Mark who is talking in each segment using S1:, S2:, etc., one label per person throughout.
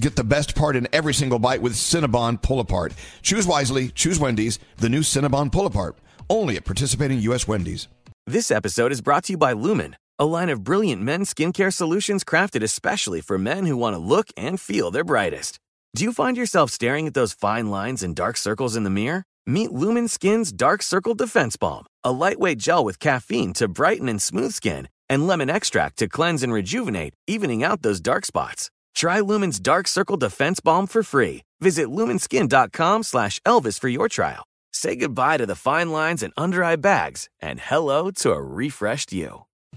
S1: Get the best part in every single bite with Cinnabon Pull Apart. Choose wisely, choose Wendy's, the new Cinnabon Pull Apart, only at participating U.S. Wendy's.
S2: This episode is brought to you by Lumen, a line of brilliant men's skincare solutions crafted especially for men who want to look and feel their brightest. Do you find yourself staring at those fine lines and dark circles in the mirror? Meet Lumen Skin's Dark Circle Defense Balm, a lightweight gel with caffeine to brighten and smooth skin, and lemon extract to cleanse and rejuvenate, evening out those dark spots. Try Lumen's Dark Circle Defense Balm for free. Visit lumenskin.com slash Elvis for your trial. Say goodbye to the fine lines and under-eye bags, and hello to a refreshed you.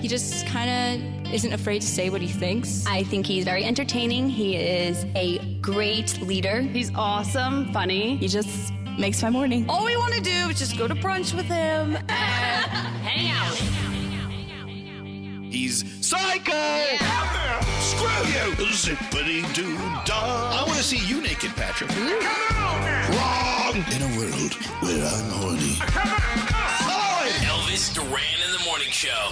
S3: He just kind of isn't afraid to say what he thinks.
S4: I think he's very entertaining. He is a great leader.
S5: He's awesome, funny.
S3: He just makes my morning.
S5: All we want to do is just go to brunch with him and hang
S6: out. He's psycho! Yeah. Screw you! Zippity doo dah!
S7: I want to see you naked, Patrick.
S6: Ooh. Come on!
S7: Wrong! In a world where I'm horny.
S1: Oh
S7: Come on, come on.
S8: Elvis Duran in the Morning Show.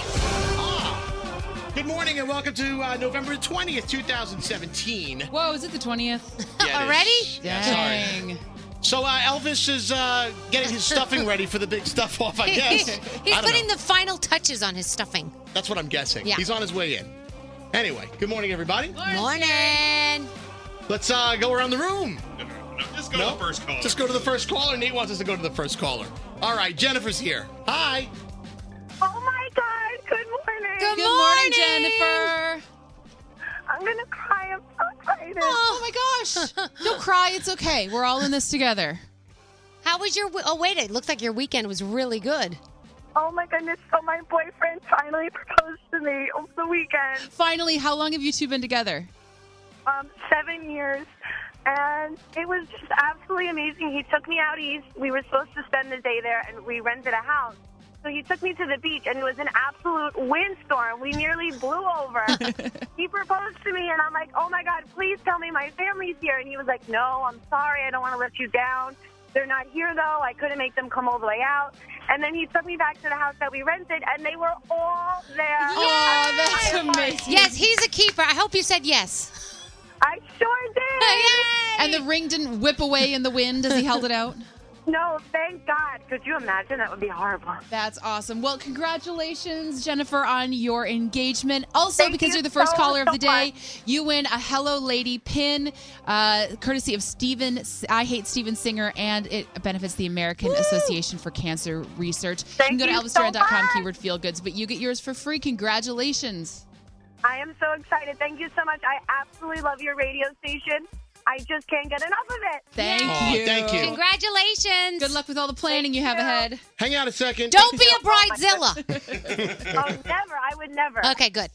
S9: Good morning and welcome to uh, November 20th, 2017.
S10: Whoa, Oh, is it the 20th?
S9: Yeah, it
S10: Already?
S9: Is. Yeah, sorry. So uh, Elvis is uh, getting his stuffing ready for the big stuff off, I guess.
S11: He's
S9: I
S11: putting know. the final touches on his stuffing.
S9: That's what I'm guessing. Yeah. He's on his way in. Anyway, good morning, everybody.
S11: Morning. morning.
S9: Let's uh, go around the room.
S12: No, no, no. Just go no? to the first caller.
S9: Just go to the first caller. Nate wants us to go to the first caller. All right, Jennifer's here. Hi.
S13: Oh my God! Good morning.
S10: Good, Good morning. morning. Jennifer.
S13: I'm gonna cry. I'm so excited.
S10: Oh my gosh! Don't cry. It's okay. We're all in this together.
S11: How was your? Oh wait, it looks like your weekend was really good.
S13: Oh my goodness! So my boyfriend finally proposed to me over the weekend.
S10: Finally, how long have you two been together?
S13: Um, seven years and it was just absolutely amazing. He took me out east. We were supposed to spend the day there, and we rented a house. So he took me to the beach, and it was an absolute windstorm. We nearly blew over. he proposed to me, and I'm like, "Oh my God, please tell me my family's here." And he was like, "No, I'm sorry. I don't want to let you down. They're not here though. I couldn't make them come all the way out." And then he took me back to the house that we rented, and they were all there.
S10: Yeah, Oh, that's amazing.
S11: Yes, he's a keeper. I hope you said yes.
S13: I sure did.
S10: Yay! And the ring didn't whip away in the wind as he held it out.
S13: No, thank God. Could you imagine? That would be horrible.
S10: That's awesome. Well, congratulations, Jennifer, on your engagement. Also,
S13: thank
S10: because
S13: you
S10: are the first
S13: so, so
S10: caller of the day, much. you win a Hello Lady pin, uh, courtesy of Steven. I hate Steven Singer, and it benefits the American Woo! Association for Cancer Research.
S13: Thank
S10: you can go
S13: you
S10: to
S13: so
S10: elvisduran.com, keyword feel goods, but you get yours for free. Congratulations.
S13: I am so excited. Thank you so much. I absolutely love your radio station.
S14: I just can't get enough of it.
S10: Thank
S9: Aw,
S10: you.
S9: thank you.
S11: Congratulations.
S10: Good luck with all the planning you have ahead.
S9: Hang on a second.
S11: Don't be a bridezilla.
S14: Oh, never. I would never.
S11: okay, good.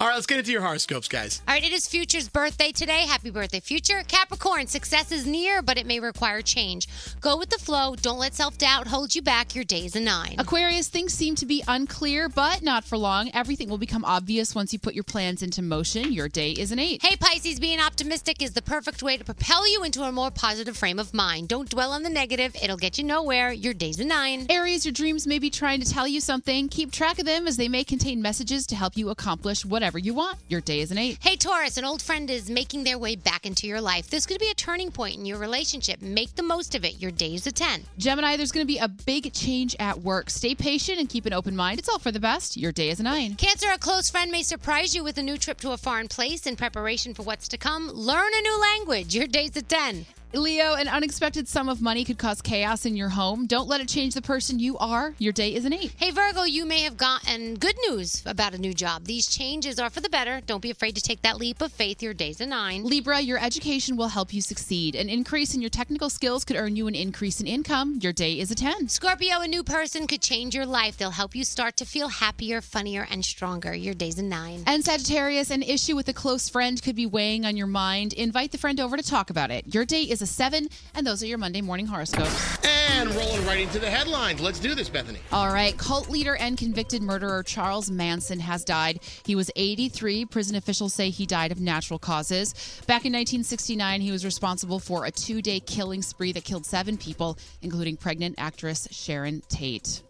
S9: All right, let's get into your horoscopes, guys.
S11: All right, it is Future's birthday today. Happy birthday, Future. Capricorn, success is near, but it may require change. Go with the flow. Don't let self doubt hold you back. Your day's a nine.
S10: Aquarius, things seem to be unclear, but not for long. Everything will become obvious once you put your plans into motion. Your day is an eight.
S11: Hey, Pisces, being optimistic is the perfect way to propel you into a more positive frame of mind. Don't dwell on the negative, it'll get you nowhere. Your day's a nine.
S10: Aries, your dreams may be trying to tell you something. Keep track of them as they may contain messages to help you accomplish whatever you want. Your day is an eight.
S11: Hey, Taurus, an old friend is making their way back into your life. This could be a turning point in your relationship. Make the most of it. Your day's a 10.
S10: Gemini, there's going to be a big change at work. Stay patient and keep an open mind. It's all for the best. Your day is a nine.
S11: Cancer, a close friend may surprise you with a new trip to a foreign place in preparation for what's to come. Learn a new language. Your day's a 10.
S10: Leo, an unexpected sum of money could cause chaos in your home. Don't let it change the person you are. Your day is an eight.
S11: Hey, Virgo, you may have gotten good news about a new job. These changes are for the better. Don't be afraid to take that leap of faith. Your day's a 9.
S10: Libra, your education will help you succeed. An increase in your technical skills could earn you an increase in income. Your day is a 10.
S11: Scorpio, a new person could change your life. They'll help you start to feel happier, funnier, and stronger. Your day's a nine.
S10: And Sagittarius, an issue with a close friend could be weighing on your mind. Invite the friend over to talk about it. Your day is a 7, and those are your Monday morning horoscopes.
S9: And rolling right into the headlines. Let's do this, Bethany.
S10: All right, cult leader and convicted murderer Charles Manson has died. He was 83. Prison officials say he died of natural causes. Back in 1969, he was responsible for a two day killing spree that killed seven people, including pregnant actress Sharon Tate.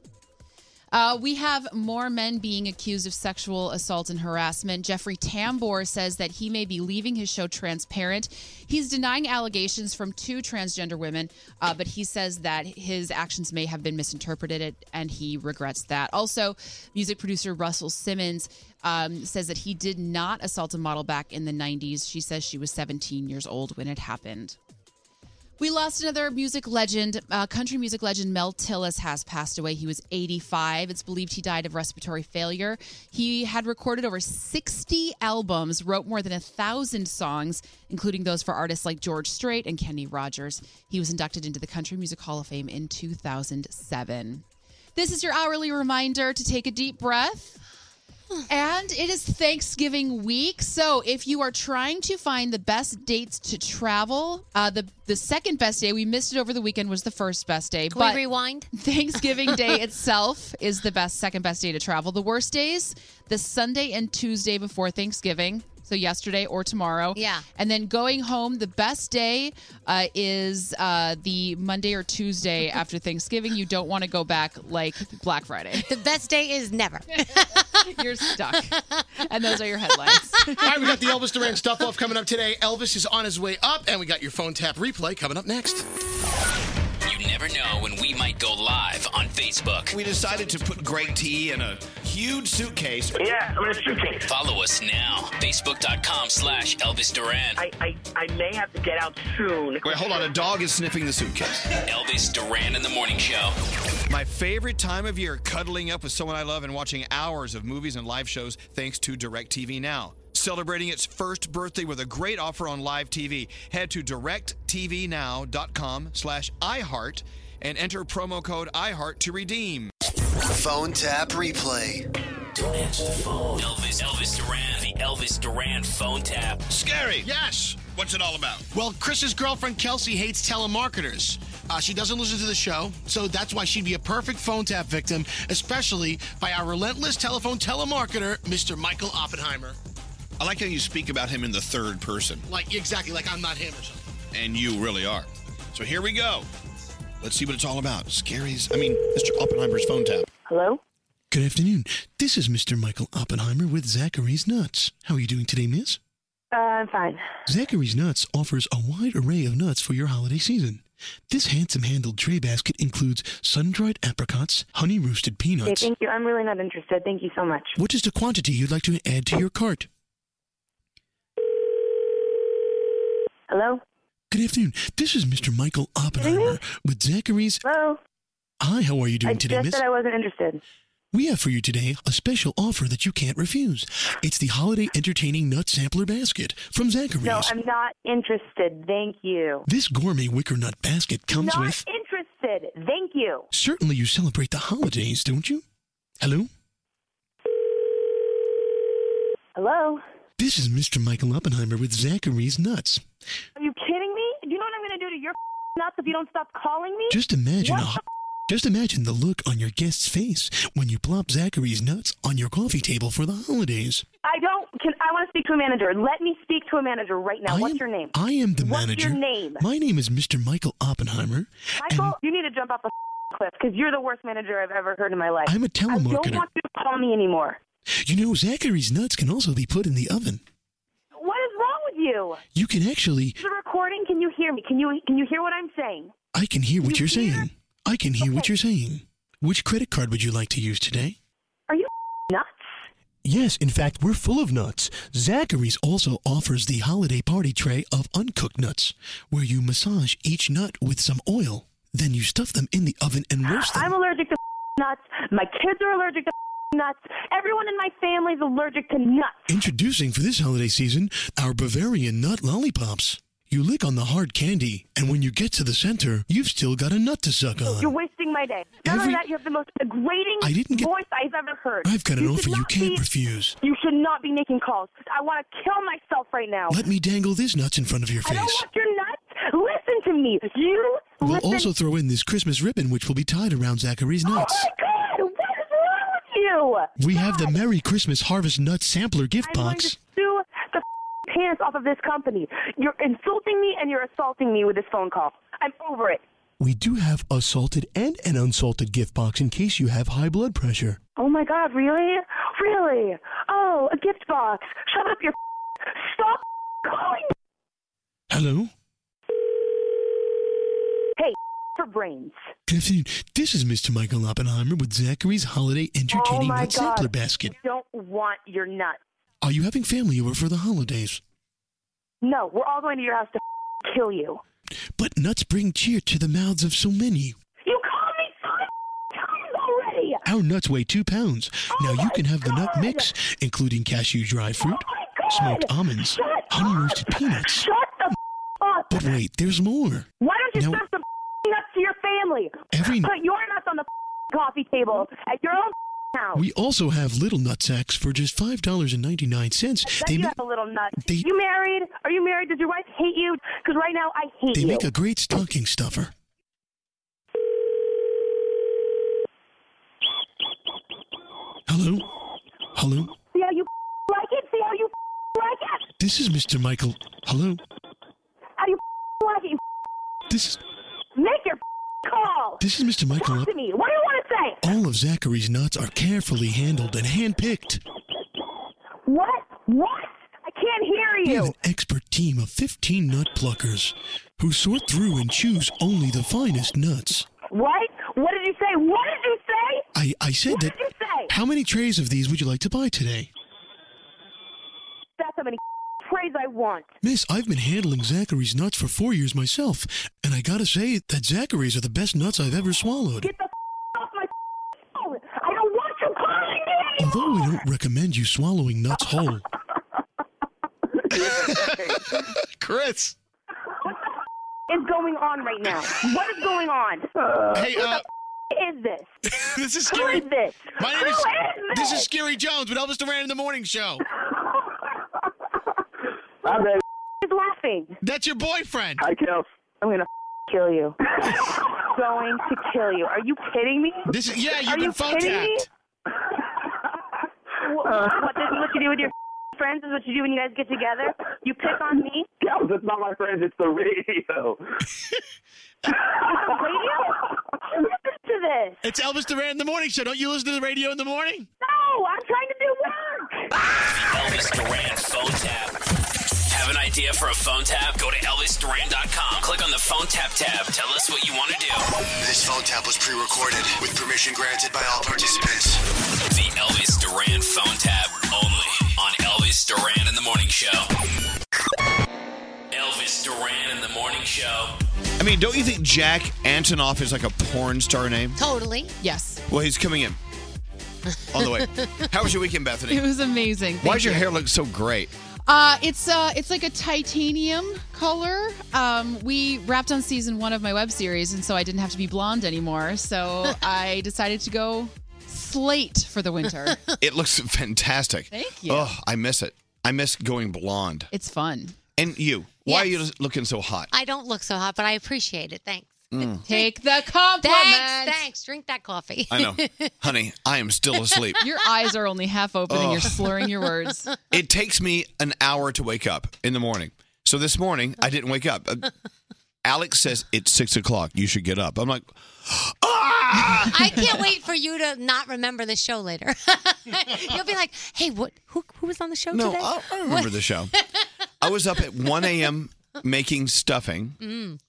S10: Uh, we have more men being accused of sexual assault and harassment. Jeffrey Tambor says that he may be leaving his show transparent. He's denying allegations from two transgender women, uh, but he says that his actions may have been misinterpreted and he regrets that. Also, music producer Russell Simmons um, says that he did not assault a model back in the 90s. She says she was 17 years old when it happened. We lost another music legend. Uh, country music legend Mel Tillis has passed away. He was 85. It's believed he died of respiratory failure. He had recorded over 60 albums, wrote more than a thousand songs, including those for artists like George Strait and Kenny Rogers. He was inducted into the Country Music Hall of Fame in 2007. This is your hourly reminder to take a deep breath. And it is Thanksgiving week, so if you are trying to find the best dates to travel, uh, the the second best day we missed it over the weekend was the first best day.
S11: Can we rewind?
S10: Thanksgiving Day itself is the best second best day to travel. The worst days the Sunday and Tuesday before Thanksgiving, so yesterday or tomorrow.
S11: Yeah.
S10: And then going home, the best day uh, is uh, the Monday or Tuesday after Thanksgiving. You don't want to go back like Black Friday.
S11: The best day is never.
S10: You're stuck. And those are your headlines.
S9: All right, we got the Elvis Duran stuff off coming up today. Elvis is on his way up, and we got your phone tap replay coming up next.
S8: You never know when we might go live on Facebook.
S1: We decided to put Greg T in a huge suitcase.
S13: Yeah, I'm in a suitcase.
S8: Follow us now. Facebook.com slash Elvis Duran.
S13: I, I, I may have to get out soon.
S1: Wait, hold on. A dog is sniffing the suitcase.
S8: Elvis Duran in the Morning Show.
S1: My favorite time of year, cuddling up with someone I love and watching hours of movies and live shows thanks to DirecTV Now. Celebrating its first birthday with a great offer on live TV. Head to directtvnow.com slash iHeart and enter promo code iHeart to redeem.
S15: Phone tap replay.
S8: Don't answer the phone. Elvis, Elvis Duran, the Elvis Duran phone tap.
S16: Scary.
S9: Yes.
S16: What's it all about?
S9: Well, Chris's girlfriend Kelsey hates telemarketers. Uh, she doesn't listen to the show, so that's why she'd be a perfect phone tap victim, especially by our relentless telephone telemarketer, Mr. Michael Oppenheimer.
S16: I like how you speak about him in the third person,
S9: Like, exactly, like I'm not him or something.
S16: and you really are. So here we go. Let's see what it's all about. Scary's, I mean, Mr. Oppenheimer's phone tap.
S13: Hello?
S17: Good afternoon. This is Mr. Michael Oppenheimer with Zachary's Nuts. How are you doing today, miss?
S13: Uh, I'm fine.
S17: Zachary's Nuts offers a wide array of nuts for your holiday season. This handsome handled tray basket includes sun dried apricots, honey roasted
S13: Okay,
S17: peanuts.
S13: thank you. I'm really not interested. Thank you so much.
S17: What is the quantity you'd like to add to your cart?
S13: Hello?
S17: Good afternoon. This is Mr. Michael Oppenheimer with Zachary's.
S13: Hello?
S17: Hi, how are you doing
S13: I
S17: today,
S13: just
S17: miss?
S13: said I wasn't interested.
S17: We have for you today a special offer that you can't refuse. It's the Holiday Entertaining Nut Sampler Basket from Zachary's.
S13: No, I'm not interested. Thank you.
S17: This gourmet wicker nut basket comes
S13: not
S17: with.
S13: interested. Thank you.
S17: Certainly, you celebrate the holidays, don't you? Hello?
S13: Hello?
S17: This is Mr. Michael Oppenheimer with Zachary's Nuts.
S13: Are you kidding me? Do you know what I'm going to do to your nuts if you don't stop calling me?
S17: Just imagine
S13: What
S17: a,
S13: the
S17: just imagine the look on your guest's face when you plop Zachary's nuts on your coffee table for the holidays.
S13: I don't. Can I want to speak to a manager? Let me speak to a manager right now. What's your name?
S17: I am the manager.
S13: your name?
S17: My name is Mr. Michael Oppenheimer.
S13: Michael, you need to jump off a cliff because you're the worst manager I've ever heard in my life.
S17: I'm a
S13: I don't
S17: telemarketer.
S13: want you to call me anymore.
S17: You know, Zachary's nuts can also be put in the oven.
S13: What is wrong with you?
S17: You can actually,
S13: Is the recording? Can you hear me? Can you can you hear what I'm saying?
S17: I can hear what you're saying. I can hear what you're saying. Which credit card would you like to use today?
S13: Are you nuts?
S17: Yes, in fact, we're full of nuts. Zachary's also offers the holiday party tray of uncooked nuts, where you massage each nut with some oil. Then you stuff them in the oven and roast them.
S13: I'm allergic to nuts. My kids are allergic to nuts. Everyone in my family's allergic to nuts.
S17: Introducing for this holiday season our Bavarian nut lollipops. You lick on the hard candy, and when you get to the center, you've still got a nut to suck
S13: You're
S17: on.
S13: wasting my day. Not only that, you have the most degrading
S17: I didn't get-
S13: voice I've ever heard.
S17: I've got an
S13: You
S17: offer
S13: should
S17: you
S13: not
S17: can't
S13: be-
S17: refuse.
S13: You should not be making calls. I want to kill myself right now.
S17: Let me dangle these nuts in front of your
S13: I don't
S17: face.
S13: want your nuts. Listen to me. You
S17: We'll
S13: listen. Oh
S17: also throw in this Christmas ribbon, which will be tied around Zachary's nuts.
S13: God, what is wrong with you?
S17: We have the Merry Christmas Harvest Nut Sampler Gift
S13: I'm going
S17: Box.
S13: to sue the pants off of this company. You're insulting me and you're assaulting me with this phone call. I'm over it.
S17: We do have a salted and an unsalted gift box in case you have high blood pressure.
S13: Oh my God, really? Really? Oh, a gift box. Shut up, your stop calling.
S17: Hello?
S13: Hey, for brains.
S17: Good afternoon. This is Mr. Michael Oppenheimer with Zachary's Holiday
S13: oh
S17: Entertaining
S13: my
S17: Nut
S13: God.
S17: Sampler Basket.
S13: I don't want your nuts.
S17: Are you having family over for the holidays?
S13: No, we're all going to your house to kill you.
S17: But nuts bring cheer to the mouths of so many.
S13: You called me so many times already. Oh
S17: Our nuts weigh two pounds. now you can have the nut mix, including cashew dry fruit, smoked almonds, honey roasted peanuts. Shut
S13: the up.
S17: But wait, there's more.
S13: Why don't you
S17: Now-
S13: stuff some nuts to your family?
S17: Every-
S13: Put your nuts on the coffee table at your own house.
S17: We also have little nut sacks for just five dollars and ninety nine cents.
S13: Bet
S17: They
S13: you
S17: ma-
S13: have a little nut. you married? Are you married? Does your wife hate you? Because right now I hate
S17: they
S13: you.
S17: make a great stocking stuffer. Hello, hello.
S13: See how you like it? See how you like it?
S17: This is Mr. Michael. Hello.
S13: How you like it? You
S17: This is
S13: make your call.
S17: this is Mr. Michael.
S13: Talk to me. What do you want to say?
S17: All of Zachary's nuts are carefully handled and handpicked.
S13: What? What? I can't hear
S17: We have
S13: you.
S17: an expert team of 15 nut pluckers who sort through and choose only the finest nuts.
S13: What? What did you say? What did you say?
S17: I, I said that. How many trays of these would you like to buy today?
S13: That's how many praise I want.
S17: Miss, I've been handling Zachary's nuts for four years myself, and I gotta say that Zachary's are the best nuts I've ever swallowed.
S13: Get the off my phone. I don't want you calling me anymore.
S17: Although we don't recommend you swallowing nuts whole.
S1: Chris.
S13: What the is going on right now? What is going on?
S1: Hey, uh,
S13: what the is this?
S1: this is
S13: Who
S1: scary.
S13: is this?
S1: My name
S13: Who
S1: is.
S13: is
S1: This
S13: this?
S1: is Scary Jones with Elvis Duran in the Morning Show.
S13: is laughing.
S1: That's your boyfriend.
S13: Hi, Kels. I'm gonna kill you. going to kill you. Are you kidding me?
S1: This is- yeah, you've
S13: Are
S1: been
S13: you
S1: phone
S13: kidding me? what, what, this is what you do with your friends is what you do when you guys get together. You pick on me.
S18: Gals, it's not my friends, it's the radio.
S13: The radio? Listen to this.
S1: It's Elvis Duran in the Morning Show. Don't you listen to the radio in the morning?
S13: No, I'm trying to do work.
S8: Elvis Duran phone tap. Have an idea for a phone tap? Go to ElvisDuran.com. Click on the phone tap tab. Tell us what you want to do.
S19: This phone tap was pre-recorded with permission granted by all participants.
S8: The Elvis Duran phone tap only on Elvis Duran in the Morning Show. Elvis Duran in the Morning Show.
S1: I mean, don't you think Jack Antonoff is like a porn star name?
S11: Totally.
S10: Yes.
S1: Well, he's coming in. On the way. How was your weekend, Bethany?
S10: It was amazing.
S1: Why
S10: Thank
S1: does your
S10: you.
S1: hair look so great?
S10: Uh, it's uh, it's like a titanium color. Um, we wrapped on season one of my web series, and so I didn't have to be blonde anymore. So I decided to go slate for the winter.
S1: It looks fantastic. Thank
S10: you.
S1: Oh, I miss it. I miss going blonde.
S10: It's fun.
S1: And you. Why are you looking so hot?
S11: I don't look so hot, but I appreciate it. Thanks.
S1: Mm.
S10: Take the compliment.
S11: Thanks. Thanks. Drink that coffee.
S1: I know. Honey, I am still asleep.
S10: Your eyes are only half open, and
S1: Oh.
S10: you're slurring your words.
S1: It takes me an hour to wake up in the morning. So this morning, I didn't wake up. Uh, Alex says, It's six o'clock. You should get up. I'm like,
S11: I can't wait for you to not remember the show later. You'll be like, "Hey, what? Who, who was on the show
S1: No,
S11: today?"
S1: I, I remember the show. I was up at 1 a.m. making stuffing.
S10: Mm.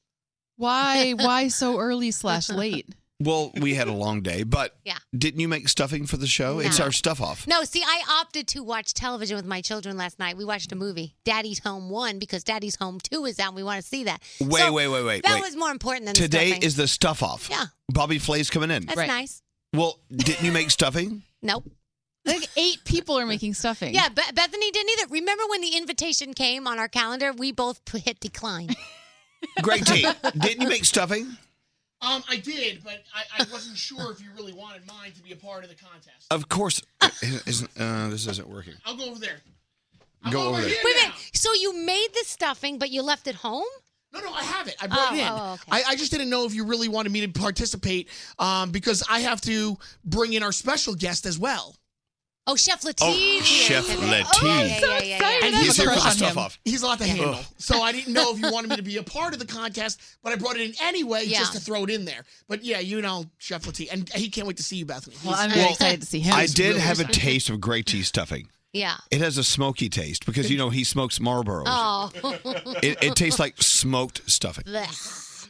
S10: Why? Why so early slash late?
S1: Well, we had a long day, but
S11: Yeah.
S1: didn't you make stuffing for the show? It's
S11: No.
S1: our stuff off.
S11: No, see, I opted to watch television with my children last night. We watched a movie, Daddy's Home One, because Daddy's Home Two is out. and We want to see that.
S1: Wait, wait, wait, wait.
S11: that
S1: wait.
S11: was more important than
S1: Today
S11: the stuffing.
S1: is the stuff off.
S11: Yeah.
S1: Bobby Flay's coming in.
S11: That's nice.
S1: Well, didn't you make stuffing?
S11: Nope.
S10: Like eight people are making stuffing.
S11: Yeah, Be- Bethany didn't either. Remember when the invitation came on our calendar? We both p- hit decline.
S1: Greg T, didn't you make stuffing?
S20: Um, I did, but I, I wasn't sure if you really wanted mine to be a part of the contest.
S1: Of course. Isn't, uh, this isn't working.
S20: I'll go over there.
S1: Go over there.
S11: Wait a minute. So you made the stuffing, but you left it home?
S20: No, no, I have it. I brought
S11: Oh,
S20: it in.
S11: oh, okay.
S20: I, I just didn't know if you really wanted me to participate um, because I have to bring in our special guest as well.
S11: Oh, Chef Latif.
S1: Oh, Chef Latif.
S11: yeah, yeah, yeah.
S1: And he's here for the stuff off.
S20: He's a lot to
S1: Yeah.
S20: handle.
S1: Ugh.
S20: So I didn't know if you wanted me to be a part of the contest, but I brought it in anyway
S11: Yeah.
S20: just to throw it in there. But yeah, you know, Chef Latif. And he can't wait to see you, Bethany.
S10: Well,
S20: He's-
S10: I'm very excited to see him.
S1: I did have a taste of Grey Tea stuffing.
S11: Yeah.
S1: It has a smoky taste because, you know, he smokes Marlboros.
S11: Oh.
S1: It, it tastes like smoked stuffing.
S11: Blech.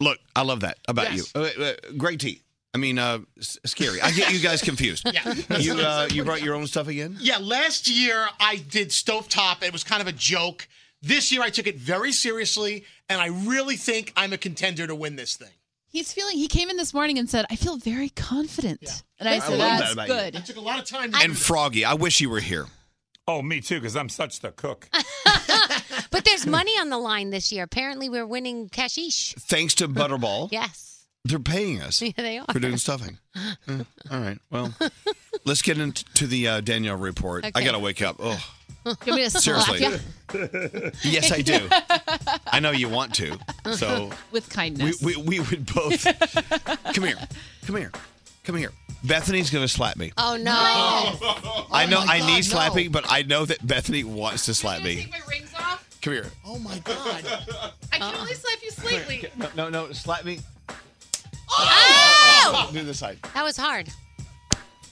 S1: Look, I love that about
S11: Yes.
S1: you. Uh, uh, Grey Tea. I mean, uh, s- scary. I get you guys confused.
S20: Yeah.
S1: You, uh, you brought your own stuffing in?
S9: Yeah, last year I did stovetop. It was kind of a joke. This year I took it very seriously, and I really think I'm a contender to win this thing.
S10: He's feeling. He came in this morning and said, "I feel very confident," and
S1: I
S10: I said,
S1: love that
S10: "That's
S1: about you.
S10: good."
S20: It took a lot of time.
S1: And Froggy, I wish you were here.
S21: Oh, me too, because I'm such the cook.
S11: But there's money on the line this year. Apparently, we're winning cashish.
S1: Thanks to Butterball,
S11: Yes.
S1: they're paying us
S11: Yeah, they are.
S1: for doing stuffing.
S20: Oh.
S1: Mm, all right. Well, let's get into the uh, Danielle report. I
S10: Okay.
S1: got to wake up. Oh,
S10: You want me to slap
S1: seriously.
S10: ya?
S1: yes, I do. I know you want to. So
S10: with
S1: we,
S10: kindness.
S1: we, we would both. Come here. Come here. Come here. Bethany's going to slap me.
S11: Oh, no. Oh.
S1: I know
S11: my
S1: I
S11: God,
S1: need
S11: no.
S1: slapping, but I know that Bethany wants to slap me.
S10: my rings off.
S1: Come here.
S20: Oh my god.
S10: I can only slap you slightly.
S1: No, no, no, slap me.
S11: Oh!
S1: Do this side.
S11: That was hard.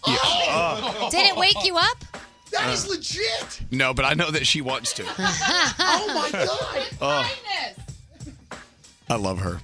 S1: Yeah. Oh.
S11: Did it wake you up?
S1: That is Uh.
S20: legit.
S1: No, but I know that she wants to.
S20: oh my god.
S1: Oh, I love her.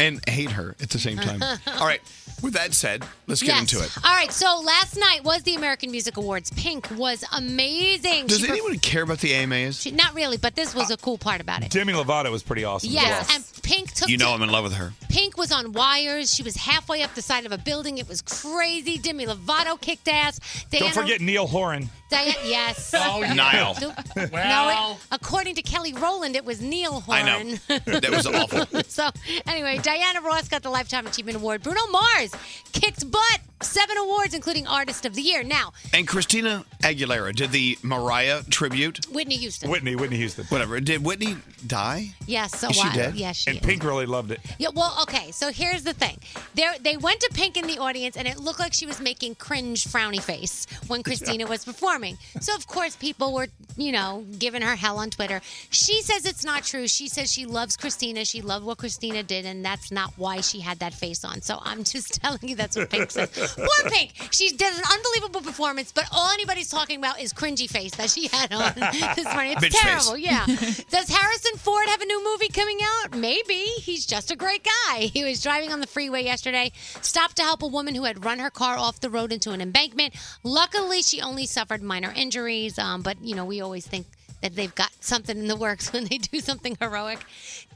S1: And hate her at the same time. All right. With that said, let's get
S11: Yes.
S1: into it.
S11: All right. So last night was the American Music Awards. Pink was amazing.
S1: Does
S11: She per-
S1: anyone care about the AMAs?
S11: she- not really, but this was a cool part about it.
S21: Demi Lovato was pretty awesome. as
S11: Yes,
S21: well.
S11: and Pink took
S1: You know
S11: to-
S1: I'm in love with her.
S11: Pink was on wires. She was halfway up the side of a building. It was crazy. Demi Lovato kicked ass. Diana,
S21: Don't forget Neil Horan.
S11: Diana, yes.
S21: Oh, yeah. Niall.
S11: No,
S21: Well.
S11: it- according to Kelly Rowland, it was Neil Horn.
S1: I know. That was awful.
S11: so, anyway, Diana Ross got the Lifetime Achievement Award. Bruno Mars kicked butt. Seven awards, including Artist of the Year. Now,
S1: And Christina Aguilera did the Mariah tribute.
S11: Whitney Houston.
S21: Whitney, Whitney Houston.
S1: Whatever. Did Whitney die?
S11: Yes, so
S1: Is she
S11: why?
S1: dead?
S11: Yes, she is.
S21: Pink really loved it.
S11: Yeah, well, okay. So here's the thing. There, they went to Pink in the audience, and it looked like she was making cringe, frowny face when Christina was performing. So of course, people were, you know, giving her hell on Twitter. She says it's not true. She says she loves Christina. She loved what Christina did, and that's not why she had that face on. So I'm just telling you, that's what Pink says. Poor Pink. She did an unbelievable performance, but all anybody's talking about is cringy face that she had on this morning. It's
S22: Bitch face.
S11: terrible. Yeah. Does Harrison Ford have a new movie coming out? Maybe. He's just a great guy. He was driving on the freeway yesterday, stopped to help a woman who had run her car off the road into an embankment. Luckily, she only suffered minor injuries, um, but, you know, we always think that they've got something in the works when they do something heroic.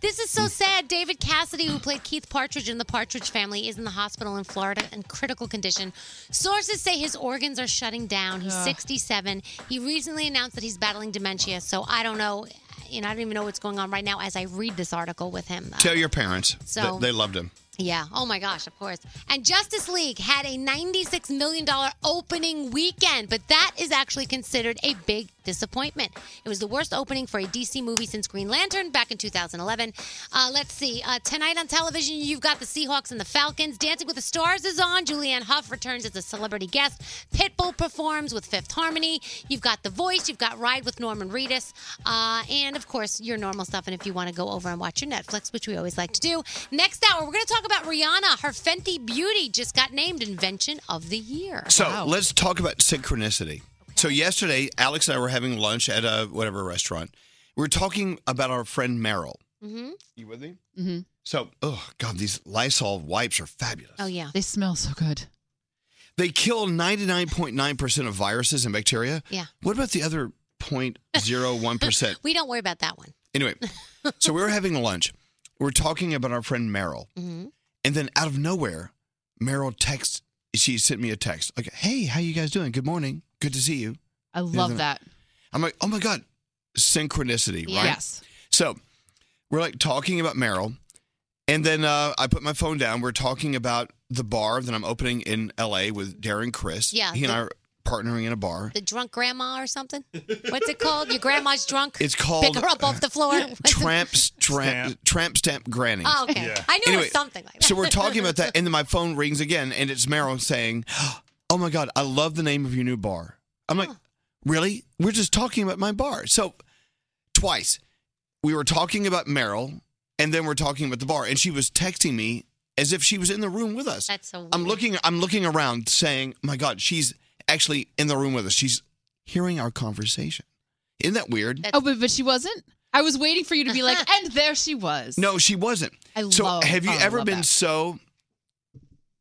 S11: This is so sad. David Cassidy, who played Keith Partridge in the Partridge Family, is in the hospital in Florida in critical condition. Sources say his organs are shutting down. He's
S4: Ugh.
S11: 67. He recently announced that he's battling dementia, so I don't know. You know, I don't even know what's going on right now as I read this article with him. Uh,
S1: Tell your parents
S11: So-
S1: that they loved him.
S11: yeah. Oh my gosh, of course. And Justice League had a $96 million opening weekend, but that is actually considered a big disappointment. It was the worst opening for a DC movie since Green Lantern back in 2011. Uh, let's see. Uh, tonight on television, you've got the Seahawks and the Falcons. Dancing with the Stars is on. Julianne Hough returns as a celebrity guest. Pitbull performs with Fifth Harmony. You've got The Voice. You've got Ride with Norman Reedus. Uh, and, of course, your normal stuff. And if you want to go over and watch your Netflix, which we always like to do. Next hour, we're going to talk about Rihanna. Her Fenty Beauty just got named Invention of the Year.
S1: So let's talk about synchronicity. So yesterday, Alex and I were having lunch at a whatever restaurant. We were talking about our friend Merrill.
S11: Mm-hmm.
S1: You with me?
S11: Mm-hmm.
S1: So, oh God, these Lysol wipes are fabulous.
S11: Oh, yeah.
S10: They smell so good.
S1: They kill 99.9% of viruses and bacteria.
S11: Yeah.
S1: What about the other 0.01%?
S11: We don't worry about that one.
S1: anyway, so we were having lunch. We are talking about our friend Merrill.
S11: Mhm.
S1: And then out of nowhere, Merrill texts, she sent me a text like, hey, how you guys doing? Good morning. Good to see you.
S10: I love that.
S1: I'm like, oh my God, synchronicity, right?
S10: Yes.
S1: So we're like talking about Merrill. And then uh, I put my phone down. We're talking about the bar that I'm opening in LA with Darren Chris.
S11: Yeah,
S1: He and
S11: the-
S1: I are partnering in a bar.
S11: The drunk grandma or something? What's it called? Your grandma's drunk?
S1: It's called-
S11: Pick her up off the floor.
S1: Tramps, tramp, tramp stamp granny.
S11: Oh, okay. I knew it was something like that.
S1: So we're talking about that, and then my phone rings again, and it's Meryl saying, "Oh my God, I love the name of your new bar." I'm like, "Really? We're just talking about my bar." So twice we were talking about Meryl, and then we're talking about the bar, and she was texting me as if she was in the room with us.
S11: That's so weird.
S1: I'm looking, I'm looking around, saying, "My God, she's actually in the room with us. She's hearing our conversation." Isn't that weird?
S10: Oh, but, but she wasn't? I was waiting for you to be like, and there she was.
S1: No, she wasn't.
S10: I
S1: so
S10: love-
S1: have you
S10: oh, I
S1: ever
S10: love
S1: been
S10: that.
S1: so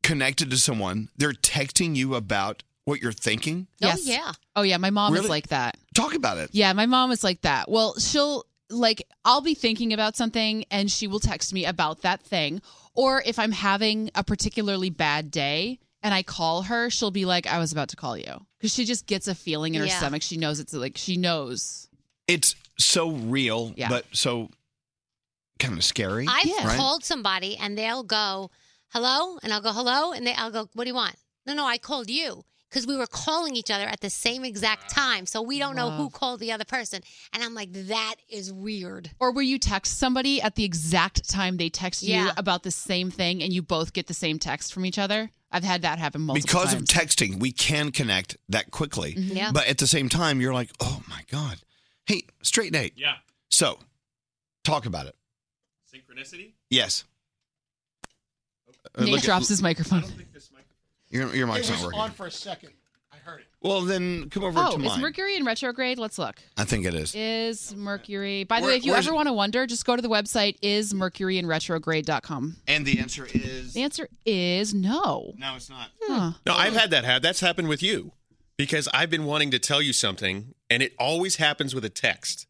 S1: connected to someone they're texting you about what you're thinking?
S10: Yes. Oh, yeah. My mom
S1: Really?
S10: is like that.
S1: Talk about it.
S10: Yeah, my mom is like that. Well, she'll like I'll be thinking about something and she will text me about that thing. Or if I'm having a particularly bad day and I call her, she'll be like, I was about to call you. Because she just gets a feeling in her
S1: Yeah.
S10: stomach. She knows it's like she knows.
S1: It's so real,
S10: Yeah.
S1: but so kind of scary.
S11: I've
S1: right?
S11: called somebody and they'll go, hello? And I'll go, hello? And they, I'll go, what do you want? No, no, I called you because we were calling each other at the same exact time. So we don't know who
S10: Wow.
S11: called the other person. And I'm like, that is weird.
S10: Or where you text somebody at the exact time they text you
S11: Yeah.
S10: about the same thing and you both get the same text from each other. I've had that happen multiple
S1: because
S10: times.
S1: of texting, we can connect that quickly.
S10: Mhm. Yeah.
S1: But at the same time, you're like, oh my God. Hey, straight Nate.
S13: Yeah.
S1: So talk about it.
S13: Synchronicity?
S1: Yes. Uh,
S10: Nate
S1: look at-
S10: drops his microphone.
S1: Your, your mic's
S9: it was
S1: not working.
S9: on for a second. I heard it.
S1: Well, then come over to
S10: Oh, is
S1: mine.
S10: Mercury in retrograde? Let's look.
S1: I think it is.
S10: Is Mercury. By the
S1: Where-
S10: way, if you
S1: where's
S10: ever
S1: it?
S10: want to wonder, just go to the website ismercuryinretrograde.com.
S1: And the answer is
S10: The answer is no.
S1: no, it's not.
S10: Huh.
S12: No, I've had that. Ha- that's happened with you because I've been wanting to tell you something, and it always happens with a text.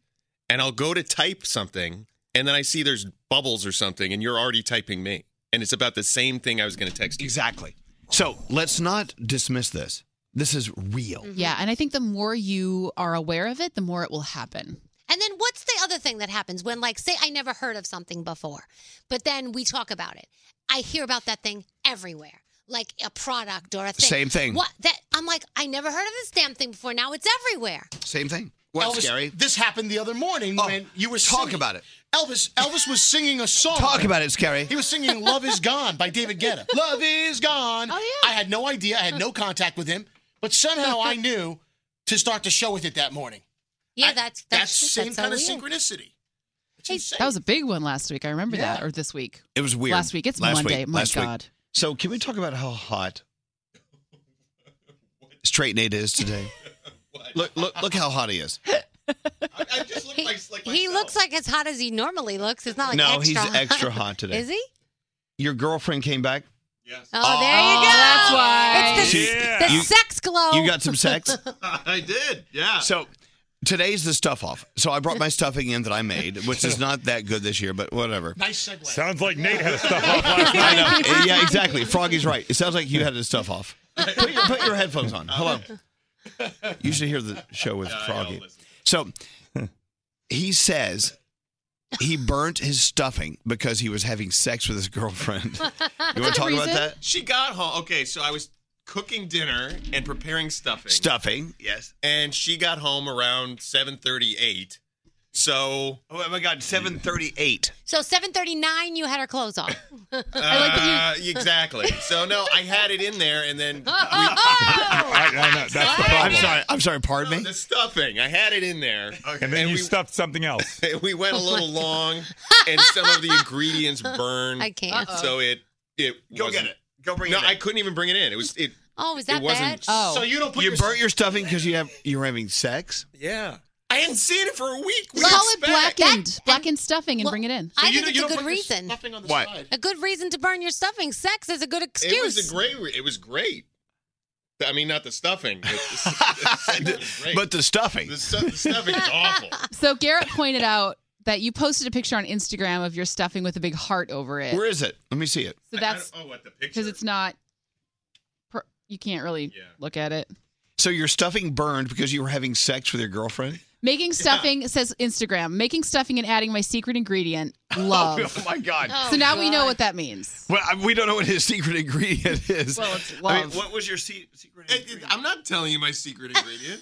S12: And I'll go to type something, and then I see there's bubbles or something, and you're already typing me, and it's about the same thing I was going to text you.
S1: Exactly. So let's not dismiss this. This is real.
S10: Yeah, and I think the more you are aware of it, the more it will happen.
S11: And then what's the other thing that happens when, like, say I never heard of something before, but then we talk about it. I hear about that thing everywhere, like a product or a thing.
S1: Same thing.
S11: What that I'm like, I never heard of this damn thing before. Now it's everywhere.
S1: Same thing. What's
S9: Elvis,
S1: scary? Oh,
S9: This happened the other morning when you were
S1: talk
S9: singing.
S1: about it.
S9: Elvis. Elvis was singing a song.
S1: Talk about it, Scary.
S9: He was singing "Love Is Gone" by David Guetta. Love is gone. Oh yeah. I had no idea. I had no contact with him, but somehow I knew to start the show with it that morning.
S11: Yeah, that's
S9: That's,
S11: that's,
S9: same
S11: that's so
S9: kind of
S11: weird.
S9: synchronicity.
S10: That was a big one last week. I remember that, or this week.
S1: It was weird.
S10: Last week. It's
S1: Last
S10: Monday.
S1: week.
S10: My
S1: Last week.
S10: God.
S1: So can we talk about how hot straight Nate is today? look, look, look how hot he is.
S11: He, he looks like as hot as he normally looks. It's not like
S1: no,
S11: extra
S1: he's extra hot today.
S11: Is he?
S1: Your girlfriend came back.
S11: Oh, there you go. That's
S1: why.
S11: It's the,
S1: Yeah.
S11: the
S1: You-
S11: sex glow.
S1: you got some sex?
S12: I did. Yeah.
S1: So Today's the stuff off. So I brought my stuffing in that I made, which is not that good this year, but whatever.
S9: Nice segue.
S21: Sounds like Nate had a stuff
S1: off last night. I know. Yeah, exactly. Froggy's right. It sounds like you had his stuff off. Put your, put your headphones on. Hello. You should hear the show with Froggy. So he says he burnt his stuffing because he was having sex with his girlfriend. You want to talk about that?
S12: She got home. Okay, so I was cooking dinner and preparing stuffing.
S1: Stuffing.
S12: Yes. And she got home around 7:38. So, oh my god, 7:38.
S11: So 7:39, you had her clothes on.
S12: Uh, exactly. So no, I had it in there and then
S1: I'm sorry. I'm sorry. Pardon me.
S12: the stuffing. I had it in there.
S21: And then you stuffed something else.
S12: we went a
S21: Oh my
S12: little
S21: God.
S12: long and some of the ingredients burned.
S11: I can't. Uh-oh.
S12: So it it
S11: Go
S12: wasn't-
S22: get it. Go bring
S12: no,
S22: it in.
S12: I couldn't even bring it in. It was it
S11: Oh, is
S12: it
S11: that
S12: wasn't
S11: bad? Oh,
S1: you burnt your stuffing because you have you were having sex.
S12: Yeah. I hadn't seen it for a week.
S10: Call it blackened, blackened stuffing, and bring it in.
S11: I think it's a good reason.
S1: What?
S11: A good reason to burn your stuffing. Sex is a good excuse.
S12: It was a great. re- It was great. I mean, not the stuffing. But the,
S1: But the stuffing.
S12: The, stu- the stuffing is awful.
S10: So Garrett pointed out that you posted a picture on Instagram of your stuffing with a big heart over it.
S1: Where is it? Let me see it.
S10: So that's
S12: Oh,
S10: because it's not. per- You can't really look at it.
S1: So your stuffing burned because you were having sex with your girlfriend.
S10: Making stuffing says Instagram. Making stuffing and adding my secret ingredient, love.
S1: Oh, my God.
S10: so now we know what that means.
S1: Well, I- we don't know what his secret ingredient is.
S10: Well, it's
S1: I mean,
S12: love.
S1: what was your
S12: secret ingredient? I'm not telling you my secret ingredient.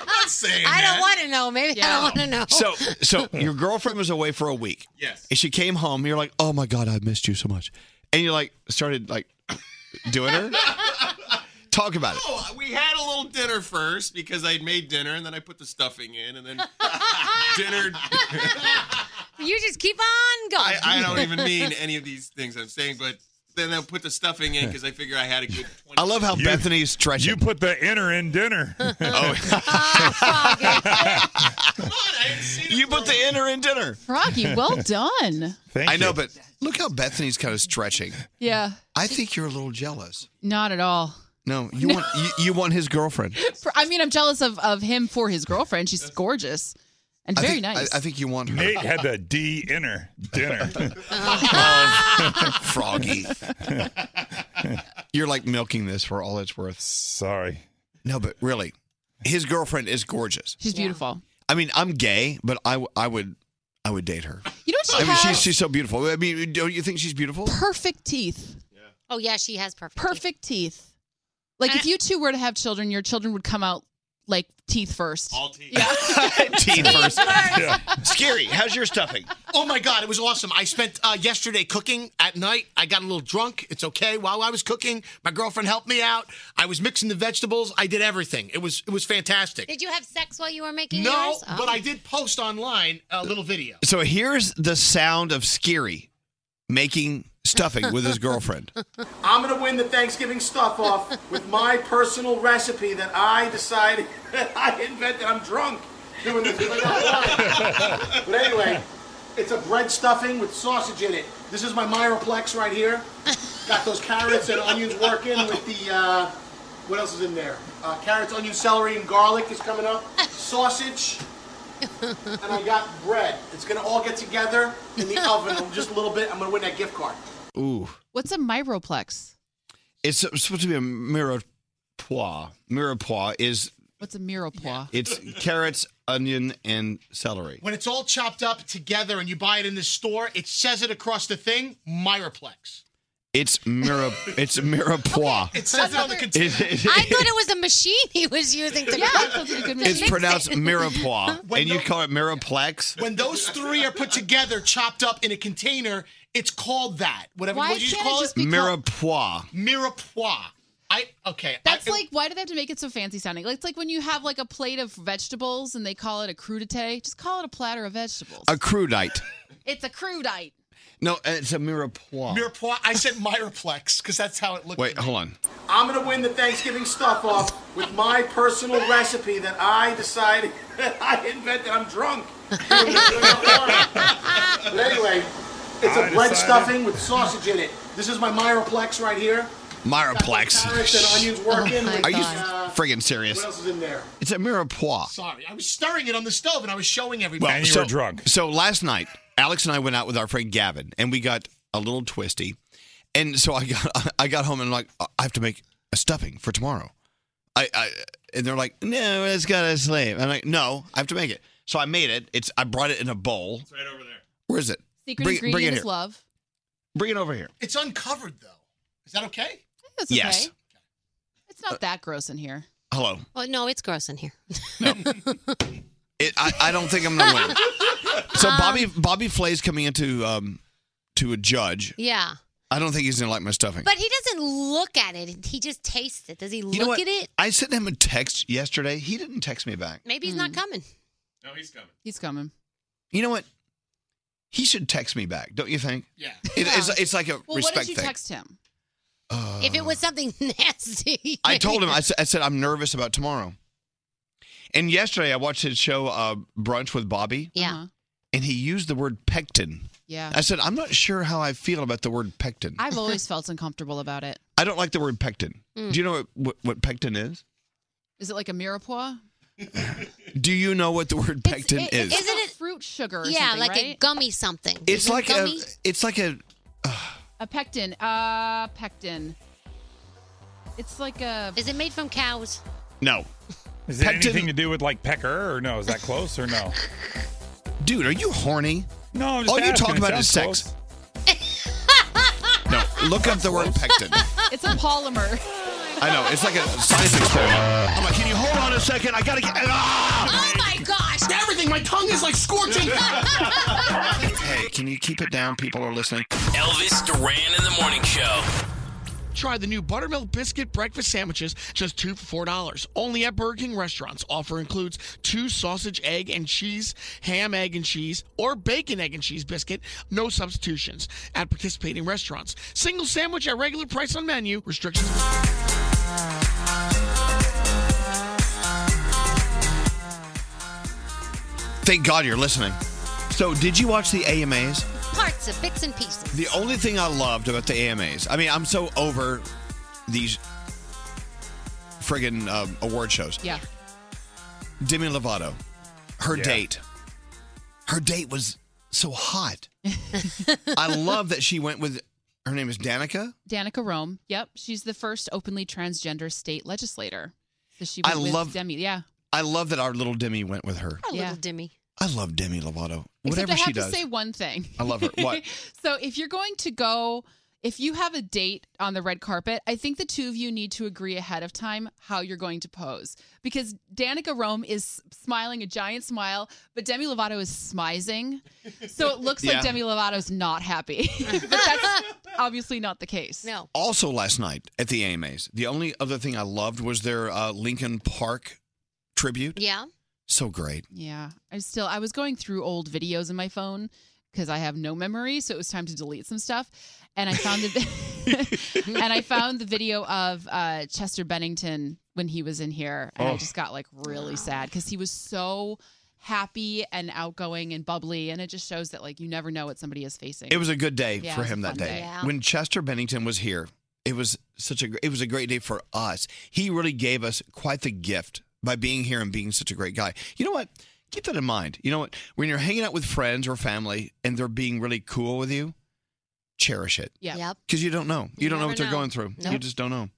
S12: I'm not saying
S11: I
S12: that.
S11: don't want to know. Maybe I don't want to know.
S1: So, so your girlfriend was away for a week.
S12: Yes.
S1: And she came home. And you're like, oh my god, I missed you so much. And you like started like doing her. Talk about it.
S12: Oh, we had a little dinner first because I'd made dinner and then I put the stuffing in and then dinner.
S11: You just keep on going.
S12: I, I don't even mean any of these things I'm saying, but then I put the stuffing in because I figure I had a good.
S1: I love how Bethany's stretching. Oh, You
S21: put the inner in dinner.
S11: Ah,
S1: you put the inner in dinner.
S10: Froggy, well done.
S1: I know, but look how Bethany's kind of stretching.
S10: Yeah,
S1: I think you're a little jealous.
S10: not at all.
S1: No, you want you, you want his girlfriend.
S10: For- I mean, I'm jealous of, of him for his girlfriend. She's gorgeous and
S1: I
S10: very
S1: think-
S10: nice.
S1: I, I think you want her.
S21: Nate had the D inner dinner.
S1: Froggy. Uh, You're like milking this for all it's worth.
S21: Sorry.
S1: No, but really, his girlfriend is gorgeous.
S10: She's beautiful.
S1: I mean, I'm gay, but I, w- I would I would date her.
S10: You know what she
S1: I mean,
S10: has?
S1: she's she's so beautiful. I mean, don't you think she's beautiful?
S10: Perfect teeth.
S11: Oh yeah, she has perfect.
S10: Perfect teeth. Like if you two were to have children, your children would come out like teeth first. All
S12: teeth.
S1: Teen first. Scary. How's your stuffing?
S9: Oh my God, it was awesome. I spent uh, yesterday cooking at night. I got a little drunk. It's okay. While I was cooking, my girlfriend helped me out. I was mixing the vegetables. I did everything. It was it was fantastic.
S11: Did you have sex while you were making
S9: no,
S11: yours? Oh.
S9: but I did post online a little video.
S1: So here's the sound of Scary making stuffing with his girlfriend.
S9: I'm gonna win the Thanksgiving stuff off with my personal recipe that I decided that I invented. I'm drunk doing this. but anyway, it's a bread stuffing with sausage in it. This is my Myroplex right here. Got those carrots and onions working with the uh, what else is in there? Uh, carrots, onions, celery, and garlic is coming up. Sausage. and I got bread. It's gonna all get together in the oven in just a little bit. I'm gonna win that gift card.
S1: Ooh.
S10: What's a myroplex?
S1: It's supposed to be a mirepoix. Mirepoix is
S10: What's a myroplex?
S1: it's carrots, onion, and celery.
S9: When it's all chopped up together and you buy it in the store, it says it across the thing, Myroplex.
S1: It's mire. it's mirepoix.
S9: It says it on the container.
S1: It- it-
S11: I thought it was a machine he was using to
S9: Yeah,
S11: cook.
S9: sounds like a good
S1: It's pronounced mirepoix,
S9: When
S1: and you call it mireplex.
S9: When those three are put together, chopped up in a container, it's called that. Whatever
S10: Why
S9: what you just
S10: can't it
S9: call
S10: just
S9: it?
S10: be called-
S1: Mirepoix.
S9: Mirepoix. I okay.
S10: That's
S9: I-
S10: like why do they have to make it so fancy sounding? Like it's like when you have like a plate of vegetables and they call it a crudite. Just call it a platter of vegetables.
S1: A crudite.
S10: It's a crudite.
S1: No, it's a mirepoix.
S9: Mirepoix. I said Myroplex because that's how it looked.
S1: Wait, hold on.
S9: I'm gonna win the Thanksgiving stuff off with my personal recipe that I decided that I invented. I'm drunk. but anyway, it's a
S2: I
S9: bread
S2: decided.
S9: stuffing with sausage in it. This is my Myroplex right here.
S1: Myroplex.
S9: Carrots and onions working.
S1: Are
S9: with,
S1: you
S9: uh,
S1: Oh friggin' serious? Ah.
S9: What else is in there?
S1: It's a mirepoix.
S20: Sorry, I was stirring it on the stove and I was showing everybody.
S1: Well, so, So last night, Alex and I went out with our friend Gavin, and we got a little twisty. And so I got I got home and I'm like I have to make a stuffing for tomorrow. I, I and they're like, no, it's gotta sleep. I'm like, no, I have to make it. So I made it. It's I brought it in a bowl. It's right over there. Where is it?
S10: Secret
S1: bring, it-
S10: ingredient
S1: bring it
S10: is
S1: here.
S10: love.
S1: Bring it over here.
S20: It's uncovered though. Is that okay?
S10: That's
S1: Yes.
S10: okay. It's not that gross in here.
S1: Hello.
S11: Well, no, it's gross in here.
S1: It, I, I don't think I'm gonna win. so
S10: Um,
S1: Bobby Bobby Flay's coming into um to a judge.
S11: Yeah.
S1: I don't think he's gonna like my stuffing.
S11: But he doesn't look at it. He just tastes it. Does he
S1: you know
S11: look
S1: what?
S11: at it?
S1: I sent him a text yesterday. He didn't text me back.
S11: Maybe he's not coming.
S23: No, he's coming.
S10: He's coming.
S1: You know what? He should text me back, don't you think?
S20: Yeah.
S1: It, it's, it's like a
S11: Well, what did
S1: respect
S11: you
S1: thing.
S11: text
S10: him?
S1: Uh,
S11: If it was something nasty.
S1: I told him, I, s- I said, I'm nervous about tomorrow. And yesterday I watched his show, uh, Brunch with Bobby.
S11: Yeah.
S1: And he used the word pectin.
S10: Uh-huh. Yeah.
S1: I said, I'm not sure how I feel about the word pectin.
S10: I've always felt uncomfortable about it.
S1: I don't like the word pectin.
S11: Hmm.
S10: Mm.
S1: Do you know what, what, what pectin is?
S10: Is it like a mirepoix?
S1: Do you know what the word pectin
S10: It-
S1: is?
S10: Isn't it fruit sugar? Or
S11: Yeah,
S10: something,
S11: like a
S10: right?
S11: gummy something.
S1: It's
S11: Isn't
S1: like
S11: gummy?
S1: a, it's like a,
S10: a pectin. Uh, pectin. It's like a.
S11: Is it made from cows?
S1: no.
S21: Is it anything to do with like pecker or no? Is that close or no?
S1: Dude, are you horny?
S21: No, I'm just
S1: All Oh, you
S21: asking.
S1: talk
S21: It
S1: about is
S21: sounds
S1: sex. no, look up the word pectin.
S10: It's a polymer.
S1: I know. It's like a science experiment. I'm like, can you hold on a second? I gotta get. Ah!
S11: Oh my gosh!
S20: Everything. My tongue is like scorching.
S1: Hey, can you keep it down? People are listening.
S8: Elvis Duran in the Morning Show.
S20: Try the new buttermilk biscuit breakfast sandwiches, just two for four dollars. Only at Burger King restaurants. Offer includes two sausage, egg, and cheese, ham, egg, and cheese, or bacon, egg, and cheese biscuit. No substitutions at participating restaurants. Single sandwich at regular price on menu. Restrictions.
S1: Thank God you're listening. So, did you watch the AMAs?
S11: Parts of bits and pieces.
S1: The only thing I loved about the AMAs, I mean, I'm so over these friggin' um, award shows.
S10: Yeah.
S1: Demi Lovato, her
S22: Yeah.
S1: date. Her date was so hot. I love that she went with, her name is Danica.
S10: Danica Rome. Yep, she's the first openly transgender state legislator. So she went
S1: I
S10: with
S1: love-
S10: Demi. Yeah,
S1: I love that our little Demi went with her.
S11: Our
S10: yeah.
S11: little Demi.
S1: I love Demi Lovato. Whatever
S10: Except I have
S1: she
S10: to
S1: does.
S10: say one thing.
S1: I love her. What?
S10: so if you're going to go, if you have a date on the red carpet, I think the two of you need to agree ahead of time how you're going to pose because Danica Rome is smiling a giant smile, but Demi Lovato is smizing, so it looks
S1: Yeah.
S10: like Demi Lovato's not happy. but that's obviously not the case.
S11: No.
S1: Also, last night at the AMAs, the only other thing I loved was their uh, Lincoln Park tribute.
S11: Yeah.
S1: So great.
S10: Yeah, I still I was going through old videos in my phone because I have no memory, so it was time to delete some stuff, and I found the and I found the video of uh, Chester Bennington when he was in here, and I
S2: Oh.
S10: just got like really sad because he was so happy and outgoing and bubbly, and it just shows that like you never know what somebody is facing.
S1: It was a good day
S10: Yeah,
S1: for
S10: it was
S1: him
S10: a
S1: that
S10: fun
S1: day.
S10: day. Yeah.
S1: When Chester Bennington was here, it was such a gr- it was a great day for us. He really gave us quite the gift by being here and being such a great guy. You know what? Keep that in mind. You know what? When you're hanging out with friends or family and they're being really cool with you, cherish it.
S10: Yeah.
S11: Yep.
S1: Because you don't know. You,
S11: You
S1: don't know
S11: never
S1: what they're
S11: know.
S1: going through. You
S11: Nope.
S1: just don't know.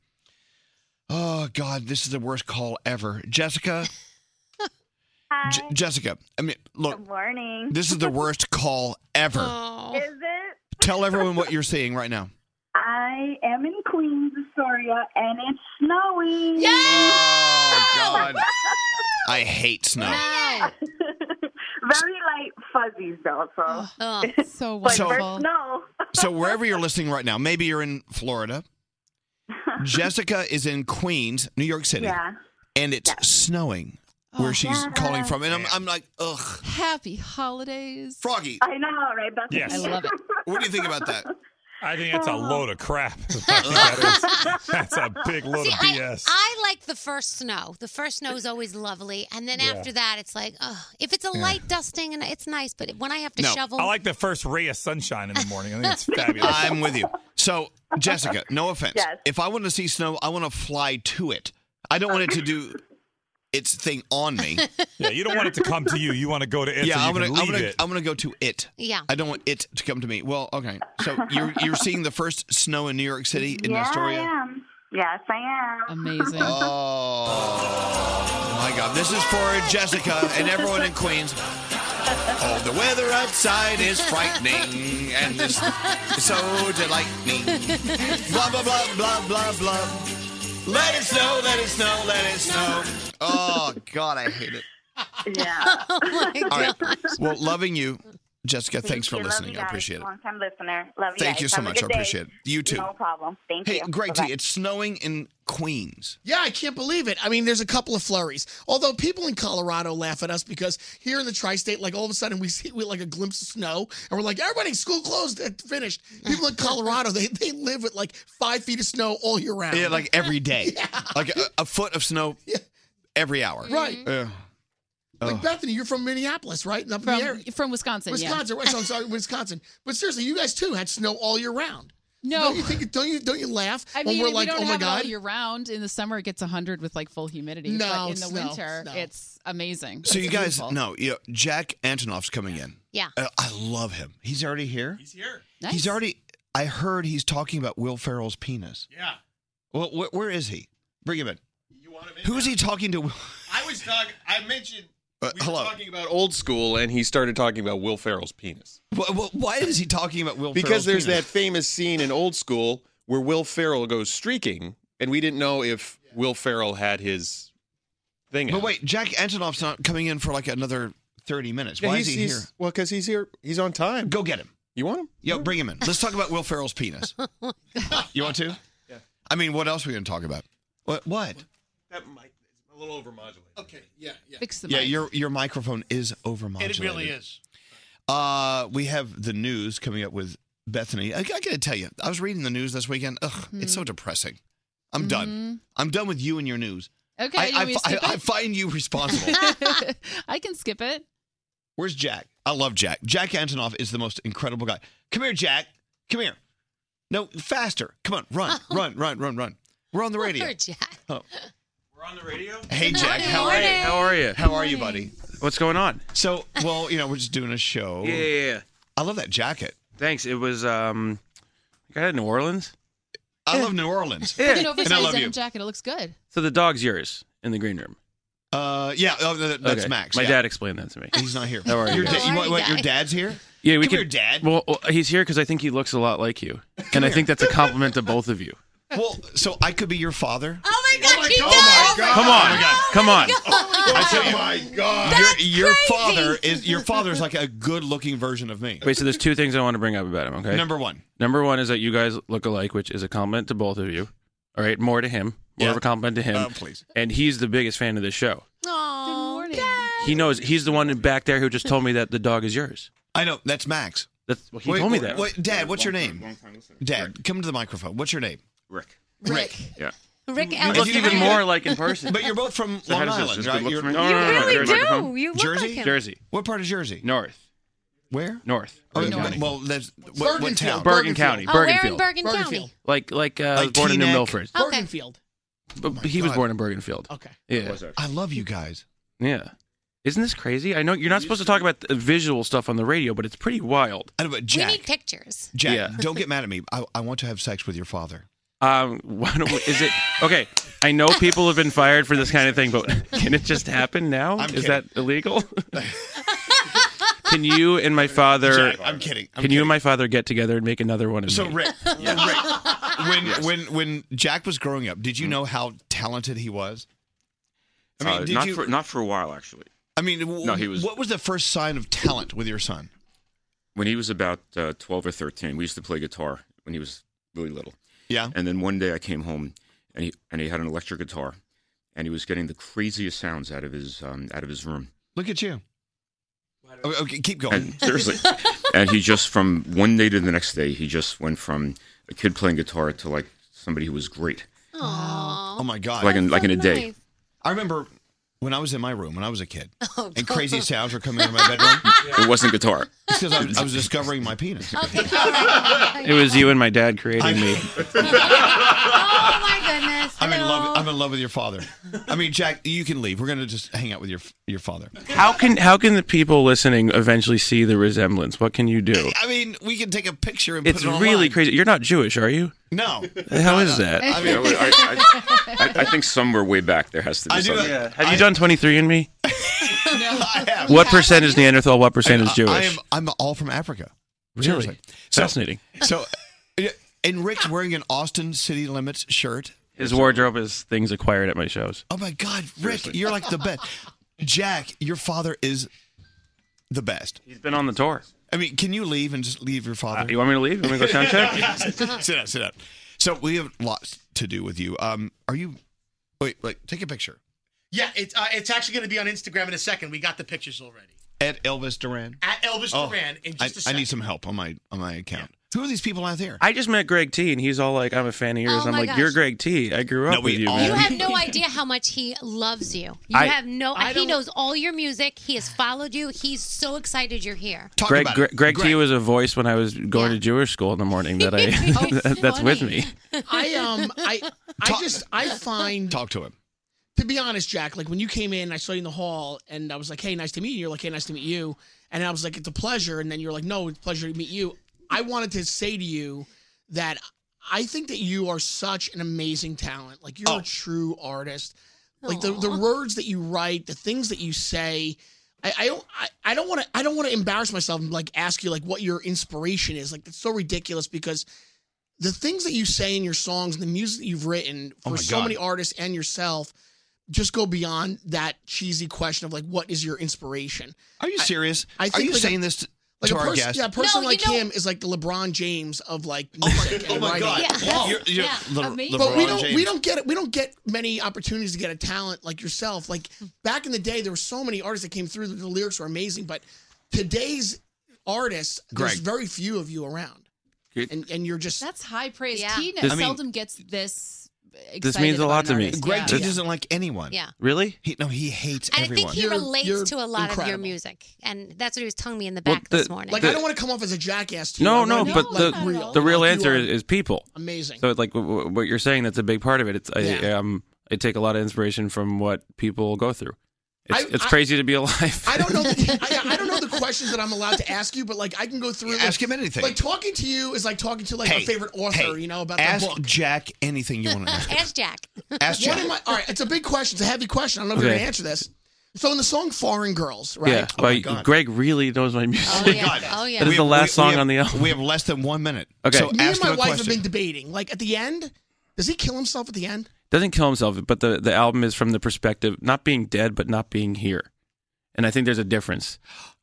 S1: Oh God, this is the worst call ever. Jessica,
S13: Hi.
S1: J- Jessica. I mean, look,
S13: Good morning.
S1: this is the worst call ever.
S13: Is it?
S1: Tell everyone what you're seeing right now.
S13: I am in Queens, Astoria, and it's snowy. Yeah. Oh
S1: Oh, God. I hate snow.
S13: Very light fuzzies though, so.
S10: so
S13: But
S1: wonderful.
S13: for snow.
S1: So wherever you're listening right now, maybe you're in Florida. Jessica is in Queens, New York City,
S13: Yeah.
S1: and it's snowing where she's calling from. And I'm, I'm like, ugh.
S10: Happy holidays,
S1: Froggy.
S13: I know, right, Bucky?
S21: Yes. I love
S10: it.
S1: What do you think about that?
S21: I think that's a load of crap. is what I think that is. That's a big load
S11: See,
S21: of BS.
S11: I like the first snow. The first snow is always lovely, and then
S21: Yeah.
S11: after that, it's like, oh, if it's a
S21: Yeah.
S11: light dusting, and it's nice, but when I have to shovel,
S21: I like the first ray of sunshine in the morning. I think it's fabulous.
S1: I'm with you. So, Jessica, no offense.
S17: Yes.
S1: If I want to see snow, I want to fly to it. I don't want it to do its thing on me.
S21: Yeah, you don't want it to come to you. You want to go to it
S1: Yeah,
S21: so you
S1: I'm gonna,
S21: can
S1: I'm
S21: leave
S1: gonna,
S21: it.
S1: I'm gonna go to it.
S11: Yeah.
S1: I don't want it to come to me. Well, okay. So you're you're seeing the first snow in New York City in
S13: yeah,
S1: Astoria.
S13: I am. Yes, I am.
S1: Um,
S10: Amazing.
S1: Oh my God! This is for Jessica and everyone in Queens. Oh, the weather outside is frightening and is so delightful. Blah blah blah blah blah blah. Let it snow, let it snow, let it snow. Oh God, I hate it.
S13: yeah.
S1: All right. Well, loving you, Jessica.
S13: Thank
S1: thanks for
S13: you. Love
S1: listening.
S13: you
S1: I
S13: guys.
S1: appreciate it.
S13: Long-time listener. Love you.
S1: Thank
S13: guys.
S1: you so
S13: Have a
S1: much.
S13: good
S1: I
S13: day.
S1: appreciate it. You too.
S13: No problem. Thank
S1: Hey,
S13: you.
S1: Greg
S13: Bye-bye.
S1: T, it's snowing in Queens.
S20: Yeah, I can't believe it. I mean, there's a couple of flurries. Although people in Colorado laugh at us because here in the tri-state, like all of a sudden we see we like a glimpse of snow, and we're like, everybody, school closed, uh, finished. People in Colorado, they they live with like five feet of snow all year round.
S1: Yeah, like every day, like a, a foot of snow every hour.
S20: Right.
S1: Yeah.
S20: Like
S1: Ugh.
S20: Bethany, you're from Minneapolis, right? And up in the
S10: From,
S20: area.
S10: from Wisconsin, yeah.
S20: Wisconsin, right? So I'm sorry, Wisconsin. But seriously, you guys too had snow all year round.
S10: No.
S20: don't you think? Don't you don't you laugh
S10: I
S20: when
S10: mean,
S20: we're
S10: we
S20: like,
S10: don't
S20: oh my
S10: have it
S20: god,
S10: all year round. In the summer, it gets 100 with like full humidity.
S20: No,
S10: but in the
S20: snow,
S10: winter,
S20: snow.
S10: it's amazing.
S1: So you
S10: It's
S1: guys,
S10: beautiful.
S1: no, you know, Jack Antonoff's coming in.
S10: Yeah.
S1: Uh, I love him. He's already here. He's
S10: here.
S1: He's already. I heard he's talking about Will Ferrell's penis.
S12: Yeah.
S1: Well, wh- where is he? Bring him in. Who's he talking to?
S12: I was talking. I mentioned
S1: Uh, hello.
S12: talking about old school, and he started talking about Will Ferrell's penis.
S1: Wh- wh- Why is he talking about Will?
S12: because
S1: Ferrell's
S12: there's
S1: penis?
S12: that famous scene in old school where Will Ferrell goes streaking, and we didn't know if Will Ferrell had his thing.
S1: But
S12: out.
S1: wait, Jack Antonoff's not coming in for like another thirty minutes.
S12: Yeah,
S1: Why
S12: he's-
S1: is he
S12: he's-
S1: here?
S12: Well, because he's here. He's on time.
S1: Go get him.
S12: You want him?
S1: Yo, bring him in. Let's talk about Will Ferrell's penis. you want to? Yeah. I mean, what else are we going to talk about? What? What?
S12: That mic is a little overmodulated. Okay.
S20: Yeah. Yeah.
S10: Fix
S1: yeah, your your microphone is overmodulated.
S20: It really is.
S1: Uh, we have the news coming up with Bethany. I, I got to tell you, I was reading the news this weekend. Ugh, it's so depressing. I'm done. I'm done with you and your news.
S10: Okay, you
S1: I,
S10: want me to
S1: I,
S10: skip
S1: I, I
S10: it?
S1: find you responsible.
S10: I can skip it.
S1: Where's Jack? I love Jack. Jack Antonoff is the most incredible guy. Come here, Jack. Come here. No, faster. Come on, run, run, run, run, run. We're on the radio.
S11: Poor Jack.
S1: Oh.
S12: We're on the radio.
S1: Hey, Jack. How are you?
S22: Hey, how are you?
S1: How are you, buddy?
S22: What's going on?
S1: So, well, you know, we're just doing a show.
S22: Yeah, yeah, yeah.
S1: I love that jacket.
S22: Thanks. It was um, I got it in New Orleans.
S1: I love New Orleans.
S10: Put an
S22: and I
S10: oversized
S22: love
S10: denim
S22: you.
S10: jacket. It looks good.
S22: So the dog's yours in the green room.
S1: Uh, yeah, oh, that, that's
S22: Okay.
S1: Max.
S22: My
S1: yeah.
S22: dad explained that to me.
S1: He's not here.
S22: How are you?
S1: Your da- you want- what, your dad's here?
S22: Yeah, we
S1: Come
S22: could.
S1: here, Dad.
S22: Well, well, he's here because I think he looks a lot like you, and I think that's a compliment to both of you.
S1: Well, so I could be your father.
S11: Oh my Oh God, he does.
S22: Come on, come on.
S1: I tell you,
S12: my God.
S1: your, your father is your father is like a good-looking version of me.
S22: Wait, so there's two things I want to bring up about him. Okay.
S1: Number one.
S22: Number one is that you guys look alike, which is a compliment to both of you. All right, more to him, more
S1: Yeah.
S22: of a compliment to him.
S1: Oh, please.
S22: And he's the biggest fan of this show.
S11: Good
S10: morning.
S22: He knows. He's the one back there who just told me that the dog is yours.
S1: I know that's Max.
S22: That's well, he
S1: Wait,
S22: told me
S1: wait,
S22: that.
S1: wait, Dad, what's your name? Dad, come to the microphone. What's your name?
S22: Rick.
S1: Rick.
S22: Yeah.
S11: Rick
S22: You look even more like in person.
S1: But you're both from
S22: So how
S1: Long
S22: does this- does
S1: Island, right?
S22: good look
S1: You're-
S22: for me? No, no, no, no,
S11: really
S22: Jersey.
S11: do. You look
S1: Jersey?
S11: like him.
S22: Jersey.
S1: What part of Jersey?
S22: North.
S1: Where?
S22: North.
S1: Oh,
S22: Bergen
S1: no,
S22: County.
S1: well, that's what, what town?
S22: Bergen County.
S11: Oh, we're in
S22: Bergenfield.
S11: Bergen County.
S20: Bergenfield.
S22: Like like uh, I was
S1: Like
S22: born in New
S1: Teaneck? Oh,
S22: Milford.
S11: Okay.
S20: Bergenfield.
S22: But he was
S1: God.
S22: born in Bergenfield.
S20: Okay.
S22: Yeah.
S1: I love you guys.
S22: Yeah. Isn't this crazy? I know you're not supposed to talk about the visual stuff on the radio, but it's pretty wild.
S1: I know, but
S11: We
S1: Jack,
S11: need pictures.
S1: Jack,
S22: Yeah.
S1: don't get mad at me. I, I want to have sex with your father.
S22: Um, why don't we, is it okay? I know people have been fired for this kind of thing, but can it just happen now?
S1: I'm
S22: is
S1: kidding.
S22: that illegal? can you and my father?
S1: Jack, I'm kidding. I'm
S22: can you and my father get together and make another one? Of
S1: So
S22: me?
S1: Rick, Rick, when when when Jack was growing up,
S22: Mm.
S1: did you know how talented he was? I mean,
S2: Uh,
S1: did
S2: not
S1: you?
S2: for not for a while actually.
S1: I mean, w-
S2: No, he was-
S1: What was the first sign of talent with your son?
S2: When he was about uh, twelve or thirteen, we used to play guitar when he was really little.
S1: Yeah.
S2: And then one day I came home, and he and he had an electric guitar, and he was getting the craziest sounds out of his um, out of his room.
S1: Look at you. Okay, okay, keep going.
S2: Seriously. and he just from one day to the next day, he just went from a kid playing guitar to like somebody who was great.
S11: Aww.
S1: Oh my god!
S2: Like in- like in a day.
S1: I remember when I was in my room when I was a kid,
S11: Oh,
S1: and
S11: God.
S1: crazy sounds were coming out of my bedroom.
S2: It wasn't guitar.
S1: It's because I, I was discovering my penis.
S22: It was you and my dad creating me.
S11: Oh my goodness.
S1: I'm in love. I'm in love with your father. I mean, Jack, you can leave. We're gonna just hang out with your your father.
S22: How can how can the people listening eventually see the resemblance? What can you do?
S1: I mean, we can take a picture and
S22: It's
S1: put it online.
S22: really crazy. You're not Jewish, are you?
S1: No.
S22: The hell is that?
S1: I
S2: You
S1: mean,
S2: know, I, I, I, I think somewhere way back there has to be
S1: I do-
S2: something.
S1: yeah.
S22: Have you done 23andMe?
S1: I have.
S22: What percent is Neanderthal? What percent is
S1: I- I am.
S22: Jewish?
S1: I'm all from Africa.
S22: Really? Fascinating.
S1: So, and Rick's wearing an Austin City Limits shirt.
S22: His wardrobe is things acquired at my shows.
S1: Oh my God, Rick, you're like the best. Jack, your father is the best.
S22: He's been on the tour. Uh,
S1: I mean, can you leave and just leave your father?
S22: you want me to leave? You want me to go sound check?
S1: sit sit down, sit down. So we have lots to do with you. Um, are you? Wait, wait. Take a picture
S20: Yeah, it's uh, it's actually going to be on Instagram in a second. We got the pictures already.
S1: at Elvis Duran.
S20: At Elvis
S1: Oh,
S20: Duran in just
S1: I,
S20: a second.
S1: I need some help on my on my account. Who are these people out there?
S22: I just met Greg T, and he's all like, "I'm a fan of yours."
S11: Oh
S22: I'm
S11: my
S22: like,
S11: gosh.
S22: "You're Greg T. I grew up
S1: No, we
S22: with you,
S1: all-
S22: man."
S11: You have no idea how much he loves you. You
S22: I-
S11: have no.
S22: I
S11: He
S22: don't-
S11: knows all your music. He has followed you. He's so excited you're here.
S22: Greg, Greg, Greg T was a voice when I was going to Jewish school in the morning that I
S11: Oh,
S22: that- that's with me.
S20: I um I I just I find
S1: Talk to him.
S20: to be honest, Jack, like when you came in, I saw you in the hall and I was like, Hey, nice to meet you. You're like, Hey, nice to meet you. And I was like, It's a pleasure. And then you're like, No, it's a pleasure to meet you. I wanted to say to you that I think that you are such an amazing talent. Like
S1: Oh.
S20: you're a true artist. Like the, the words that you write, the things that you say. I, I don't I, I don't wanna I don't wanna embarrass myself and like ask you like what your inspiration is. Like that's so ridiculous because the things that you say in your songs and the music that you've written
S1: Oh
S20: for
S1: my
S20: so
S1: God.
S20: many artists and yourself just go beyond that cheesy question of like what is your inspiration
S1: Are you serious?
S20: I
S1: are
S20: think
S1: you
S20: like a-
S1: saying this to,
S20: like
S1: to
S20: a
S1: our
S20: person
S1: guest?
S20: yeah a person like him is like the lebron james of like music
S1: oh
S20: and
S1: my
S20: writing.
S1: God. Yeah. Wow. You're- you're Yeah. Le- Amazing.
S20: but we
S1: LeBron
S20: don't we
S1: James.
S20: don't get it we don't get many opportunities to get a talent like yourself like back in the day there were so many artists that came through the lyrics were amazing but today's artists there's
S1: Greg.
S20: very few of you around
S22: Good.
S20: and and you're just
S10: That's high praise.
S20: Yeah.
S10: Tina
S22: This- I mean,
S10: seldom gets this. Excited
S22: This means a
S10: about
S22: lot
S10: an
S22: to me.
S10: artist.
S1: Greg T
S10: yeah.
S1: doesn't like anyone.
S11: Yeah.
S22: Really?
S1: He, no, he hates
S11: And I
S1: everyone.
S11: think he relates to a lot of your music, and that's what he was telling me in the
S22: Well,
S11: back
S22: the-
S11: this morning.
S22: Like, I the-
S20: I don't want to come off as a jackass. To you.
S22: No,
S20: I
S22: no,
S20: wanna be,
S22: but
S20: like,
S22: the
S20: real.
S22: the real
S20: Like, you
S22: answer
S20: are
S22: is, is people.
S20: amazing.
S22: So it's like w- w- what you're saying. That's a big part of it. It's I,
S20: Yeah.
S22: um I take a lot of inspiration from what people go through. It's,
S20: I-
S22: it's
S20: I-
S22: crazy to be alive.
S20: I don't know. The, I, I don't know the questions that I'm allowed to ask you, but like I can go through.
S1: Ask him anything.
S20: Like talking to you is like talking to like a
S1: Hey,
S20: favorite author. you know about
S1: ask
S20: the book.
S1: Jack anything you want to ask.
S11: Ask Jack.
S1: Ask
S20: One
S1: Jack.
S20: of my- all right, it's a big question. It's a heavy question. I don't know if you're
S22: Okay.
S20: gonna answer this. So in the song "Foreign Girls," right?
S22: Yeah,
S20: Oh my
S22: but
S20: God.
S22: Greg really knows my music.
S20: Oh yeah.
S22: That is the last song
S1: have-
S22: on the album.
S1: We have less than one minute.
S22: Okay.
S1: So
S20: Me
S1: ask
S20: and my
S1: him a
S20: wife have
S1: question.
S20: been debating. Like at the end, does he kill himself at the end?
S22: doesn't kill himself, but the the album is from the perspective not being dead, but not being here, and I think there's a difference.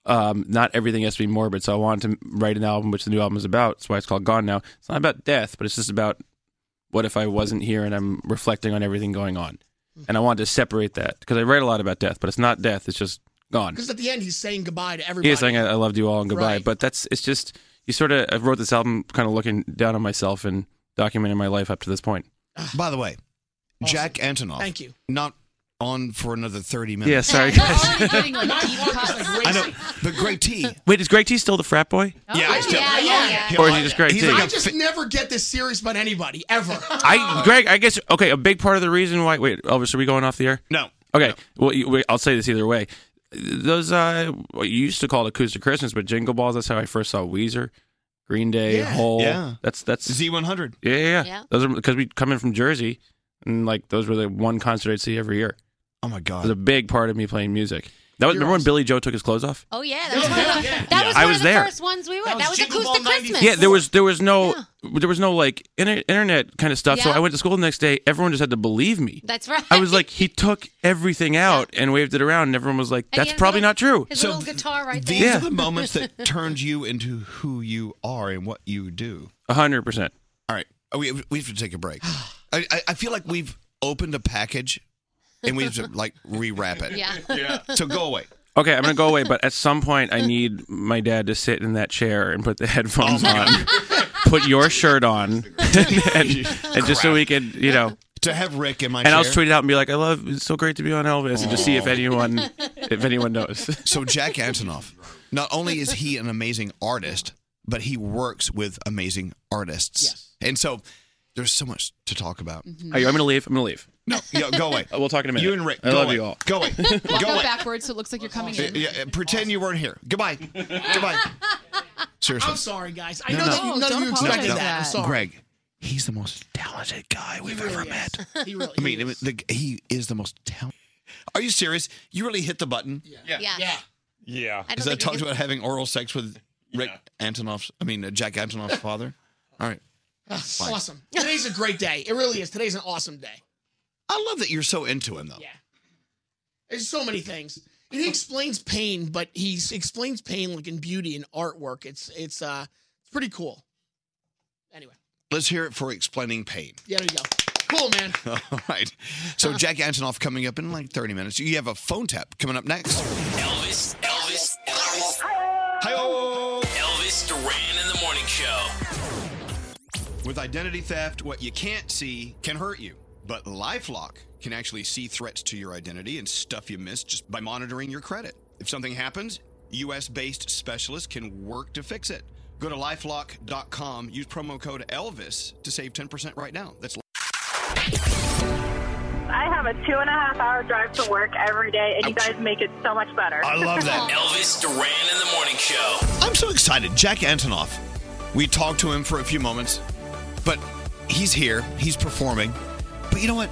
S22: Um, not everything has to be morbid, so I wanted to write an album, which the new album is about. That's why it's called Gone Now. It's not about death, but it's just about what if I wasn't here and I'm reflecting on everything going on,
S20: Hmm.
S22: and I wanted to separate that because I write a lot about death, but it's not death; it's just gone.
S20: Because at the end, he's saying goodbye to everybody.
S22: He is saying I, I loved you all and goodbye,
S20: Right.
S22: but that's it's just you sort of. I wrote this album kind of looking down on myself and documenting my life up to this point.
S1: By the way, Jack Antonoff.
S20: Thank you.
S1: Not on for another 30 minutes.
S22: Yeah, sorry, guys. We're already
S20: getting, like, My deep heart is, cuts. like,
S1: I know, but Greg T.
S22: Wait, is Greg T still the frat boy?
S1: yeah, I still-
S20: yeah, yeah.
S22: Or is he just Greg
S1: He's
S22: T?
S1: like
S20: I just never get this serious about anybody ever.
S22: I, Greg, I guess okay. A big part of the reason why. Wait, Elvis, are we going off the air?
S1: No.
S22: Okay. Well, you, wait, I'll say this either way. Those uh, what you used to call it acoustic Christmas, but Jingle Balls. That's how I first saw Weezer, Green Day,
S1: Yeah.
S22: Hole.
S1: Yeah.
S22: That's that's
S1: Z100.
S22: Yeah, yeah, yeah.
S1: Yeah.
S22: Those are because we come in from Jersey, and like those were the one concert I'd see every year.
S1: Oh my god,
S22: it was a big part of me playing music. That was, remember when Billy Joe took his clothes off?
S11: Oh yeah, that was one of, that
S22: Yeah.
S11: was
S22: I
S11: one
S22: was
S11: of the
S22: there.
S11: first ones we were. That was, acoustic Christmas.
S22: Yeah, there was there was no there was no like inter- internet kind of stuff. So
S11: Yeah.
S22: I went to school the next day. Everyone just had to believe me.
S11: That's right.
S22: I was like, he took everything out and waved it around, and everyone was like,
S11: And he
S22: that's
S11: had
S22: probably
S11: little-
S22: not true.
S11: His little guitar right there.
S1: These are the moments that turned you into who you are and what you do.
S22: A hundred percent.
S1: All right, Oh, we we have to take a break. I, I, I feel like we've opened a package, and we have to like rewrap it.
S11: Yeah.
S1: So go away.
S22: Okay, I'm gonna go away, but at some point, I need my dad to sit in that chair and put the
S1: Oh
S22: headphones on, put your shirt on, and, and just so we can, you know,
S1: to have Rick in my
S22: and
S1: chair.
S22: I'll just tweet it out and be like, "I love. It's so great to be on Elvis," and just see if
S1: Aw.
S22: anyone if anyone knows.
S1: So Jack Antonoff, not only is he an amazing artist, but he works with amazing artists. And so there's so much to talk about.
S20: Mm-hmm.
S22: Are you? I'm gonna leave. I'm gonna leave.
S1: No, yo, go away.
S22: We'll talk in a minute.
S1: You and Rick,
S22: I
S1: go
S22: love
S1: away.
S22: you all.
S1: Go away.
S10: Walk
S1: go
S10: out
S1: away.
S10: backwards so it looks like you're coming
S1: Yeah,
S10: in.
S1: yeah, pretend you weren't here. Goodbye. Goodbye. Seriously.
S20: I'm sorry, guys. I
S1: No,
S20: know
S1: no.
S20: that you, none of
S1: No,
S20: you
S1: no,
S20: expected
S1: no.
S20: that. I'm sorry.
S1: Greg, he's the most talented guy we've ever met.
S20: He really
S1: I mean, it was- the, he is the most talented. Are you serious? You really hit the button?
S20: Yeah. Yeah.
S21: Yeah.
S20: I don't
S1: Is that
S20: think
S1: talked
S20: it's-
S1: about having oral sex with Rick Antonoff's, I mean, uh, Jack Antonoff's father? All right. Fine.
S20: Ah, Awesome. Today's a great day. It really is. Today's an awesome day.
S1: I love that you're so into him, though.
S20: There's so many things. And he explains pain, but he s- explains pain like in beauty and artwork. It's it's uh it's pretty cool.
S1: Let's hear it for explaining pain.
S20: Yeah, there you go. Cool, man.
S1: All right. So, Jack Antonoff coming up in like 30 minutes. You have a phone tap coming up next.
S8: Elvis, Elvis, Elvis. Elvis Duran in the morning show.
S1: With identity theft, what you can't see can hurt you. But Lifelock can actually see threats to your identity and stuff you missed just by monitoring your credit. If something happens, US based specialists can work to fix it. Go to lifelock.com, use promo code ELVIS to save 10% right now. That's
S6: I have a two and a half hour drive to work every day, and you guys make it so much better.
S1: I love that.
S8: Elvis Duran in the morning show.
S1: I'm so excited. Jack Antonoff. We talked to him for a few moments, but he's here. He's performing. But you know what?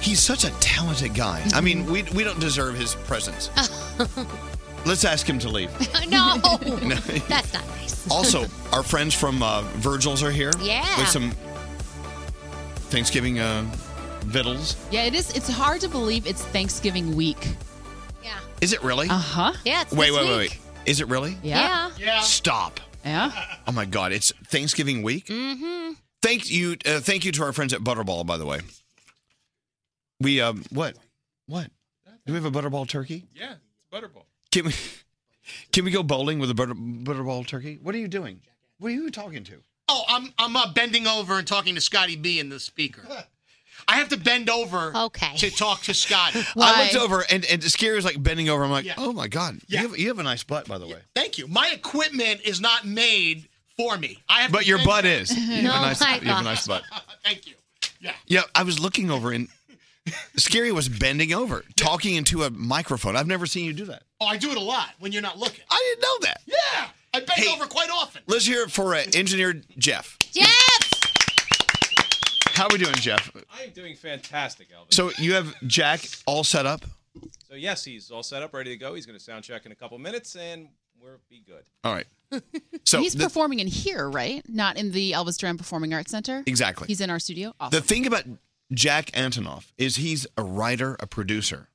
S1: He's such a talented guy. I mean, we, we don't deserve his presence. Let's ask him to leave.
S11: no,
S1: No.
S11: that's not nice.
S1: Also, our friends from uh, Virgil's are here.
S11: Yeah.
S1: With some Thanksgiving uh, vittles.
S10: Yeah, it is. It's hard to believe it's Thanksgiving week.
S1: Is it really? Uh
S10: huh.
S11: Yeah.
S1: Wait, wait, wait, wait. Is it really?
S10: Yeah.
S20: Yeah.
S1: Stop.
S10: Yeah.
S1: Oh my God! It's Thanksgiving week.
S11: Mm-hmm.
S1: Thank you, uh, thank you to our friends at Butterball. By the way, we um, what, what? Do we have a Butterball turkey?
S12: Yeah, it's Butterball.
S1: Can we, can we go bowling with a butter, Butterball turkey? What are you doing? What are you talking to?
S20: Oh, I'm I'm uh, bending over and talking to Scotty B in the speaker. I have to bend over okay. to talk to Scotty.
S1: I looked over and and Scary was like bending over. I'm like,
S20: Yeah.
S1: oh my God,
S20: Yeah.
S1: you, have, you have a nice butt, by the way.
S20: Thank you. My equipment is not made for me. I have
S1: But
S20: to
S1: your
S20: bend
S1: butt
S20: down.
S1: is.
S9: Mm-hmm.
S1: You have
S9: Oh
S1: a nice, you have a nice butt.
S20: Thank you.
S1: Yeah, I was looking over and Scary was bending over, talking into a microphone. I've never seen you do that.
S20: Oh, I do it a lot when you're not looking.
S1: I didn't know that.
S20: Yeah. I bend over quite often.
S1: Let's hear it for uh, engineer Jeff.
S11: Jeff!
S1: How we doing, Jeff?
S5: I am doing fantastic, Elvis.
S1: So you have Jack all set up.
S5: So yes, he's all set up, ready to go. He's going to sound check in a couple minutes, and we'll be good.
S1: All right. So
S10: he's
S1: the,
S10: performing in here, right? Not in the Elvis Duran Performing Arts Center.
S1: Exactly.
S10: He's in our studio.
S1: the
S10: Awesome.
S1: thing about Jack Antonoff is he's a writer, a producer,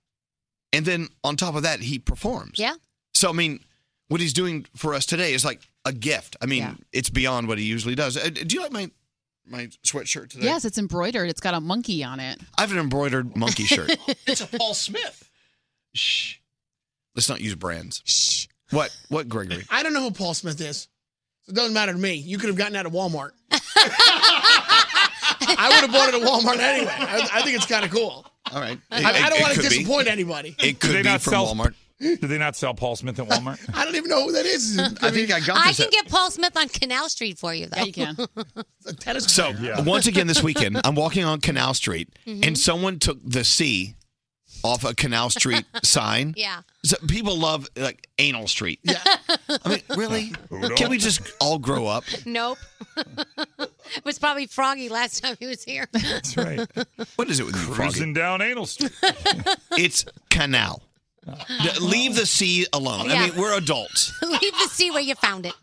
S1: and then on top of that, he performs.
S11: Yeah.
S1: So I mean, what he's doing for us today is like a gift. I mean, it's beyond what he usually does. Uh, do you like my my sweatshirt today?
S10: yes, it's embroidered. It's got a monkey on it.
S1: I have an embroidered monkey shirt.
S20: it's a Paul Smith.
S1: Let's not use brands. Shh. What? What, Gregory?
S20: I don't know who Paul Smith is. So it doesn't matter to me. You could have gotten that at Walmart. I would have bought it at Walmart anyway. I, I think it's kind of cool.
S1: All right.
S20: I, I don't want to disappoint anybody.
S1: It
S21: Do
S1: could
S21: they
S1: be
S21: not
S1: from
S21: sell,
S1: Walmart.
S21: Did they not sell Paul Smith at Walmart?
S20: I don't even know who that is.
S1: I think I got
S11: I
S1: this.
S11: can get Paul Smith on Canal Street for you, though. Yeah, you
S10: can.
S1: so once again this weekend, I'm walking on Canal Street,
S11: Mhm.
S1: and someone took the C off a Canal Street sign.
S11: Yeah.
S1: So people love like anal street. Yeah. I mean, really? Can we just all grow up?
S11: Nope. it was probably Froggy last time he was here. That's
S1: What is it with you, Froggy?
S21: Cruising down anal street.
S1: It's canal. D- Leave the C alone. I
S11: Yeah.
S1: mean, we're adults.
S11: Leave the sea where you found it.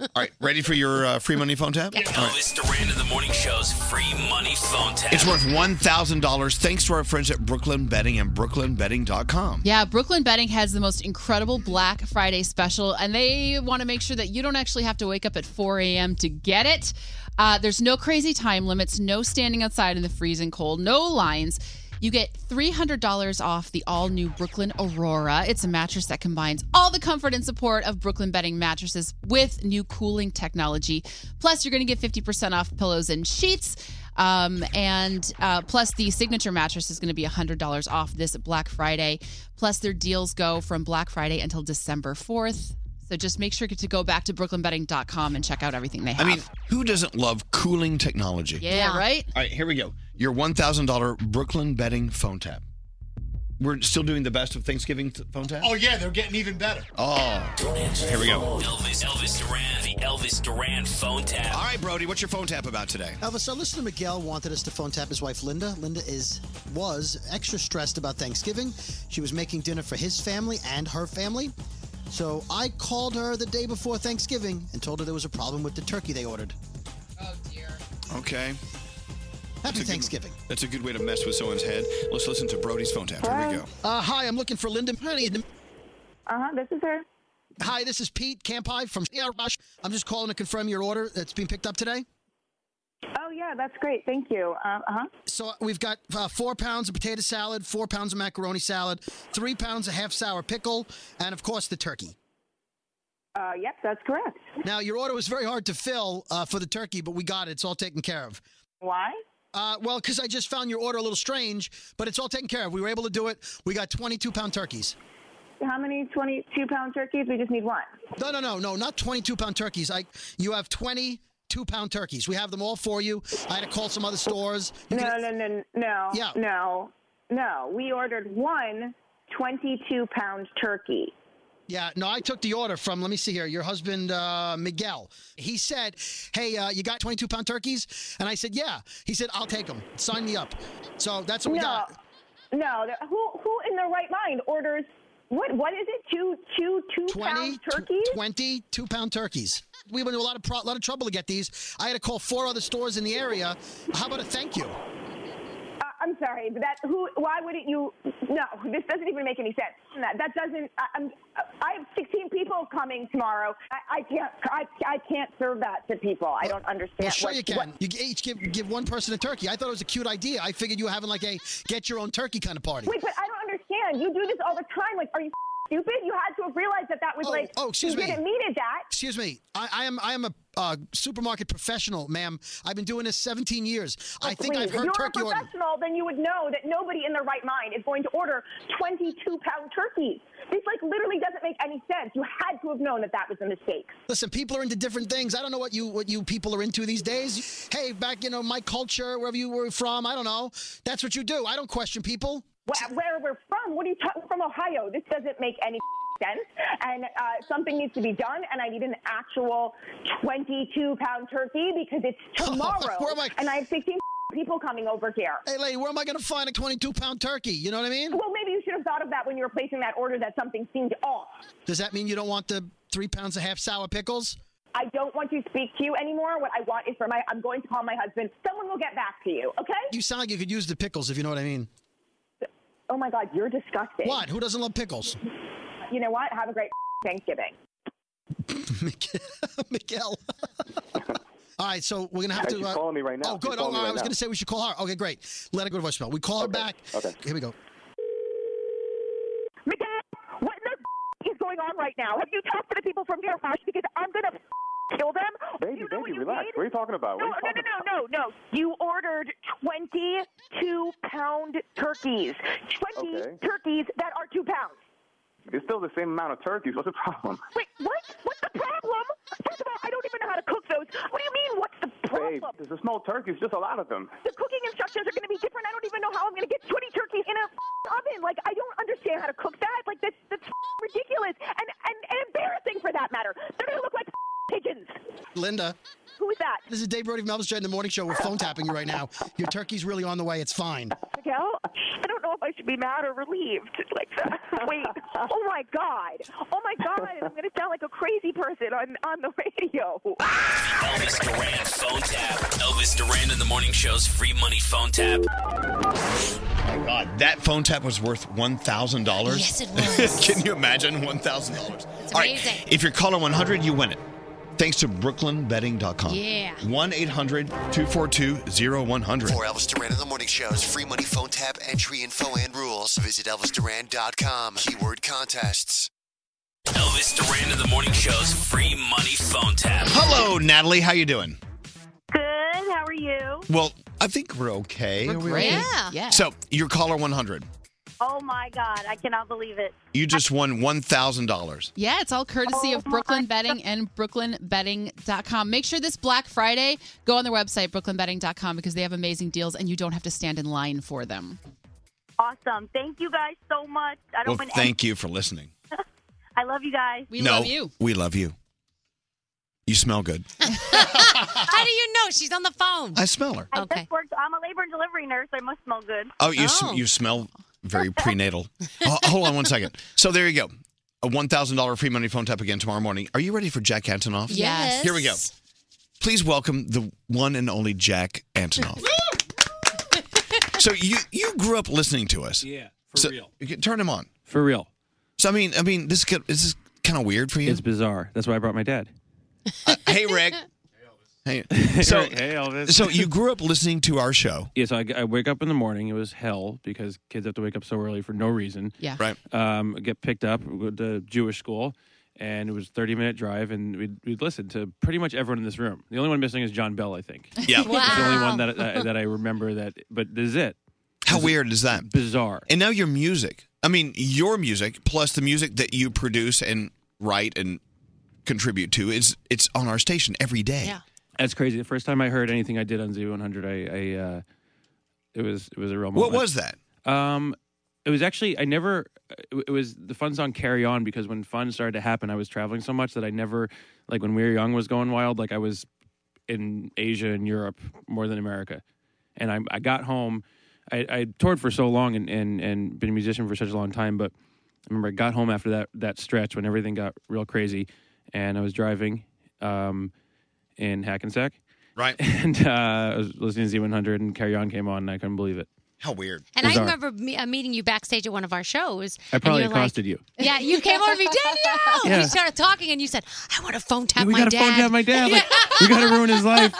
S1: All right, ready for your uh, free money phone tap? All right.
S8: Elvis Duran in the morning show's free money phone tap.
S1: It's worth $1,000 thanks to our friends at Brooklyn Betting and brooklynbetting.com.
S10: Yeah, Brooklyn Betting has the most incredible Black Friday special, and they want to make sure that you don't actually have to wake up at 4 a.m. to get it. Uh, there's no crazy time limits, no standing outside in the freezing cold, no lines. You get $300 off the all new Brooklyn Aurora. It's a mattress that combines all the comfort and support of Brooklyn Bedding mattresses with new cooling technology. Plus, you're going to get 50% off pillows and sheets. Um, and uh, plus, the signature mattress is going to be $100 off this Black Friday. Plus, their deals go from Black Friday until December 4th. So just make sure to go back to brooklynbetting.com and check out everything they
S1: I
S10: have.
S1: mean, who doesn't love cooling technology?
S10: yeah, right?
S1: All right, here we go. Your $1,000 Brooklyn Betting phone tap. We're still doing the best of Thanksgiving t- phone tap?
S9: Oh yeah, they're getting even better.
S1: Oh. Here we go.
S8: Elvis, Elvis Duran, the Elvis Duran phone tap.
S1: All right, Brody, what's your phone tap about today?
S24: Elvis, our listener Miguel wanted us to phone tap his wife Linda. Linda is was extra stressed about Thanksgiving. She was making dinner for his family and her family. So I called her the day before Thanksgiving and told her there was a problem with the turkey they ordered.
S1: Okay.
S24: Happy Thanksgiving.
S1: That's a good way to mess with someone's head. Let's listen to Brody's phone tap. Here we go.
S24: Uh, hi, I'm looking for Linda. Uh-huh, this is her. Hi, this is Pete Campai from I'm just calling to confirm your order that's being picked up today.
S13: Oh, yeah, that's great. Thank you. Um, uh huh.
S24: So we've got uh, four pounds of potato salad, four pounds of macaroni salad, three pounds of half sour pickle, and of course the turkey.
S13: Uh, yep, that's correct.
S24: Now your order was very hard to fill uh, for the turkey, but we got it. It's all taken care of.
S13: Why?
S24: Uh, well, because I just found your order a little strange, but it's all taken care of. We were able to do it. We got 22 pound turkeys.
S13: How many 22 pound turkeys? We just need one.
S24: No, no, no, no, not 22 pound turkeys. I, you have 22 pound turkeys. We have them all for you. I had to call some other stores. You
S13: No,
S24: can-
S13: no, no, no,
S24: Yeah.
S13: no, no. We ordered one 22 pound turkey.
S24: Yeah, no, I took the order from, let me see here, your husband, uh, Miguel. He said, Hey, uh, you got 22 pound turkeys? And I said, Yeah. He said, I'll take them. Sign me up. So that's what we
S13: no,
S24: got.
S13: no. there- Who, who in their right mind orders what? What is it? Two, two, two pound turkeys?
S24: 22 pound turkeys. We went to a lot of pro- lot of trouble to get these. I had to call four other stores in the area. How about a thank you?
S13: Uh, I'm sorry, but that who? Why wouldn't you? No, this doesn't even make any sense. That, that doesn't. I, I'm. I have 16 people coming tomorrow. I, I can't. I, I can't serve that to people. I don't understand.
S24: Well, sure
S13: what-
S24: you can.
S13: what-
S24: You g- each give, give one person a turkey. I thought it was a cute idea. I figured you were having like a get your own turkey kind of party.
S13: wait, but I don't understand. You do this all the time. Like, are you stupid? You had to have realized that that was like.
S24: oh, excuse
S13: you
S24: me.
S13: didn't mean it that.
S24: Excuse me. I, I am I am a uh, supermarket professional, ma'am. I've been doing this 17 years. I think
S13: Oh, Please,
S24: I've heard
S13: if you're
S24: turkey
S13: a
S24: order.
S13: professional, then you would know that nobody in their right mind is going to order 22 pound turkeys. This like literally doesn't make any sense. You had to have known that that was a mistake.
S24: Listen, people are into different things. I don't know what you what you people are into these days. Hey, back you know my culture, wherever you were from, I don't know. That's what you do. I don't question people.
S13: Where, where we're from? Um, What are you talking from Ohio? This doesn't make any sense. And uh, something needs to be done. And I need an actual 22 pound turkey because it's tomorrow.
S24: Where am I-
S13: And I have 16 people coming over here.
S24: Hey, lady, where am I going to find a 22 pound turkey? You know what I mean?
S13: Well, maybe you should have thought of that when you were placing that order. That something seemed off.
S24: Does that mean you don't want the three pounds of half sour pickles?
S13: I don't want to speak to you anymore. What I want is for my. I'm going to call my husband. Someone will get back to you. Okay.
S24: You sound like you could use the pickles if you know what I mean.
S13: Oh my God, you're disgusting.
S24: What? Who doesn't love pickles?
S13: You know what? Have a great Thanksgiving.
S24: Miguel. All right, so we're gonna have Hey, to. she's calling me right now. Oh, good. She's Oh, calling me I right was now. gonna say we should call her. Okay, great. Let her go to voicemail. We call her back. Okay. Here we go.
S13: Miguel, what in the f- is going on right now? Have you talked to the people from here, Rush? Because I'm gonna f- kill them.
S25: Baby, baby, relax. What are you talking about?
S13: No,
S25: What are
S13: no, no,
S25: you talking
S13: no, no, no. You ordered 22 pound turkeys. 20
S25: Okay.
S13: turkeys that are two pounds.
S25: It's still the same amount of turkeys. What's the problem?
S13: Wait, what? What's the problem? First of all, I don't even know how to cook those. What do you mean? What's the problem?
S25: Babe, there's a small turkey. It's just a lot of them.
S13: The cooking instructions are going to be different. I don't even know how I'm going to get 20 turkeys in a f***ing oven. Like, I don't understand how to cook that. Like, that's, that's f***ing ridiculous and, and, and embarrassing for that matter. They're going to look like f***ing pigeons.
S24: Linda.
S13: Who is that?
S24: This is Dave Brody from Elvis Duran, the morning show. We're phone tapping you right now. Your turkey's really on the way. It's fine.
S13: Miguel, I don't know if I should be mad or relieved. Like, that. wait. Oh, my God. Oh, my God. I'm going to sound like a crazy person on, on the radio.
S8: Elvis Duran phone tap. Elvis Duran in the morning show's free money phone tap.
S1: my God, that phone tap was worth $1,000.
S8: Yes, it
S1: was. Can you imagine $1,000? It's
S26: amazing.
S1: if you're caller 100, you win it. Thanks to brooklynbetting.com.
S26: Yeah.
S1: 1 800 242 0100.
S27: For Elvis Duran in the Morning Show's free money phone tap entry info and rules, visit ElvisDuran.com. Keyword contests.
S8: Elvis Duran in the morning show's free money phone tap.
S1: Hello, Natalie. How you doing?
S13: Good. How are you?
S17: you.
S1: Well, I think we're okay.
S17: We're
S1: Are we
S17: great.
S1: okay?
S17: Yeah. Yeah.
S1: So your caller 100.
S17: Oh my God, I cannot believe it.
S1: You just won $1,000.
S10: Yeah, it's all courtesy
S17: Oh
S10: of Brooklyn Betting and brooklynbetting.com. Make sure this Black Friday, go on their website, brooklynbetting.com, because they have amazing deals and you don't have to stand in line for them.
S17: Awesome. Thank you guys so much. I
S1: Well,
S17: don't win any-
S1: thank you for listening.
S17: I love you guys.
S1: no, We love you. You smell good.
S11: How do you know she's on the phone?
S1: I smell her.
S17: I just worked. I'm a labor and delivery nurse. I must smell good.
S1: Oh, you sm- you smell very prenatal. Ho- hold on one second. So there you go. A one thousand dollar free money phone tap again tomorrow morning. Are you ready for Jack Antonoff?
S11: Yes.
S1: Here we go. Please welcome the one and only Jack Antonoff. so you you grew up listening to us.
S22: Yeah,
S1: for real. Turn him on.
S22: For real.
S1: So I mean, I mean, this could, this is kind of weird for you.
S22: It's bizarre. That's why I brought my dad.
S1: hey, Rick. Hey, so
S22: Hey, Elvis.
S1: so you grew up listening to our show.
S22: Yeah, so I, I wake up in the morning. It was hell because kids have to wake up so early for no reason.
S10: Yeah.
S1: Right.
S22: Um, get picked up go to Jewish school, and it was a 30 minute drive, and we'd, we'd listen to pretty much everyone in this room. The only one missing is John Bell, I think.
S1: Yeah.
S22: That's the only
S1: Wow.
S22: one that, that, that I remember that, but this is it.
S1: How weird is that?
S22: Bizarre.
S1: And now your music. I mean, your music plus the music that you produce and write and contribute to is it's on our station every day. Yeah.
S22: That's crazy. The first time I heard anything I did on Z100, I, I uh, it was it was a real
S1: What
S22: moment.
S1: was that?
S22: Um, it was actually I never. It was the fun song "Carry On" because when fun started to happen, I was traveling so much that I never, like when We Were Young was going wild, like I was in Asia and Europe more than America, and I, I got home. I, I toured for so long and, and and been a musician for such a long time, but I remember I got home after that that stretch when everything got real crazy, and I was driving um, in Hackensack,
S1: right?
S22: And uh, I was listening to Z100, and Carry On came on, and I couldn't believe it.
S1: How weird!
S11: And I remember me, uh, meeting you backstage at one of our shows.
S22: I probably
S11: and you were like,
S22: accosted you.
S11: Yeah, you came over to me, Danielle.
S22: Yeah.
S11: We started talking, and you said, "I want to phone tap
S22: we
S11: my
S22: gotta
S11: dad."
S22: phone tap my dad. Like, we gotta ruin his life.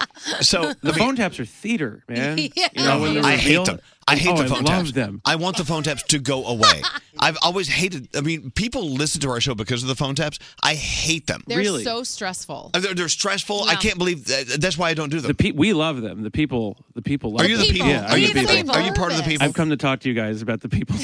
S1: So
S22: the phone taps are theater, man.
S11: Yeah.
S22: when they're
S1: I hate
S22: revealed-
S1: them. I hate
S22: Oh,
S1: the phone
S22: I
S1: taps.
S22: love them.
S1: I want the phone taps to go away. I've always hated. I mean, people listen to our show because of the phone taps. I hate them.
S10: They're so stressful.
S1: Uh, They're, they're stressful. I
S10: Yeah.
S1: can't believe that, that's why I don't do them.
S22: The pe- we love them. The people. The people. Love
S1: Are you the
S22: them.
S1: people?
S22: Yeah,
S1: Are
S22: I'm
S1: you the people? Are you part of the people?
S22: I've come to talk to you guys about the people.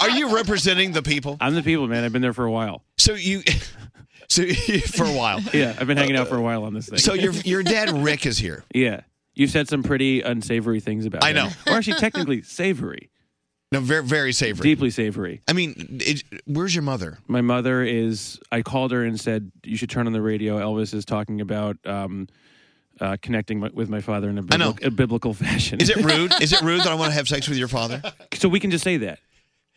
S1: Are you representing the people?
S22: I'm the people, man. I've been there for a while.
S1: So you, so you, for a while.
S22: Yeah, I've been hanging out for a while on this thing.
S1: So your your dad Rick is here.
S22: Yeah, you've said some pretty unsavory things about.
S1: I
S22: him.
S1: know.
S22: or actually, technically, savory.
S1: No, very very savory.
S22: Deeply savory.
S1: I mean, it, where's your mother?
S22: My mother is. I called her and said you should turn on the radio. Elvis is talking about um, uh, connecting my, with my father in a, bibli- a biblical fashion.
S1: Is it rude? is it rude that I want to have sex with your father?
S22: So we can just say that.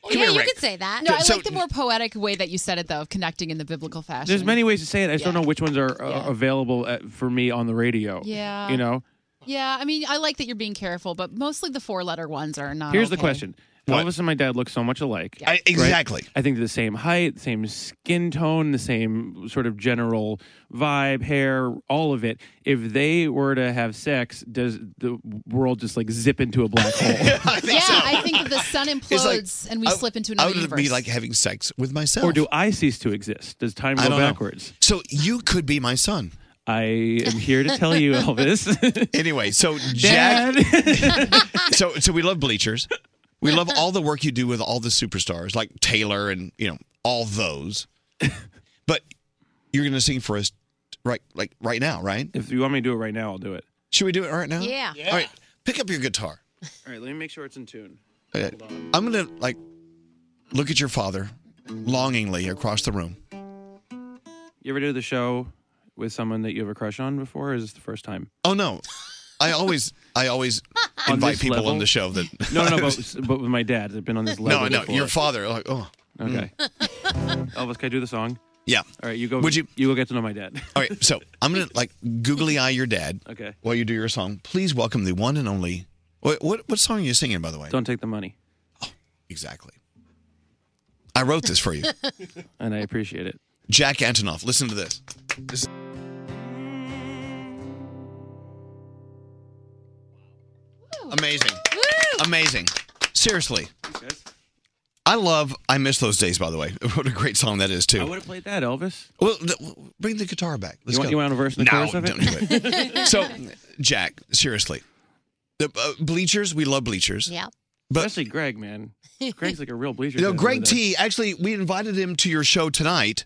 S10: Oh,
S1: Come
S11: yeah,
S1: here,
S11: you
S1: Rick.
S11: could say that.
S10: No, I
S1: So-
S10: like the more poetic way that you said it, though, of connecting in the biblical fashion.
S22: There's many ways to say it. I just don't know which ones are uh, available at, for me on the radio.
S10: Yeah.
S22: You know.
S10: Yeah, I mean, I like that you're being careful, but mostly the four letter ones are not.
S22: Here's the
S10: okay.
S22: question. Elvis and my dad look so much alike.
S10: Yeah. I-
S22: right?
S1: exactly.
S22: I think they're the same height, same skin tone, the same sort of general vibe, hair, all of it. If they were to have sex, does the world just like zip into a black hole?
S10: yeah, I think that the sun
S1: It's like-
S10: implodes and we slip into
S1: I
S10: another
S1: would
S10: universe.
S1: be like having sex with myself.
S22: or do I cease to exist? Does time
S1: I
S22: go
S1: don't know.
S22: backwards?
S1: So you could be my son.
S22: I am here to tell you, Elvis.
S1: anyway, so Jack. so so we love bleachers. We love all the work you do with all the superstars like Taylor and you know all those. But you're going to sing for us right like right now, right?
S22: If you want me to do it right now, I'll do it.
S1: Should we do it right now?
S22: Yeah. Yeah.
S1: All right. Pick up your guitar.
S22: All right, let me make sure it's in tune.
S1: Okay. I'm going to like look at your father longingly across the room.
S22: You ever do the show with someone that you have a crush on before? Or is this the first time?
S1: Oh no. I always I always
S22: On
S1: invite
S22: this
S1: people
S22: level?
S1: on the show that
S22: No, no, no but, but with my dad, I've been on this level.
S1: No, no,
S22: before.
S1: your father like oh.
S22: Okay. Elvis, can I do the song?
S1: Yeah.
S22: All right, you go.
S1: Would you-
S22: You go get to know my dad.
S1: All right, so I'm gonna like googly eye your dad.
S22: Okay.
S1: While you do your song, please welcome the one and only. What what, what song are you singing, by the way? Oh,
S22: Don't take the money.
S1: Exactly. I wrote this for you,
S22: and I appreciate it.
S1: Jack Antonoff. Listen to this. This- Amazing. Amazing. Seriously. I love I Miss Those Days, by the way. What a great song that is, too.
S22: I would have played that, Elvis.
S1: Well, th- bring the guitar back. Let's
S22: you want,
S1: go.
S22: you want a verse and a
S1: no,
S22: chorus of it?
S1: don't do it. so, Jack, seriously, the uh, bleachers, we love bleachers.
S11: Yeah.
S1: But
S22: Especially Greg, man. Greg's like a real bleacher.
S1: you know,
S22: fan
S1: Greg
S22: over there.
S1: T. Actually, we invited him to your show tonight.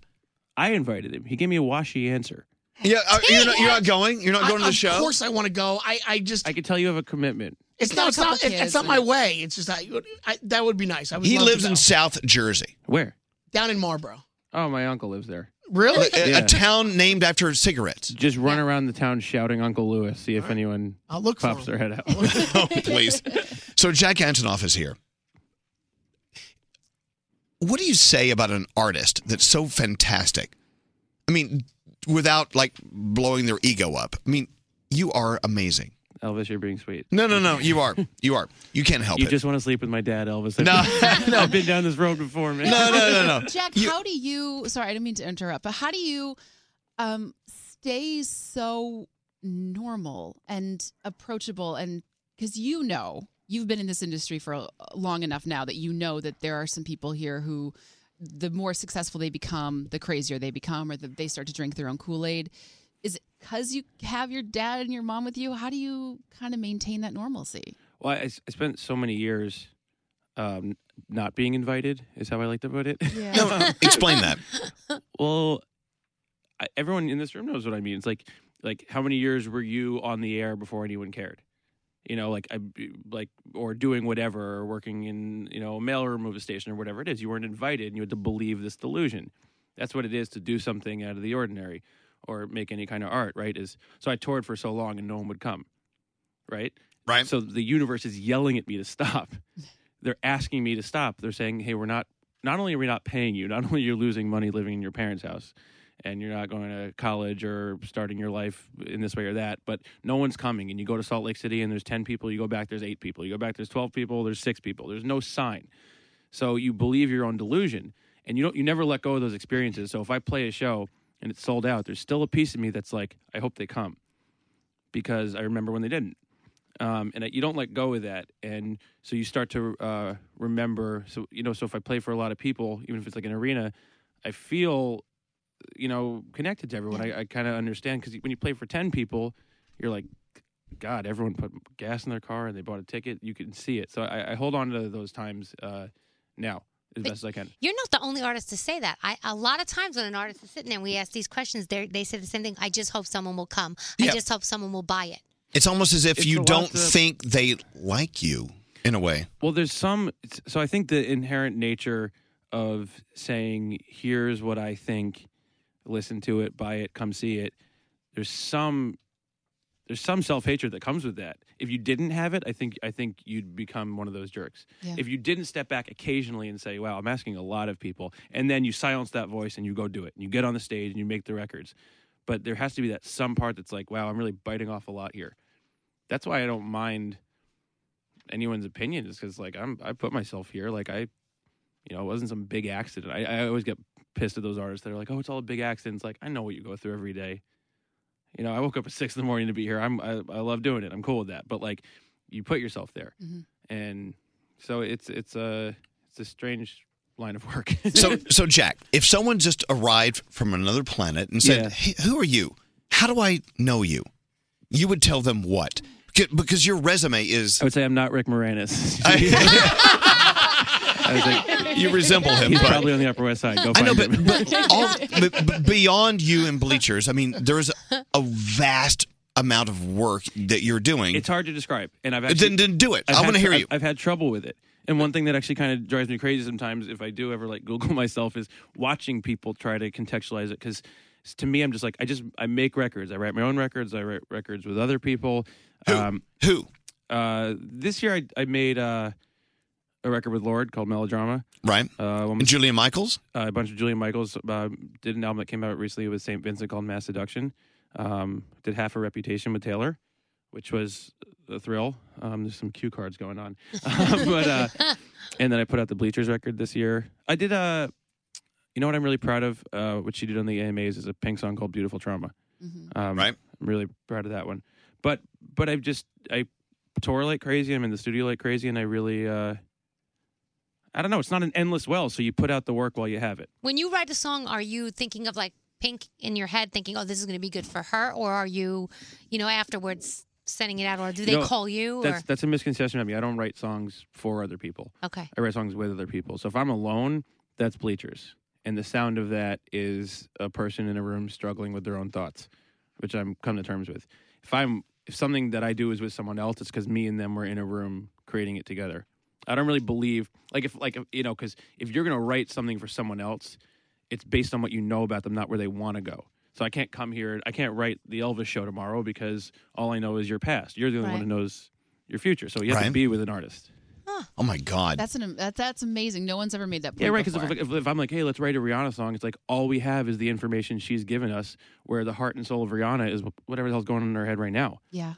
S22: I invited him. He gave me a washy answer.
S1: Yeah, uh, you're, not,
S22: Damn.
S1: you're not going. You're not
S22: I-
S1: going to the
S22: of
S1: show.
S20: Of course, I want to go. I, I just
S22: I could tell you have a commitment.
S20: it's not it's
S22: couple
S20: not it's
S22: kids
S20: not my
S22: and-
S20: way. It's just I, I that would be nice. I would
S1: He
S20: love
S1: lives
S20: to
S1: in
S20: go.
S1: South Jersey.
S22: Where?
S20: down in Marlboro.
S22: Oh, my uncle lives there.
S20: Really?
S1: A, a town named after cigarettes.
S22: Just run around the town shouting Uncle Lewis. See if anyone
S20: I'll look
S22: pops their head out.
S1: oh, please. So Jack Antonoff is here. What do you say about an artist that's so fantastic? I mean, without like blowing their ego up. I mean, you are amazing.
S22: Elvis, you're being sweet.
S1: No, no, no. You are. You are. You can't help
S22: you
S1: it.
S22: just want to sleep with my dad, Elvis.
S1: No.
S22: I've, no. I've been down this road before, man.
S1: No, no, no, no.
S10: Jack, how do you? Sorry, I didn't mean to interrupt, but how do you um, stay so normal and approachable? And because you know you've been in this industry for uh, long enough now that you know that there are some people here who, the more successful they become, the crazier they become, or the, they start to drink their own Kool Aid. Is it because you have your dad and your mom with you? How do you kind of maintain that normalcy?
S22: Well, I, I spent so many years um, not being invited, is how I like to put it.
S10: Yeah. No,
S1: explain that.
S22: Well, I, everyone in this room knows what I mean. It's like, like how many years were you on the air before anyone cared? You know, like I, like or doing whatever, or working in you know a mailroom of a station or whatever it is. You weren't invited, and you had to believe this delusion. That's what it is to do something out of the ordinary, or make any kind of art. Right? Is so I toured for so long, and no one would come right?
S1: Right.
S22: So the universe is yelling at me to stop. They're asking me to stop. They're saying, "Hey, we're not. Not only are we not paying you, not only you're losing money living in your parents' house, and you're not going to college or starting your life in this way or that, but no one's coming. And you go to Salt Lake City, and there's ten people. You go back, there's eight people. You go back, there's twelve people. There's six people. There's no sign. So you believe your own delusion, and you don't. You never let go of those experiences. So if I play a show and it's sold out, there's still a piece of me that's like, I hope they come, because I remember when they didn't um, and you don't let go of that, and so you start to uh, remember. So you know, so if I play for a lot of people, even if it's like an arena, I feel, you know, connected to everyone. I, I kind of understand because when you play for ten people, you're like, God, everyone put gas in their car and they bought a ticket. You can see it. So I, I hold on to those times uh, now as best as I can.
S11: You're not the only artist to say that. I a lot of times when an artist is sitting there and we ask these questions, they they say the same thing. I just hope someone will come. I
S1: Yeah.
S11: just hope someone will buy it.
S1: It's almost as if
S22: It's a
S1: you
S22: lot
S1: don't
S22: to-
S1: think they like you in a way.
S22: Well, there's some. So I think the inherent nature of saying, "Here's what I think," listen to it, buy it, come see it. There's some. There's some self hatred that comes with that. If you didn't have it, I think I think you'd become one of those jerks.
S28: Yeah.
S22: If you didn't step back occasionally and say, "Wow, I'm asking a lot of people," and then you silence that voice and you go do it, and you get on the stage and you make the records. But there has to be that some part that's like, "Wow, I'm really biting off a lot here." That's why I don't mind anyone's opinion is because like I'm I put myself here like I you know it wasn't some big accident I, I always get pissed at those artists that are like oh it's all a big accident it's like I know what you go through every day you know I woke up at six in the morning to be here I'm I, I love doing it I'm cool with that but like you put yourself there and so it's it's a it's a strange line of work
S1: So, so Jack, if someone just arrived from another planet and said,
S22: Yeah.
S1: hey, "Who are you? How do I know you?" You would tell them what? Beca- Because your resume is. I
S22: would say I'm not Rick Moranis. I was like,
S1: You resemble him,
S22: he's
S1: but-
S22: probably on the Upper West Side go
S1: I
S22: find
S1: know,
S22: him
S1: but, but, all, but, but beyond you and bleachers, I mean, there's a, a vast amount of work that you're doing.
S22: It's hard to describe, and I've
S1: Then-
S22: actually,
S1: then do it.
S22: I've
S1: I
S22: had-
S1: wanna hear
S22: I've-
S1: you.
S22: I've had trouble with it, and one thing that actually kind of drives me crazy sometimes, if I do ever like Google myself, is watching people try to contextualize it. Because to me, I'm just like I just I make records. I write my own records. I write records with other people. Who? Um,
S1: Who?
S22: Uh, this year, I I made uh, a record with Lord called Melodrama.
S1: Right.
S22: Uh, one-
S1: Julian Michaels?
S22: uh, a bunch of Julian Michaels. Uh, did an album that came out recently with St. Vincent called Mass Seduction. Um, did half a reputation with Taylor, which was a thrill. Um, there's some cue cards going on, but uh, and then I put out the Bleachers record this year. I did uh, you know what I'm really proud of, uh, what she did on the AMAs is a Pink song called "Beautiful Trauma." Um,
S1: Mm-hmm. right,
S22: I'm really proud of that one. But but I've just I tour like crazy. I'm in the studio like crazy, and I really uh, I don't know. It's not an endless well, so you put out the work while you have it.
S11: When you write a song, are you thinking of like Pink in your head, thinking, "Oh, this is going to be good for her," or are you, you know, afterwards sending it out, or do they
S22: No,
S11: call you? Or
S22: That's that's a misconception of me. I don't write songs for other people.
S11: okay,
S22: I write songs with other people. So if I'm alone, that's bleachers, and the sound of that is a person in a room struggling with their own thoughts, which I'm come to terms with. If I'm if something that I do is with someone else, it's because me and them were in a room creating it together. I don't really believe like if like if, you know because if you're gonna write something for someone else, it's based on what you know about them, not where they want to go. So I can't come here. I can't write the Elvis show tomorrow because all I know is your past. You're the only
S10: Right.
S22: one who knows your future. So you have to
S1: Right.
S22: be with an artist.
S1: Oh my God.
S10: That's an that, that's amazing. No one's ever made that point.
S22: Yeah, right. Because
S10: before.
S22: if, if, if I'm like, hey, let's write a Rihanna song, it's like all we have is the information she's given us, where the heart and soul of Rihanna is wh- whatever the hell's going on in her head right now.
S10: yeah.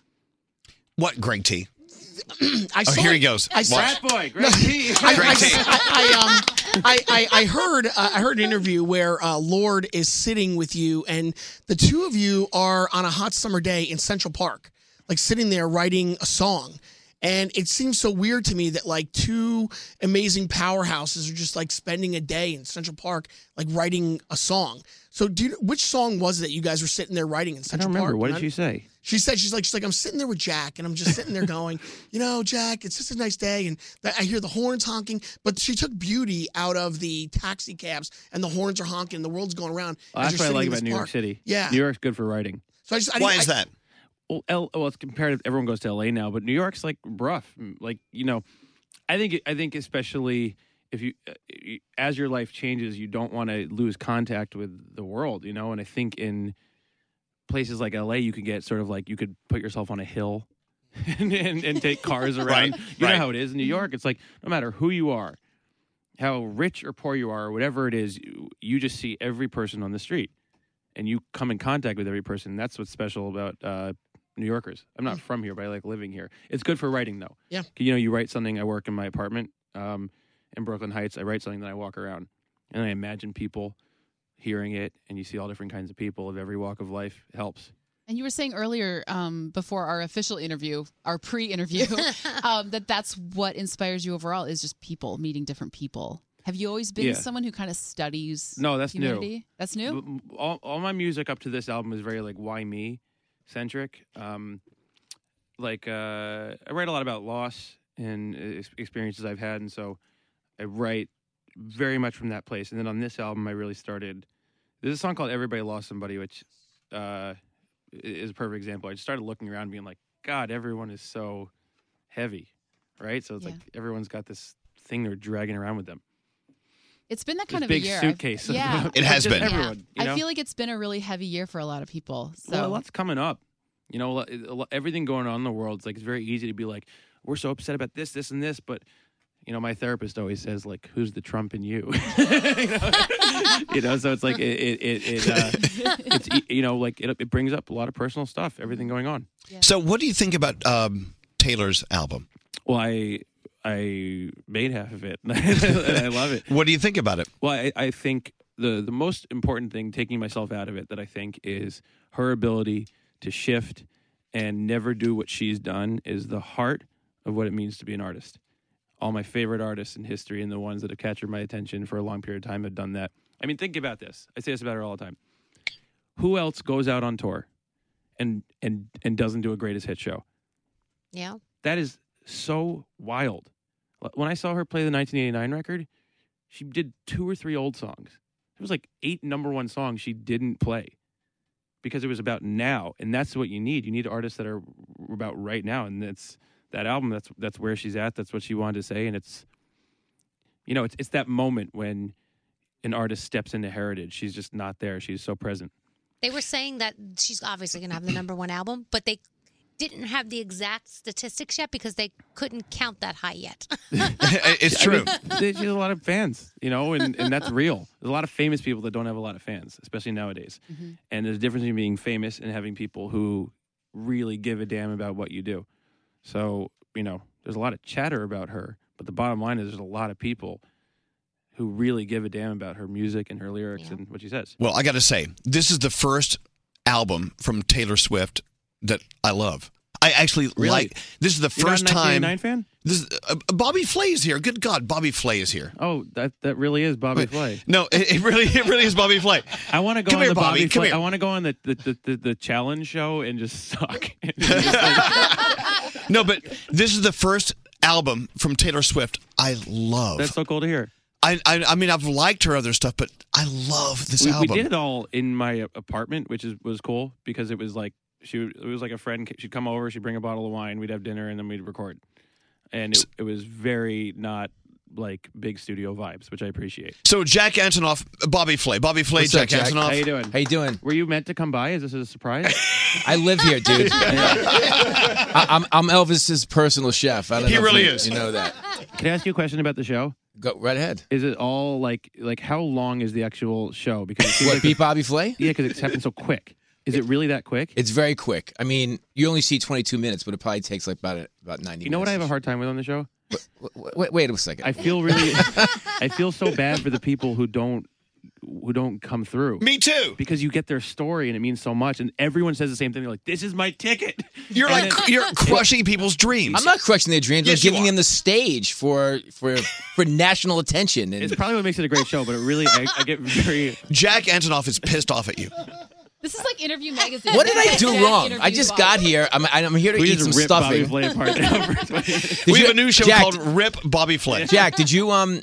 S1: What, Greg T?
S28: I
S1: oh,
S28: saw
S1: here
S28: it-
S1: he goes.
S28: I saw
S1: Watch.
S28: it- No, I, I- I- I, um, I, I, I heard uh, I heard an interview where uh, Lord is sitting with you, and the two of you are on a hot summer day in Central Park, like sitting there writing a song. And it seems so weird to me that like two amazing powerhouses are just like spending a day in Central Park, like writing a song. So, do you, which song was it that you guys were sitting there writing in
S22: I
S28: Central
S22: don't remember.
S28: Park?
S22: What
S28: And
S22: did she say?
S28: She said she's like she's like I'm sitting there with Jack and I'm just sitting there going, you know, Jack, it's just a nice day and th- I hear the horns honking, but she took beauty out of the taxi cabs and the horns are honking and the world's going around.
S22: Oh,
S28: as
S22: that's
S28: you're
S22: what I
S28: sitting
S22: like
S28: in
S22: about
S28: this
S22: New York
S28: park.
S22: City.
S28: Yeah.
S22: New York's good for writing.
S28: So I just- I didn't- Why is I- that?
S22: Well, L, well, it's comparative. Everyone goes to LA now, but New York's like rough. Like you know, I think I think especially if you uh, you- as your life changes, you don't want to lose contact with the world. You know, and I think in places like LA, you can get sort of like you could put yourself on a hill. and, and, and take cars around.
S1: Right,
S22: you
S1: right.
S22: know how it is in New York. It's like no matter who you are, how rich or poor you are, or whatever it is, you, you just see every person on the street and you come in contact with every person. That's what's special about uh, New Yorkers. I'm not from here, but I like living here. It's good for writing, though.
S28: Yeah.
S22: You know, you write something. I work in my apartment um, in Brooklyn Heights. I write something, then I walk around and I imagine people hearing it, and you see all different kinds of people of every walk of life. It helps.
S10: And you were saying earlier, um, before our official interview, our pre-interview, um, that that's what inspires you overall is just people meeting different people. Have you always been
S22: Yeah.
S10: someone who kind of studies?
S22: No, that's
S10: humanity?
S22: new.
S10: That's new.
S22: M- m- All, all my music up to this album is very like why me centric. Um, like uh, I write a lot about loss and ex- experiences I've had, and so I write very much from that place. And then on this album, I really started. There's a song called "Everybody Lost Somebody," which uh, i- is a perfect example. I just started looking around, and being like, "God, everyone is so heavy, right?" So it's
S10: Yeah.
S22: like everyone's got this thing they're dragging around with them.
S10: It's been that
S22: This
S10: kind of
S22: big
S10: a year. I've-
S22: suitcase.
S10: Yeah,
S22: It has
S10: Just
S22: been. Everyone, you
S10: I
S22: know?
S10: feel like it's been a really heavy year for a lot of people. So
S22: Well, a lot's coming up. You know, a lot- a lot- everything going on in the world. It's like it's very easy to be like, we're so upset about this, this, and this. But you know, my therapist always says like, who's the Trump in you? you, know? You know, so it's like it, it, it, it uh, it's e- you know, like it, it brings up a lot of personal stuff. Everything going on.
S1: So, what do you think about um, Taylor's album?
S22: Well, I I made half of it. and I love it.
S1: What do you think about it?
S22: Well, I, I think the the most important thing, taking myself out of it, that I think is her ability to shift and never do what she's done is the heart of what it means to be an artist. All my favorite artists in history and the ones that have captured my attention for a long period of time have done that. I mean, think about this. I say this about her all the time. Who else goes out on tour and and and doesn't do a greatest hit show?
S11: yeah.
S22: That is so wild. When I saw her play the 1989 record, she did two or three old songs. It was like eight number one songs she didn't play because it was about now, and that's what you need. You need artists that are about right now, and that's that album. That's that's where she's at. That's what she wanted to say, and it's you know it's it's that moment when an artist steps into heritage. She's just not there. She's so present.
S11: They were saying that she's obviously going to have the number one album, but they didn't have the exact statistics yet because they couldn't count that high yet.
S22: it's true. she has a lot of fans, you know, and, and that's real. There's a lot of famous people that don't have a lot of fans, especially nowadays. And there's a difference between being famous and having people who really give a damn about what you do. So, you know, there's a lot of chatter about her, but the bottom line is there's a lot of people who really give a damn about her music and her lyrics and what she says.
S1: Well, I got to say, this is the first album from Taylor Swift that I love. I actually
S22: Really?
S1: like. This is the
S22: You're not a
S1: first time.
S22: 1989 fan?
S1: This is, uh, Bobby Flay is here. Good God, Bobby Flay is here.
S22: Oh, that that really is Bobby Flay.
S1: No, it, it really, it really is Bobby Flay.
S22: I want to go
S1: Come
S22: on
S1: here,
S22: the Bobby.
S1: Bobby. Come
S22: Flay-
S1: here.
S22: I want to go on the the, the, the the challenge show and just suck.
S1: No, but this is the first album from Taylor Swift I love. That's
S22: so cool to hear.
S1: I, I, I mean, I've liked her other stuff, but I love this
S22: we, we
S1: album.
S22: did it all in my apartment, which is was cool because it was like she it was like a friend. She'd come over, she'd bring a bottle of wine, we'd have dinner, and then we'd record. And it, it was very not like big studio vibes, which I appreciate.
S1: So Jack Antonoff, Bobby Flay, Bobby Flay,
S22: What's
S1: Jack,
S22: up, Jack?
S1: Antonoff.
S22: How you doing?
S25: How you doing?
S22: Were you meant to come by? Is this a surprise?
S25: I live here, dude. I, I'm, I'm Elvis's personal chef. I don't
S22: He
S25: know if
S22: really
S25: you,
S22: is.
S25: You know that.
S22: Can I ask you a question about the show?
S25: Go right ahead.
S22: Is it all like like how long is the actual show? Because it seems
S25: What,
S22: like
S25: Beat Bobby Flay?
S22: Yeah, because it's happened so quick. Is it really that quick?
S25: It's very quick. I mean, you only see 22 minutes, but it probably takes like about about 90.
S22: You know what I have a hard time with on the show?
S25: Wait, wait, wait a second.
S22: I feel really, I feel so bad for the people who don't who don't come through.
S1: Me too.
S22: Because you get their story and it means so much, and everyone says the same thing. They're like, "This is my ticket."
S1: You're
S22: And
S1: like
S22: it-
S1: you're
S22: it-
S1: crushing people's dreams.
S25: I'm not crushing their dreams.
S22: Yes,
S25: I'm
S22: you
S25: giving them the stage for for for national attention. And
S22: It's probably what makes it a great show, but it really, I, I get very.
S1: Jack Antonoff is pissed off at you.
S10: This is like Interview Magazine.
S25: what did I do
S10: Jack
S25: wrong? I
S10: interviewed
S25: just
S10: Bobby.
S25: got here. I'm I'm here to
S1: We
S25: eat
S1: just
S25: some
S1: ripped Bobby
S25: stuffing.
S1: Flay we have a new show
S25: Jack,
S1: called Rip Bobby Flay.
S25: Jack, did you um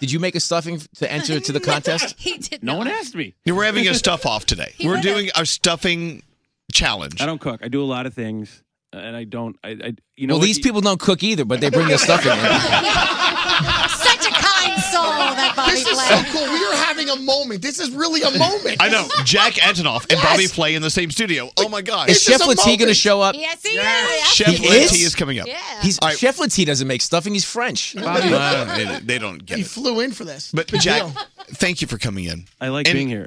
S25: did you make a stuffing to enter to the contest?
S11: he did.
S22: No one asked me.
S1: We're having a stuff off today.
S22: He
S1: We're
S22: would've.
S1: doing a stuffing challenge.
S22: I don't cook. I do a lot of things, and I don't. I, I you know.
S25: Well,
S22: what?
S25: these people don't cook either, but they bring their stuffing in.
S11: Such a kind soul, that Bobby
S20: This is so
S11: Flay.
S20: cool. We are having a moment. This is really a moment.
S1: I know Jack Antonoff and
S20: Yes.
S1: Bobby Flay in the same studio. Oh my God!
S25: Is Chef Latie going to show up?
S11: Yes, he is.
S1: Chef
S25: He
S1: Latie is coming up.
S25: He's Chef Latie doesn't make stuffing. He's French.
S1: Bobby- Wow, they- they don't get
S20: He flew in for this.
S1: But
S20: Big
S1: Jack,
S20: deal.
S1: thank you for coming in.
S22: I like being here.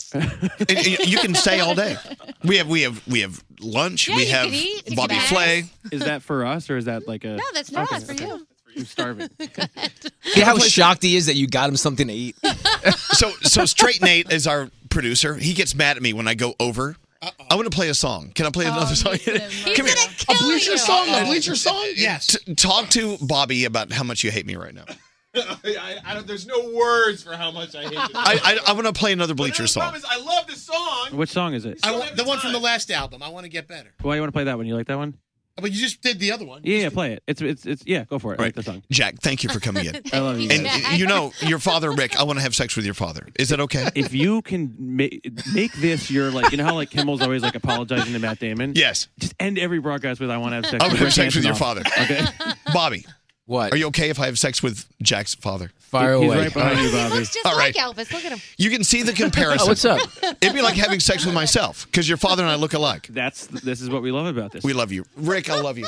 S1: you can stay all day. We have we have we have lunch.
S11: Yeah,
S1: we
S11: you
S1: have
S11: could eat. It's
S1: Bobby
S11: nice.
S1: Flay.
S22: Is that for us or is that like a?
S11: No, Oh, that's not us, for you.
S22: I'm starving.
S25: You know how shocked he is that you got him something to eat.
S1: So so straight Nate is our producer. He gets mad at me when I go over. I want to play a song. Can I
S11: Oh,
S1: play another song? Come here.
S20: A bleacher song. A bleacher song.
S1: T- talk to Bobby about how much you hate me right now.
S12: I, I don't, there's no words for how much I hate this.
S1: I I, I want to play another Bleacher song.
S12: I love this song.
S22: Which song is it?
S9: I want the one from the last album. I want to get better.
S22: Why you want to play that one? You like that one?
S9: But you just did the other one.
S22: Yeah, yeah, play it. It's it's it's yeah. Go for it. I like the song.
S1: Jack, thank you for coming in.
S22: I love you.
S1: And
S22: guys.
S1: you know your father, Rick. I want to have sex with your father. Is that okay?
S22: if you can make, make this your like, you know how like Kimmel's always like apologizing to Matt Damon.
S1: Yes.
S22: Just end every broadcast with "I want to have sex."
S1: I want to have
S22: Rick
S1: sex with your
S22: Antonoff."
S1: father.
S22: Okay.
S1: Bobby.
S25: What?
S1: Are you okay if I have sex with Jack's father?
S25: Fire He- he's away.
S22: right behind you, Bobby.
S11: Looks just
S1: All right.
S11: like Elvis. Look at him.
S1: You can see the comparison.
S25: Oh, what's up?
S1: It'd be like having sex with myself because your father and I look alike.
S22: That's this is what we love about this.
S1: We love you, Rick. I love you.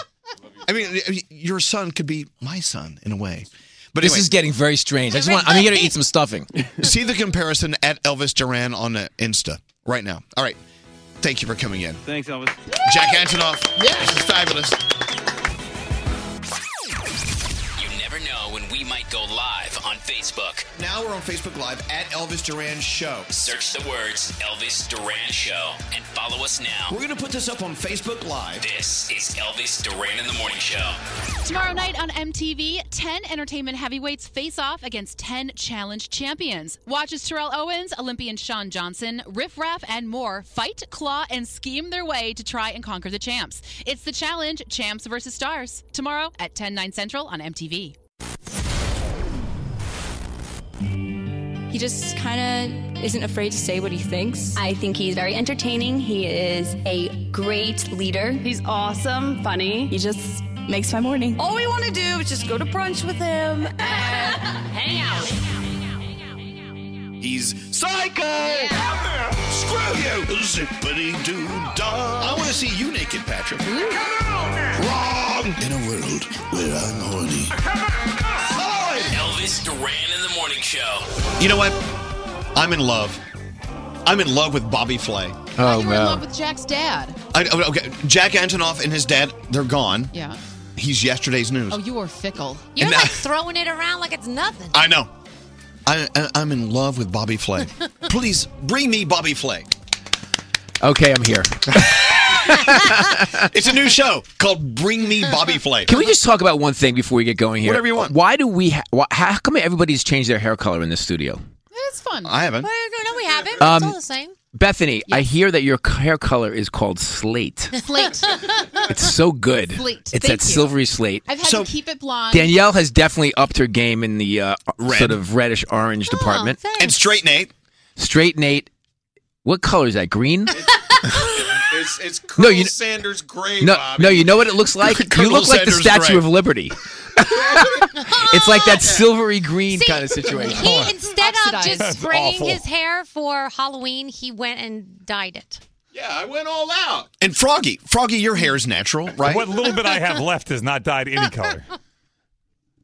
S1: I mean, I mean, your son could be my son in a way. But
S25: this
S1: anyway,
S25: is getting very strange. I just want. I'm here to eat some stuffing.
S1: see the comparison at Elvis Duran on uh, Insta right now. All right. Thank you for coming in.
S22: Thanks, Elvis.
S1: Jack Antonoff. Yeah. This is fabulous.
S8: You never know when we might go live on Facebook.
S1: Now we're on Facebook Live at Elvis Duran Show.
S8: Search the words Elvis Duran Show and follow us now.
S1: We're going to put this up on Facebook Live.
S8: This is Elvis Duran in the Morning Show.
S10: Tomorrow night on MTV, 10 entertainment heavyweights face off against 10 challenge champions. Watch as Terrell Owens, Olympian Sean Johnson, Riff Raff, and more fight, claw, and scheme their way to try and conquer the champs. It's the challenge, Champs versus Stars, tomorrow at 10, 9 central on MTV.
S5: He just kind of isn't afraid to say what he thinks. I think he's very entertaining. He is a great leader. He's awesome, funny. He just makes my morning. All we want to do is just go to brunch with him and hang out.
S1: He's psycho. Screw you. Zippity doo dah. I want to see you naked, Patrick. Wrong. In a world where I'm horny.
S8: Elvis Duran in the Morning Show.
S1: You know what? I'm in love. I'm in love with Bobby Flay.
S25: Oh
S10: We're in love with Jack's dad.
S1: I, oh, okay, Jack Antonoff and his dad, they're gone.
S10: Yeah.
S1: He's yesterday's
S25: Hmm.
S1: news.
S10: Oh, you are fickle.
S11: You're
S1: And
S11: like
S1: I-
S11: throwing it around like it's nothing.
S1: I know. I, I, I'm in love with Bobby Flay. Please bring me Bobby Flay.
S25: Okay, I'm here.
S1: it's a new show called Bring Me Bobby Flay.
S25: Can we just talk about one thing before we get going here?
S1: Whatever you want.
S25: Why do we? Ha- why, how come everybody's changed their hair color in the studio?
S11: It's fun.
S25: I haven't.
S11: Well, no, no, we haven't. It's
S25: Um,
S11: all the same.
S25: Bethany, I hear that your c- hair color is called slate.
S11: Slate.
S25: It's so good.
S11: Slate.
S25: It's
S11: Thank
S25: that
S11: you.
S25: silvery slate.
S10: I've had to keep it blonde.
S25: Danielle has definitely upped her game in the uh, sort of reddish orange department.
S1: And straight Nate.
S25: Straight Nate. What color is that? Green?
S12: It's it's
S25: No,
S12: Colonel
S25: you kn-
S12: Sanders gray.
S25: no,
S12: Bobby.
S25: no. You know what it looks like? you
S12: Colonel
S25: look like the
S12: Sanders
S25: Statue
S12: Gray.
S25: of Liberty. it's like that silvery green kind of situation.
S11: He instead of
S25: Oxidized.
S11: just spraying
S25: Awful.
S11: his hair for Halloween, he went and dyed it.
S12: Yeah, I went all out.
S1: And Froggy, Froggy, your hair is natural, right?
S21: What little bit I have left is not dyed any color.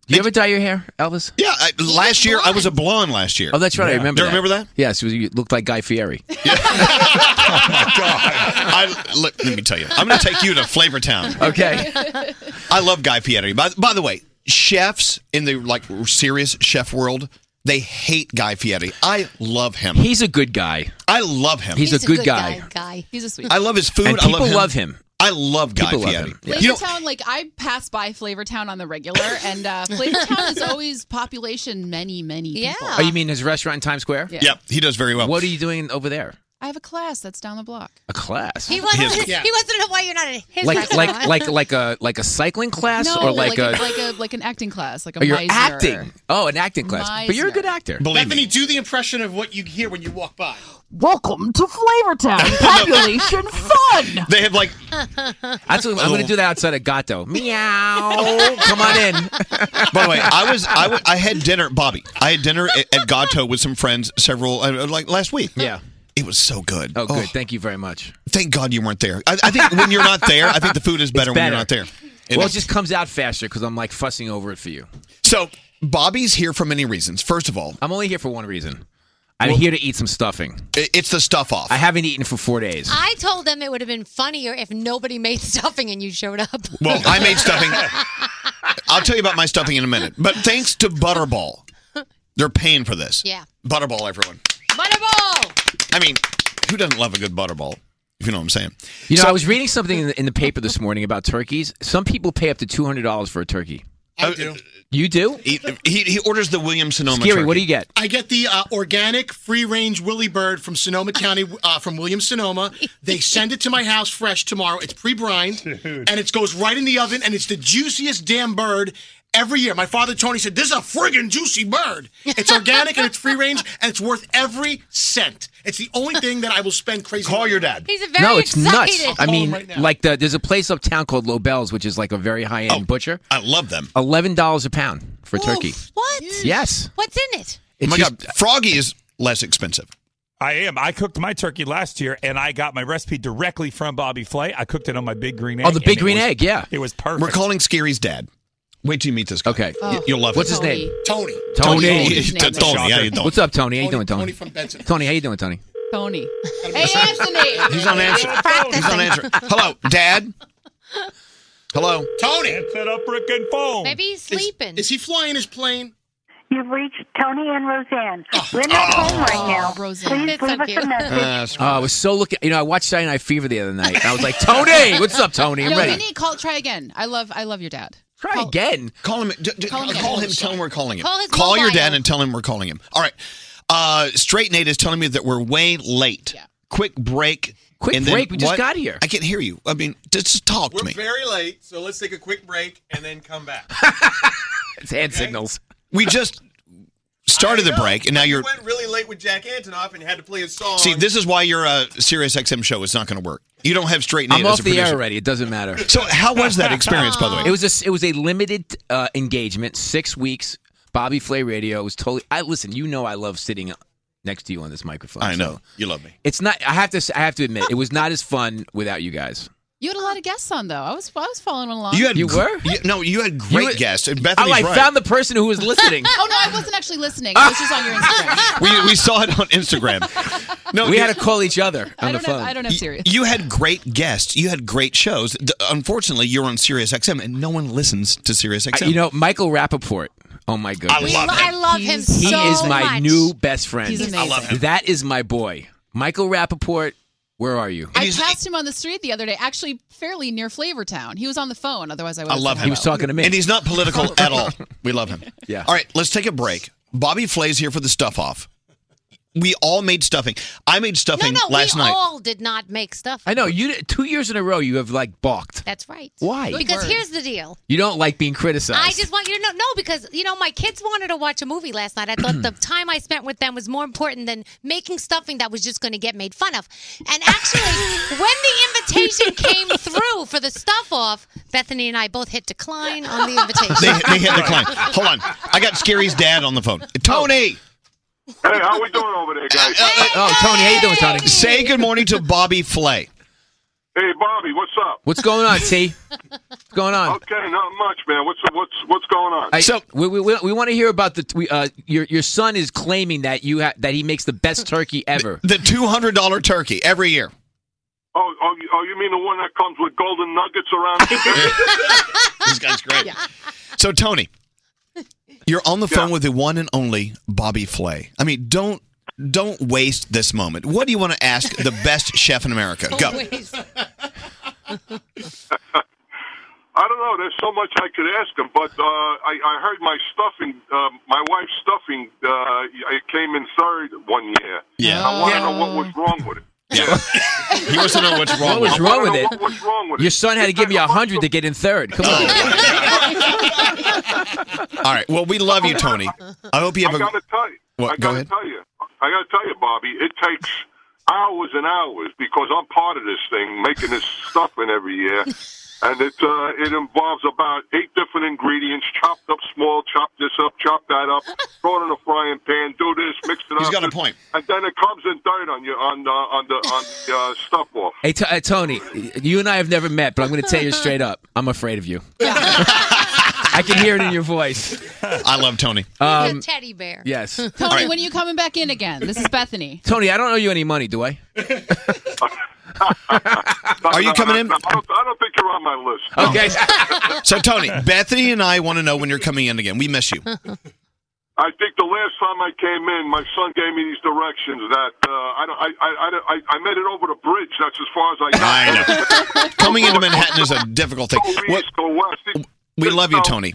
S25: Do you ever dye your hair, Elvis?
S1: Yeah, I, last year I was a blonde last year.
S25: Oh, that's right. I
S1: Yeah.
S25: remember.
S1: Do you
S25: that.
S1: remember that? Oh,
S25: Yes, it was- you looked like Guy Fieri.
S1: I, let, let me tell you, I'm going to take you to Flavor Town.
S25: Okay.
S1: I love Guy Fieri. By, by the way, chefs in the like serious chef world, they hate Guy Fieri. I love him.
S25: He's a good guy.
S1: I love him.
S11: Guy.
S10: He's a sweet.
S1: I love his food.
S25: And
S1: I
S25: people
S1: love him.
S25: love him.
S1: I love Guy
S25: People love
S1: Fieri.
S25: him.
S1: You know,
S10: Flavortown, like I pass by Flavortown on the regular, and uh, Flavortown is always population many, many yeah. people.
S25: Oh, you mean his restaurant in Times Square?
S10: Yeah.
S1: Yep, he does very well.
S25: What are you doing over there?
S10: I have a class that's down the block.
S25: A class.
S11: He wasn't. He wasn't in Hawaii. You're not in his
S25: like
S11: restaurant.
S25: like like like a like a cycling class
S10: no,
S25: or like, a,
S10: like a like an acting class, like a
S25: oh, you're
S10: Meisner.
S25: acting. Oh, an acting class. But you're a
S10: Meisner.
S25: good actor.
S9: Bethany, do the impression of what you hear when you walk by.
S10: Welcome to
S9: Oh,
S10: Flavortown. Population fun.
S1: They have like.
S25: That's what, I'm going to do that outside of Gato. Meow. Come on in.
S1: By the way, I was I wa- I had dinner, Bobby. I had dinner at, at Gato with some friends several uh, like last week.
S25: Yeah,
S1: it was so good.
S25: Oh, good. Thank you very much.
S1: Thank God you weren't there. I, I think when you're not there, I think the food is better, when you're not there. It
S25: well,
S1: is.
S25: it just comes out faster because I'm like fussing over it for you.
S1: so Bobby's here for many reasons. First of all,
S25: I'm only here for one reason. I'm here to eat some stuffing.
S1: It's the stuff off.
S25: I haven't eaten for four days.
S11: I told them it would have been funnier if nobody made stuffing and you showed up.
S1: Well, I made stuffing. I'll tell you about my stuffing in a minute. But thanks to Butterball, they're paying for this.
S11: Yeah.
S1: Butterball, everyone.
S11: Butterball.
S1: I mean, who doesn't love a good Butterball? If you know what I'm saying.
S25: You know, I was reading something in the, in the paper this morning about turkeys. Some people pay up to two hundred dollars for a turkey.
S9: I do.
S25: You do?
S1: Uh, He, he, he orders the William Sonoma.
S25: Scary. What do you get?
S9: I get the uh, organic free range Willy bird from Sonoma County, uh, from Williams Sonoma. They send it to my house fresh tomorrow. It's pre brined and it goes right in the oven, and it's the juiciest damn bird every year. My father, Tony, said, This is a friggin' juicy bird. It's organic and it's free range, and it's worth every cent. It's the only thing that I will spend crazy. Call your dad.
S11: He's a
S25: no, it's
S9: I'll
S25: nuts. I
S9: call him
S25: mean,
S9: right now.
S25: like the, there's a place uptown called Lobel's, which is like a very high end butcher.
S1: Oh, I love them.
S25: Eleven dollars a pound for turkey.
S11: What?
S25: Yes.
S11: What's in it?
S1: Oh my God, Froggy is less expensive.
S21: I am. I cooked my turkey last year, and I got my recipe directly from Bobby Flay. I cooked it on my big green egg.
S25: Oh, the big
S21: and it
S25: green
S21: was-
S25: egg, yeah.
S21: it was perfect.
S1: We're calling Scary's dad. Wait till you meet this guy.
S25: Okay.
S1: Y- You'll love
S25: What's
S1: it.
S25: his name?
S9: Tony.
S25: Tony.
S1: Tony. Tony. Tony. How you doing?
S25: What's up, Tony? How you doing,
S9: Tony-
S25: Tony?
S9: Tony from Benson.
S25: Tony, how you doing, Tony?
S10: Tony. Hey, Anthony.
S1: He's on answer. He's on answer. Hello, Dad. Hello,
S9: Tony.
S21: Answer up frickin' phone.
S11: Maybe he's sleeping.
S9: Is he flying his plane?
S13: You've reached Tony and Roseanne. We're not
S10: Oh.
S13: home right now. Please leave us a message.
S25: oh, I was so looking. You know, I watched Saturday Night Fever the other night. And I was like, Tony, what's up, Tony? I'm
S10: no,
S25: ready.
S10: we need call. Try again. I love. I love your dad.
S25: Try again.
S1: Call him. d- d-
S10: Call him
S1: call,
S10: again.
S1: him. Tell him we're calling him.
S10: Call his
S1: your
S10: mobile.
S1: dad and tell him we're calling him. All right. Uh, Straight Nate is telling me that we're way late. Quick break.
S12: Quick
S1: and then
S12: break? We just
S1: what?
S12: got here.
S1: I can't hear you. I mean, just just talk
S12: We're
S1: to me.
S12: very late, so let's take a quick break and then come back.
S25: It's hand signals.
S1: We just started the break, and now you're.
S12: went really late with Jack Antonoff and had to play a song.
S1: See, this is why your uh, Sirius XM show is not going to work. You don't have Straight Nate
S25: I'm
S1: as
S25: off
S1: a
S25: the air
S1: producer.
S25: already. It doesn't matter.
S1: So how was that experience, by the way?
S25: It was a, s- it was a limited uh, engagement, six weeks. Bobby Flay Radio It was totally. I listen. You know, I love sitting next to you on this microphone.
S1: I know
S25: so.
S1: you love me.
S25: It's not. I have to. s- I have to admit, it was not as fun without you guys.
S10: You had a lot of guests on though. I was. I was following along.
S25: You
S1: gr-
S25: were?
S1: you- no, you had great guests. And Bethany's
S25: oh, I
S1: right.
S25: found the person who was listening.
S10: oh no, I wasn't actually listening. I was just on your Instagram.
S1: we, we saw it on Instagram. No,
S25: we had to call each other
S10: I
S1: on the
S10: don't have.
S1: phone.
S10: I don't have serious.
S1: You had great guests. You had great shows. The- unfortunately, you're on Sirius XM, and no one listens to Sirius
S25: Uh,
S1: XM.
S25: you know, Michael Rappaport. Oh my goodness!
S1: We love lo-
S11: I love him
S25: He
S11: so
S25: is my
S11: much.
S25: new best friend.
S11: He's I love amazing.
S25: That is my boy, Michael Rappaport. Where are you?
S10: I passed him on the street the other day, actually fairly near Flavortown. He was on the phone, otherwise I would.
S1: I love him.
S25: He was talking to me.
S1: And he's not political at all. We love him.
S25: Yeah.
S1: All right, let's take a break. Bobby Flay's here for the stuff off. We all made stuffing. I made
S11: No,
S1: stuffing
S11: no,
S1: last
S11: we
S1: night.
S11: all did not make stuff.
S25: I know you. Two years in a row, you have like balked.
S11: That's right.
S25: Why?
S11: Because here's the deal.
S25: you don't like being criticized.
S11: I just want you to know, no, because you know my kids wanted to watch a movie last night. I thought the time I spent with them was more important than making stuffing that was just going to get made fun of. And actually, when the invitation came through for the stuff off, Bethany and I both hit decline on the invitation.
S1: they, they hit decline. Hold on. I got Scary's dad on the phone. Tony.
S29: Hey, how we doing over there,
S25: Uh,
S29: guys?
S1: Oh, Tony, how you doing, Tony? Say good morning to Bobby Flay.
S29: Hey, Bobby, what's up?
S25: What's going on, T? What's going on?
S29: Okay, not much, man. What's what's what's going on?
S25: I- we, we, we, want to hear about the we, uh, your your son is claiming that you ha- that he makes the best turkey ever.
S1: The two hundred dollar turkey every year.
S29: Oh, oh, you- oh, you mean the one that comes with golden nuggets around? it?
S1: This guy's great. So, Tony, you're on the phone with the one and only Bobby Flay. I mean, don't don't waste this moment. What do you want to ask the best chef in America? Go.
S29: I don't know. There's so much I could ask him, but uh, I, I heard my stuffing, uh, my wife's stuffing, uh, it came in third one year.
S1: Yeah.
S29: I want to know what was wrong with it.
S1: He wants to know what's
S25: What was
S29: I
S25: wrong
S29: wanna
S25: with
S29: know
S25: it?
S29: What was wrong with
S25: Your son had to give me a hundred to get in third. Come on.
S1: All right. Well, we love you, Tony. I hope you have
S29: I
S1: a.
S29: gotta tell you.
S1: What,
S29: I
S1: go
S29: gotta
S1: ahead.
S29: tell you. I gotta tell you, Bobby. It takes hours and hours because I'm part of this thing, making this stuffing every year, and it uh, it involves about eight different ingredients, chopped up small, chop this up, chop that up, throw it in a frying pan, do this, mix it up.
S1: He's got a
S29: this-
S1: point.
S29: And then it comes in third on your on the on the on the uh, stuff off.
S25: Hey, T- uh, Tony, you and I have never met, but I'm going to tell you straight up. I'm afraid of you. I can hear it in your voice. Um,
S1: I love Tony.
S10: a teddy bear.
S25: yes.
S10: Tony, when are you coming back in again? This is Bethany.
S25: Tony, I don't owe you any money, do I?
S1: Are you coming in?
S29: I don't, I don't think you're on my list.
S1: Okay. so, Tony, Bethany and I want to know when you're coming in again. We miss you.
S29: I think the last time I came in, my son gave me these directions that uh, I, don't, I, I, I, don't- I, I made it over the bridge. That's as far as I got.
S1: I know. Coming into Manhattan is a difficult thing. What- we love you, Tony.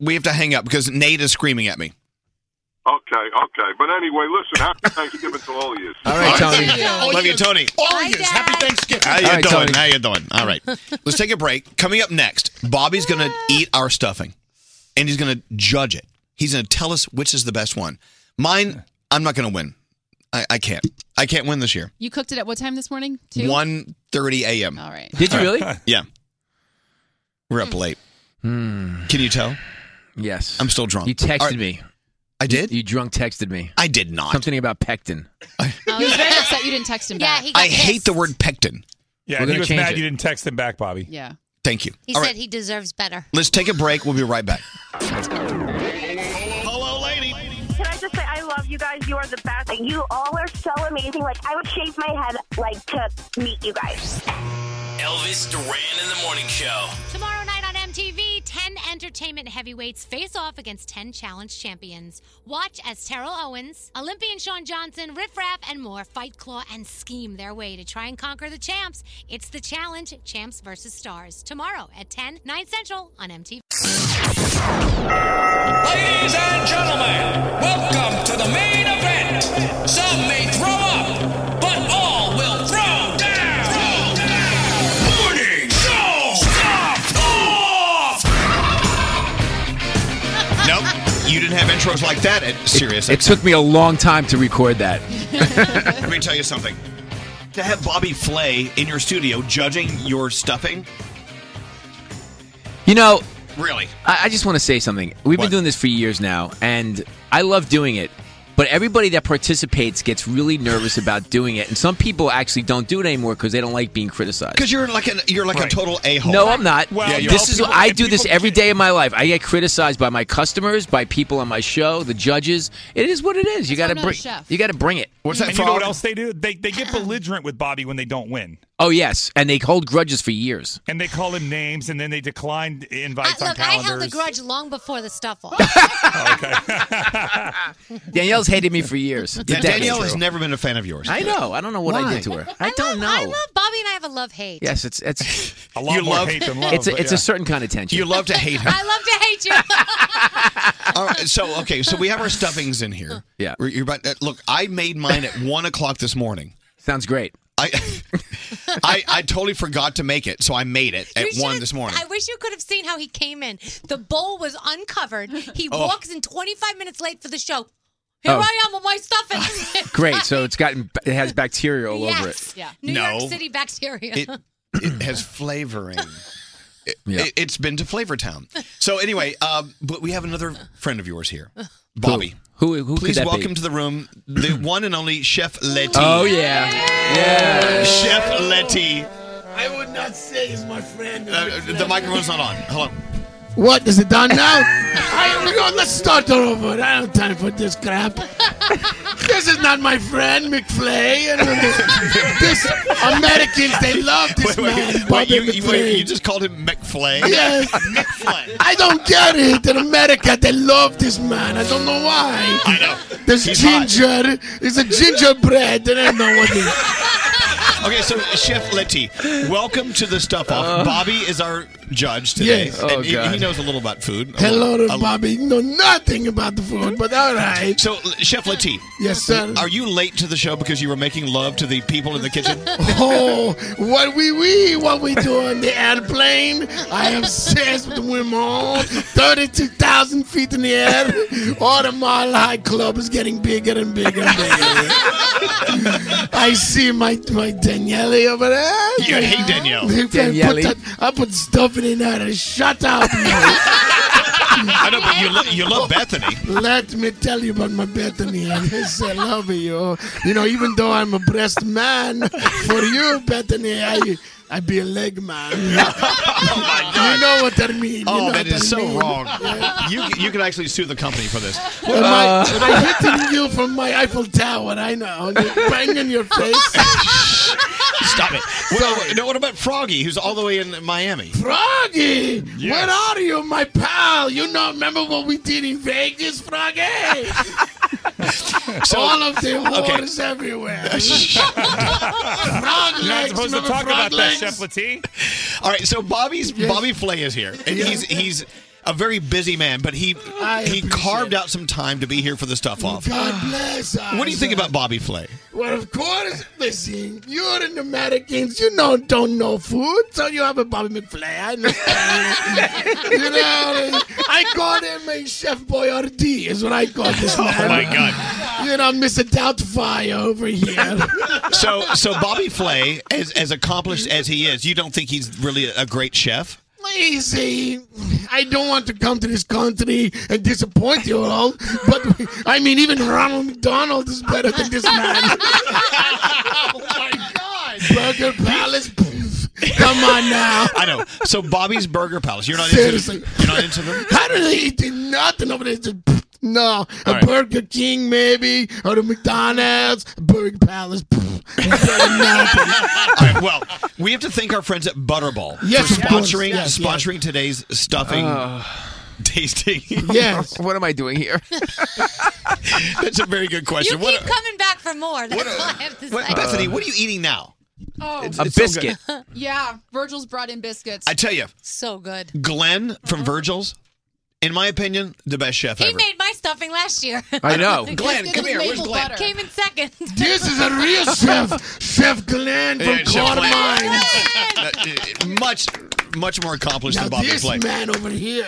S1: We have to hang up because Nate is screaming at me.
S29: Okay, okay. But anyway, listen, happy Thanksgiving to all of you.
S1: All right, Tony. Um, Love you, Tony.
S17: All years. Happy Thanksgiving.
S1: How you
S17: All right,
S1: doing?
S17: Tony.
S1: How you doing? All right. Let's take a break. Coming up next, Bobby's going to eat our stuffing, and he's going to judge it. He's going to tell us which is the best one. Mine, I'm not going to win. I, I can't. I can't win this year.
S10: You cooked it at what time this morning? Two.
S1: 1.30 a.m. All
S10: right.
S25: Did you really?
S1: yeah. We're up late. Can you tell?
S25: Hmm. Yes.
S1: I'm still drunk.
S25: You texted
S1: All right.
S25: me.
S1: I did?
S25: You, drunk texted me.
S1: I did not.
S25: Something about pectin.
S10: He was very upset you didn't text him back. Yeah, he
S1: I hate the word pectin.
S21: Yeah,
S1: We're
S21: he
S1: gonna
S21: was
S1: change
S21: mad
S1: it.
S21: you didn't text him back, Bobby.
S10: Yeah.
S1: Thank you.
S11: He
S1: All
S11: said
S1: right.
S11: he deserves better.
S1: Let's take a break. We'll be right back.
S17: Hello, lady.
S13: Can I just say I love you guys? You are the best. You all are so amazing. Like I would shave my head like to meet you guys.
S30: Elvis Duran in the morning show.
S11: Tomorrow night on MTV, 10 entertainment heavyweights face off against 10 challenge champions. Watch as Terrell Owens, Olympian Shawn Johnson, Riff Raff, and more fight, claw, and scheme their way to try and conquer the champs. It's the challenge, Champs versus Stars. Tomorrow at 10, 9 central on MTV.
S8: Ladies and gentlemen, welcome to the main event. Some may throw up, but all will throw down. Throw down. Morning show. Stop
S1: Nope. You didn't have intros like that at Sirius.
S25: It took me a long time to record that.
S1: Let me tell you something. To have Bobby Flay in your studio judging your stuffing,
S25: You know,
S1: really?
S25: I, I just want to say something. We've been doing this for years now, and I love doing it. But everybody that participates gets really nervous about doing it, and some people actually don't do it anymore because they don't like being criticized.
S1: Because you're like an you're like a total a hole.
S25: No, I'm not.
S1: Well, you
S25: this
S1: are.
S25: is I do this every day of my life. I get criticized by my customers, by people on my show, the judges. It is what it is. You got to
S21: I'm not a
S25: bring.
S21: chef.
S25: You got to bring it.
S21: and you know what else they do? They they get belligerent with Bobby when they don't win.
S25: Oh yes, and they hold grudges for years.
S21: And they call him names, and then they declined invites on
S11: Look, I held a
S21: calendars.
S11: grudge long before the stuffle.
S25: Danielle's hated me for years.
S1: Yeah, Danielle has
S25: Decades.
S1: never been a fan of yours.
S25: I know. I don't know what I did to her. I don't know.
S11: Bobby and I have a love hate.
S25: Yes, it's it's
S21: a lot
S25: you
S21: more
S25: love,
S21: hate than love,
S25: It's a,
S21: but
S25: it's
S21: yeah.
S25: a certain kind of tension.
S1: You love to hate her.
S11: I love to hate you.
S1: All right, so okay, so we have our stuffings in here. Yeah, you're about, uh, look, I made mine at one o'clock this morning.
S25: Sounds great.
S1: I, I I totally forgot to make it, so I made it at
S11: You
S1: one
S11: should've-
S1: this morning.
S11: I wish you could have seen how he came in. The bowl was uncovered. He
S25: Oh.
S11: walks in 25 minutes late for the show. Here
S25: Oh.
S11: I am with my stuffing.
S25: Great. So it's gotten it has bacteria all over
S11: yes.
S25: it.
S11: Yeah. New York City bacteria.
S1: It, it has flavoring. It, it, has been to Flavortown. So anyway, um, but we have another friend of yours here, Bobby.
S25: Who? Who? could
S1: Please
S25: that be?
S1: welcome to the room the one and only Chef Letty.
S25: Oh yeah. Yeah.
S1: Chef Letty.
S6: I would not say he's my friend.
S1: Uh, the microphone's not on. Hello.
S6: What is it done now? I am going. Let's start all over. I don't have time for this crap. this is not my friend McFlay. And this, this Americans they love this man.
S1: Wait,
S6: Bobby
S1: you, you, wait,
S6: McFlay.
S1: you just called him McFlay?
S6: Yes. I don't get it. In America, they love this man. I don't know why. I know. There's ginger. It's a gingerbread. I don't know what it is.
S1: Okay, so uh, Chef Letty, welcome to the stuff off. Bobby is our judge today.
S6: Uh. Yes.
S1: and
S6: Oh,
S1: he,
S6: God.
S1: he knows a little about food. A
S6: Hello
S1: little-
S6: to
S1: a-
S6: Bobby. Know nothing about the food, but all right.
S1: So, uh, Chef Letty. uh,
S6: Yes, sir.
S1: Are you late to the show because you were making love to the people in the kitchen?
S6: Oh, what we we what we do on the airplane? I am obsessed with the women. Thirty-two thousand feet in the air. All the mile high club is getting bigger and bigger and bigger. I see my my Daniele over there.
S1: You hate Danielle.
S6: I put
S1: Daniele.
S6: that- I put stuff in there. Shut up. man.
S1: I know, but you, lo- you love Bethany.
S6: Let me tell you about my Bethany. I just I love you. You know, even though I'm a breast man, for you, Bethany, I I be a leg man. You know what I mean. you
S1: Oh,
S6: know
S1: that
S6: what I
S1: is so
S6: mean.
S1: wrong.
S6: Yeah.
S1: You you could actually sue the company for this.
S6: Am I, am
S1: Uh.
S6: I hitting you from my Eiffel Tower? I know. You're banging your face.
S1: Stop it. Well, no, what about Froggy, who's all the way in Miami?
S6: Froggy,
S1: Yes.
S6: where are you, my pal? You know, remember what we did in Vegas, Froggy? All of the
S27: okay.
S6: whores everywhere. Frog
S21: You're not
S6: legs,
S21: supposed to
S6: remember
S21: talk
S6: frog
S21: about
S6: legs?
S21: that, Chef Latee.
S1: All right, so Bobby's Bobby Flay is here, and he's he's a very busy man, but he
S6: I
S1: he
S6: appreciate
S1: carved out some time to be here for the stuff off.
S6: God bless us.
S1: What do you think about Bobby Flay?
S6: Well, of course, listen, you're in the Americans. You know, don't know food, so you have a Bobby McFlay. I understand. you know, I call him a Chef Boyardee, is what I call this man.
S1: Oh my God!
S6: You know, Mr. Doubtfire over here.
S1: So so Bobby Flay, as as accomplished as he is, you don't think he's really a great chef?
S6: Lazy. I don't want to come to this country and disappoint you all, but I mean, even Ronald McDonald is better than this man. Burger Palace. Come on now.
S1: I know. So Bobby's Burger Palace. You're not
S6: Seriously.
S1: into you're not into them.
S6: How do they eat nothing over there? Just, No, a
S1: right.
S6: Burger King maybe, or the McDonald's, Burger Palace.
S1: All right, well, we have to thank our friends at Butterball
S6: Yes,
S1: for
S6: of course.
S1: sponsoring
S6: Yes, yes.
S1: sponsoring today's stuffing
S6: Uh.
S1: tasting.
S6: Yes.
S1: what am I doing here? That's a very good
S11: you
S1: question.
S11: keep
S1: What,
S11: coming back for more. That's all I have to
S1: what-
S11: say.
S1: Bethany, what are you eating now?
S10: Oh.
S1: It's- A it's so biscuit.
S10: yeah, Virgil's brought in biscuits.
S1: I tell you,
S10: so good.
S1: Glenn from Virgil's, in my opinion, the best chef
S11: He
S1: ever.
S11: made my stuffing last year.
S1: I know.
S11: Biscuits
S1: Glenn,
S11: with
S1: come here. Where's
S11: maple
S1: Glenn?
S11: butter. Came in second.
S6: This is a real chef, Chef Glenn from
S1: Yeah, Chef
S6: Corn
S1: Glenn.
S6: Mines.
S1: Uh, uh, much, much more accomplished
S6: Now
S1: than Bobby
S6: this
S1: Flay.
S6: man over here.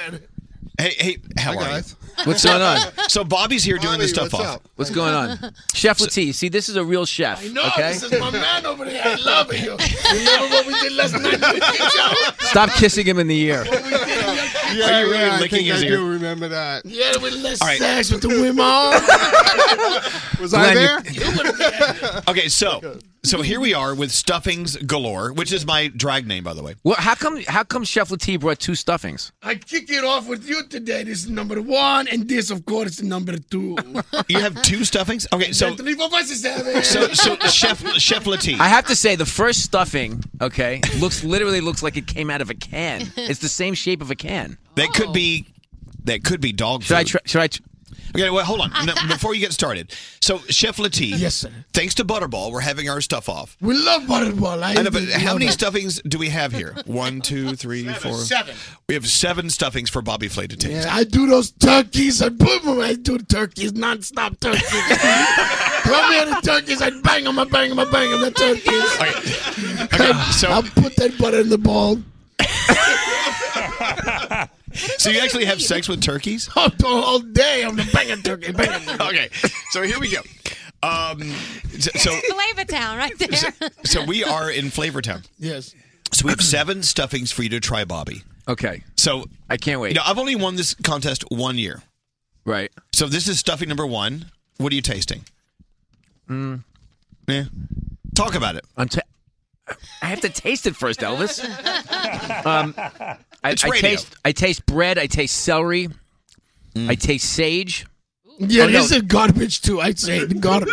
S1: Hey, hey, how are you?
S25: What's going on?
S1: So Bobby's here doing this stuff off.
S25: What's going on? Chef Latee, see, this is a real chef.
S6: No,
S25: okay?
S6: this is my man over there. I love you. Remember what we did last night? with you, Joe?
S25: Stop kissing him in the ear.
S6: Are you really
S23: I
S6: licking
S23: think
S6: his
S23: I
S6: ear?
S23: do remember that.
S6: Yeah, we less
S23: All right.
S6: sex with the women.
S23: Was
S1: Glenn,
S23: I there?
S1: Okay, so So here we are with stuffings galore, which is my drag name, by the way.
S25: Well, how come how come Chef Latif brought two stuffings?
S6: I kick it off with you today. This is number one, and this, of course, is number two.
S1: You have two stuffings? Okay, so
S6: Three, four, five, six, seven.
S1: so, so Chef Chef Latif.
S25: I have to say the first stuffing, okay, looks literally looks like it came out of a can. It's the same shape of a can.
S1: That could be that could be dog
S25: Should I try, should I
S1: Okay, well, hold on. No, before you get started. So, Chef Latif. Yes, sir. Thanks to Butterball, we're having our stuff off.
S6: We love Butterball. I,
S1: I know, but how
S6: love
S1: many
S6: it.
S1: stuffings do we have here? One, two, three, four.
S6: Seven. Seven.
S1: We have seven stuffings for Bobby Flay to taste.
S6: Yeah, I do those turkeys. I boom, boom, I do turkeys, non-stop turkeys. Come here, the turkeys. I bang them, I bang them, I bang them, the turkeys.
S1: so
S6: I'll put that butter in the ball.
S1: So you actually have sex with turkeys?
S6: All, all day, I'm the banging turkey, banging turkey.
S1: okay, so here we go. Um, so, so,
S11: Flavor Town right there.
S1: so we are in Flavor Town.
S6: Yes.
S1: So we have seven stuffings for you to try, Bobby.
S25: Okay.
S1: So
S25: I can't wait.
S1: You know, I've only won this contest one year.
S25: Right.
S1: So this is stuffing number one. What are you tasting?
S25: Mm.
S1: Yeah. Talk about it.
S25: I'm ta- I have to taste it first, Elvis. Um, I, I
S1: It's radio. Mm.
S25: taste I taste bread. I taste celery. I taste sage.
S6: Yeah,
S25: Oh, no.
S6: this is garbage too. I'd say garbage.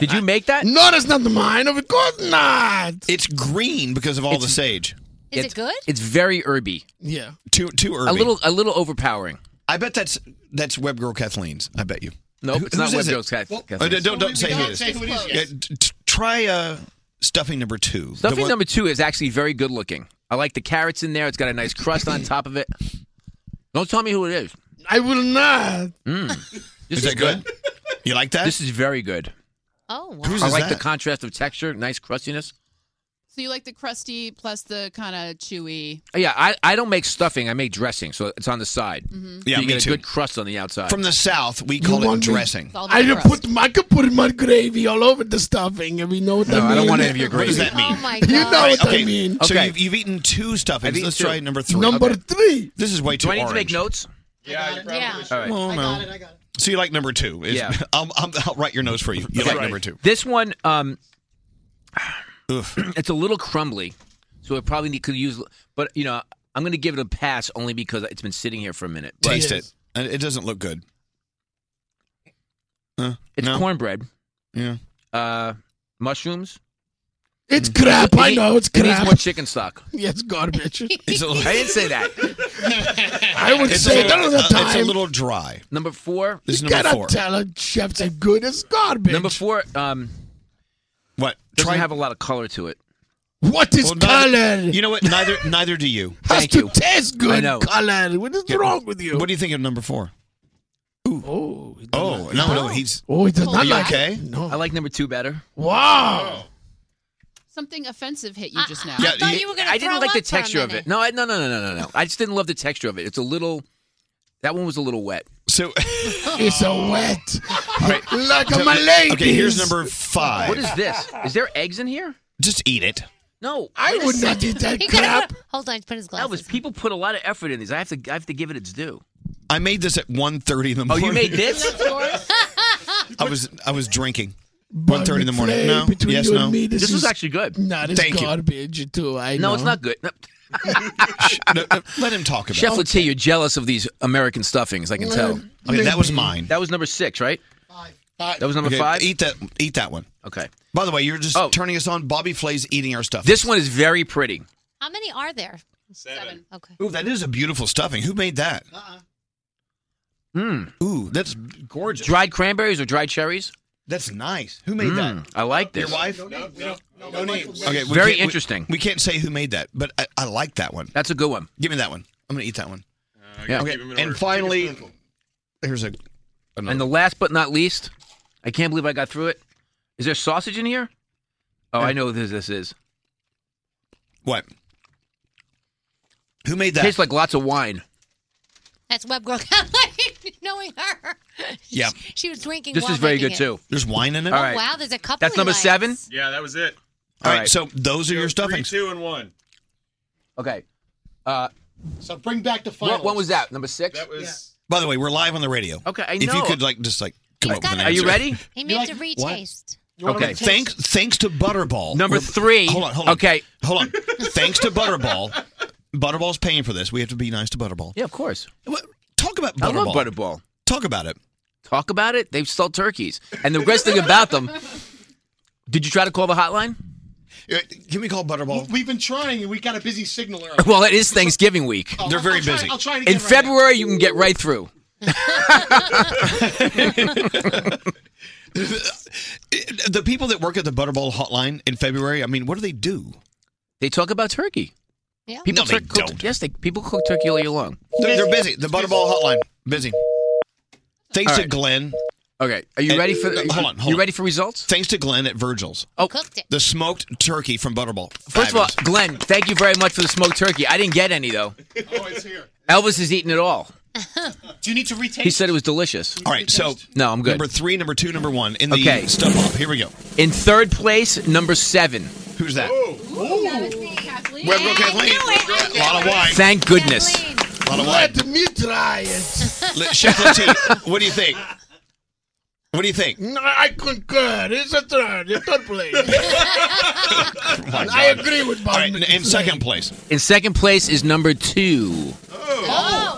S25: Did you make that?
S6: No, that's not mine. Of course not.
S1: It's green because of all the sage.
S11: Is it good?
S25: It's very herby.
S6: Yeah.
S1: Too too herby.
S25: A little a little overpowering.
S1: I bet that's that's Web Girl Kathleen's. I bet you.
S25: Nope,
S1: Who-
S25: it's not
S1: whose
S25: Web
S1: is it?
S25: Girl Kath-
S1: Well,
S25: Kathleen's.
S1: uh, don't
S25: Well,
S1: don't
S25: we
S1: say who
S25: don't
S1: it is.
S25: say who it is
S1: Yeah,
S25: yet.
S1: t- t- try uh, stuffing number two. The
S25: Stuffing
S1: one-
S25: number two is actually very good looking. I like the carrots in there. It's got a nice crust on top of it. Don't tell me who it is.
S6: I will not.
S25: Mm. This
S1: Is that good? You like that?
S25: This is very good.
S10: Oh, wow.
S25: I like the contrast of texture, nice crustiness.
S10: So you like the crusty plus the kind of chewy.
S25: Yeah, I, I don't make stuffing. I make dressing, so it's on the side.
S1: Yeah,
S25: so you
S1: me
S25: get a
S1: too.
S25: good crust on the outside.
S1: From the South, we call it
S6: want me-
S1: dressing.
S6: I could put I could put my gravy all over the stuffing, and we know what
S1: No,
S6: that means.
S1: I don't want any of your
S6: What does
S1: gravy.
S6: that mean?
S1: Oh, my
S6: You
S1: God.
S6: know what
S1: Okay,
S6: I mean.
S1: so Okay. you've- you've eaten two
S25: I've
S1: stuffings.
S25: eaten
S1: Let's
S25: two.
S1: try number three.
S6: Number three.
S1: This is way too
S25: Do I need
S1: orange.
S25: to make notes?
S12: Yeah, you probably
S25: Yeah.
S12: should.
S25: All right.
S1: Well, no. So you like number two? It's-
S25: Yeah.
S1: I'll, I'll, I'll write your nose for you. You
S25: Okay.
S1: like number two?
S25: This one, um, it's a little crumbly, so it probably need, could use. But you know, I'm going to give it a pass only because it's been sitting here for a minute. But
S1: Taste it. And It doesn't look good.
S25: It's cornbread.
S1: Yeah.
S25: Uh, mushrooms.
S6: It's
S1: Mm-hmm.
S6: crap. I
S25: It-
S6: know it's
S25: It needs
S6: crap.
S25: more chicken stock.
S6: Yeah, it's garbage.
S25: I didn't say that.
S6: I would
S25: It's a
S6: say
S25: little-
S6: that
S25: uh,
S6: was
S25: it's
S6: the
S25: a
S6: time.
S1: little dry.
S25: Number four.
S1: This is
S6: you
S1: number
S6: cannot
S1: four.
S6: tell a chef that's good as garbage.
S25: Number four. Um,
S1: what
S25: doesn't have a lot of color to it.
S6: What is
S1: Well, neither-
S6: color?
S1: You know what? Neither neither do you.
S6: Has
S25: Thank
S6: to
S25: you.
S6: taste
S25: I
S6: good
S25: know.
S6: color. What is
S1: Yeah.
S6: wrong with you?
S1: What do you think of number four?
S6: Oh,
S1: Oh no no he's
S6: oh he does
S1: Are
S6: not
S1: you
S6: like.
S1: okay?
S25: I like number two better.
S6: Wow.
S10: Something offensive hit you just now.
S25: Yeah, yeah, I didn't like the texture of it. No, I, no, no, no, no, no, no. I just didn't love the texture of it. It's a little. That one was a little wet.
S1: So
S6: It's a wet. Like
S25: So-
S6: a lady.
S1: Okay, here's number five.
S25: What is this? Is there eggs in here?
S1: Just eat it.
S25: No,
S6: I
S25: wait a
S6: would not
S25: second.
S6: eat that
S10: He
S6: crap.
S10: Hold on, put his glasses.
S25: Elvis, people put a lot of effort in these. I have to, I have to give it its due.
S1: I made this at 1.30 in the
S25: Oh,
S1: morning.
S25: you made this?
S1: I was I was drinking. 1.30 in the morning.
S6: Flay,
S1: No.
S6: between
S1: Yes,
S6: you and
S1: no.
S6: me, this
S25: This was
S6: is-
S25: actually good.
S6: No, this
S1: Thank you.
S6: garbage too. I
S25: No,
S6: know.
S25: it's not good. No.
S1: No, no, let him talk about
S25: Chef
S1: it.
S25: Latte, you're jealous of these American stuffings. I can tell.
S1: Okay, that was mine.
S25: That was number six, right? That was number
S1: Okay,
S25: five.
S1: Eat that eat that one.
S25: Okay.
S1: By the way, you're just turning us on. Bobby Flay's eating our stuff.
S25: Oh. This one is very pretty.
S11: How many are there? Seven. Okay.
S1: Ooh, that is a beautiful stuffing. Who made that?
S25: Mm.
S1: Ooh, that's gorgeous.
S25: Dried cranberries or dried cherries?
S1: That's nice. Who made
S25: Mm,
S1: that?
S25: I like this.
S1: Your wife?
S6: No names.
S1: Okay, we
S25: Very
S1: can't- we-
S25: interesting.
S1: We, can't say who made that, but I, I like that one.
S25: That's a good one. Uh,
S1: Give me that one. I'm gonna eat that one.
S25: Yeah.
S1: Okay,
S25: Give him an order.
S1: and finally, here's a.
S25: And the last but not least, I can't believe I got through it. Is there sausage in here? Oh, I know what this, this is.
S1: What? Who made that?
S25: Tastes like lots of wine.
S11: That's Web Girl. Knowing her.
S1: Yeah.
S11: She was drinking.
S25: This
S11: while
S25: is very good
S11: making it. Oh,
S25: too.
S1: There's wine in it.
S25: All right.
S11: Wow, there's a couple.
S25: That's
S11: he
S25: number
S11: likes.
S25: seven.
S12: Yeah, that was it.
S1: All right,
S25: Alright.
S1: So those are your
S12: Three,
S1: stuffings.
S12: two, and one.
S25: Okay. Uh,
S31: So bring back the
S25: what, what was that? Number six.
S12: That was.
S1: By the way, we're live on the radio.
S25: Okay, I
S1: If
S25: know.
S1: you could like just like come up with an
S25: Are you
S1: answer.
S25: ready?
S11: He made a retaste.
S1: Okay. Thanks, thanks to Butterball.
S25: Number three.
S1: Hold on. Hold on.
S25: Okay.
S1: Hold on. thanks to Butterball. Butterball's paying for this. We have to be nice to Butterball.
S25: Yeah, of course.
S1: Talk about
S25: I
S1: Butterball.
S25: love Butterball.
S1: Talk about it.
S25: Talk about it. They've sold turkeys, and the best thing about them. Did you try to call the hotline?
S1: Can we call Butterball?
S9: We've been trying, and we got a busy signal earlier.
S25: Well, it is Thanksgiving week.
S9: Oh, They're I'll- very I'll try- busy. I'll try it again
S25: In
S9: right
S25: February, you can get right through.
S1: The people that work at the Butterball hotline in February, I mean, what do they do?
S25: They talk about turkey.
S26: Yeah.
S25: People
S1: People no, they
S25: tur- cook-
S1: don't.
S25: Yes, they people cook turkey all year long.
S1: They're, they're busy. The Butterball hotline, busy. Thanks to Glenn. Uh,
S25: Okay, are you ready for-
S1: Hold on.
S25: you ready for results?
S1: Thanks to Glenn at Virgil's.
S25: Oh,
S11: cooked it.
S1: The smoked turkey from Butterball.
S25: First of all, Glenn, thank you very much for the smoked turkey. I didn't get any though.
S9: oh, it's here.
S25: Elvis has eaten it all.
S9: Do you need to retake?
S25: He said it was delicious.
S1: All right, so
S25: no, I'm good.
S1: Number three, number two, number one in the
S25: Okay.
S1: stuff off. Here we go.
S25: In third place, number seven.
S1: Who's that?
S32: Where broke
S1: Kathleen? A lot of wine.
S25: Thank goodness.
S1: A lot of wine.
S6: Let me try it.
S1: Let- Chef Latif, what do you think? What do you think?
S6: No, I concur. It's a third. It's third place. I agree with Bob.
S1: All right, in, in second place.
S25: In second place is number two.
S11: Oh,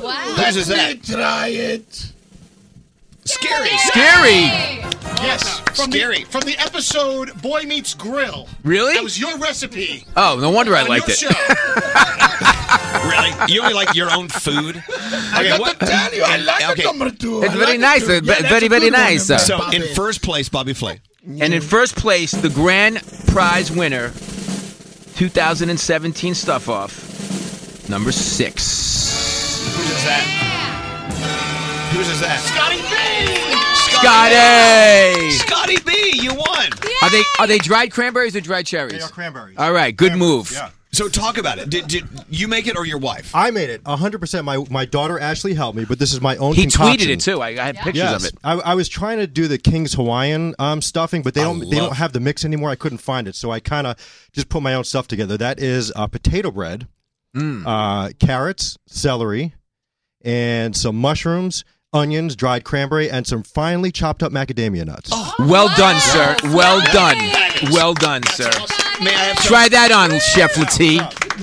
S11: wow.
S1: Whose is that?
S6: Let me try it.
S1: Scary.
S25: Scary.
S9: Yes. From
S1: Scary.
S9: The, from the episode Boy Meets Grill.
S25: Really?
S9: That was your recipe.
S25: Oh, no wonder I liked
S9: your
S25: it.
S9: show.
S1: really? You only like your own food? I
S6: got to tell you, I like it number two.
S25: It's
S6: I
S25: very
S6: like
S25: nice. It's
S6: it too. Yeah,
S25: ve-
S6: that's
S25: very,
S6: a
S25: very
S6: good one,
S25: nice.
S6: number
S25: sir.
S1: So
S6: Bob.
S1: in first place, Bobby Flay.
S25: And in first place, the grand prize winner, 2017 stuff off, number six.
S1: Whose is that? Whose is that?
S9: Scotty B.
S25: Scotty!
S1: Scotty B, you won.
S25: Are they are they dried cranberries or dried cherries?
S1: They are cranberries.
S25: All right, good move.
S1: So talk about it. Did, did you make it or your wife?
S33: I made it 100%. My my daughter Ashley helped me, but this is my own
S25: He
S33: concoction.
S25: tweeted it too. I, I had pictures
S33: yes.
S25: of it.
S33: I, I was trying to do the King's Hawaiian um, stuffing, but they don't they don't have the mix anymore. I couldn't find it, so I kind of just put my own stuff together. That is uh, potato bread,
S25: Mm.
S33: uh, carrots, celery, and some mushrooms, onions, dried cranberry, and some finely chopped up macadamia nuts.
S25: Oh, Well done, sir. Well done. Well done, sir. Try that on, Chef Latte.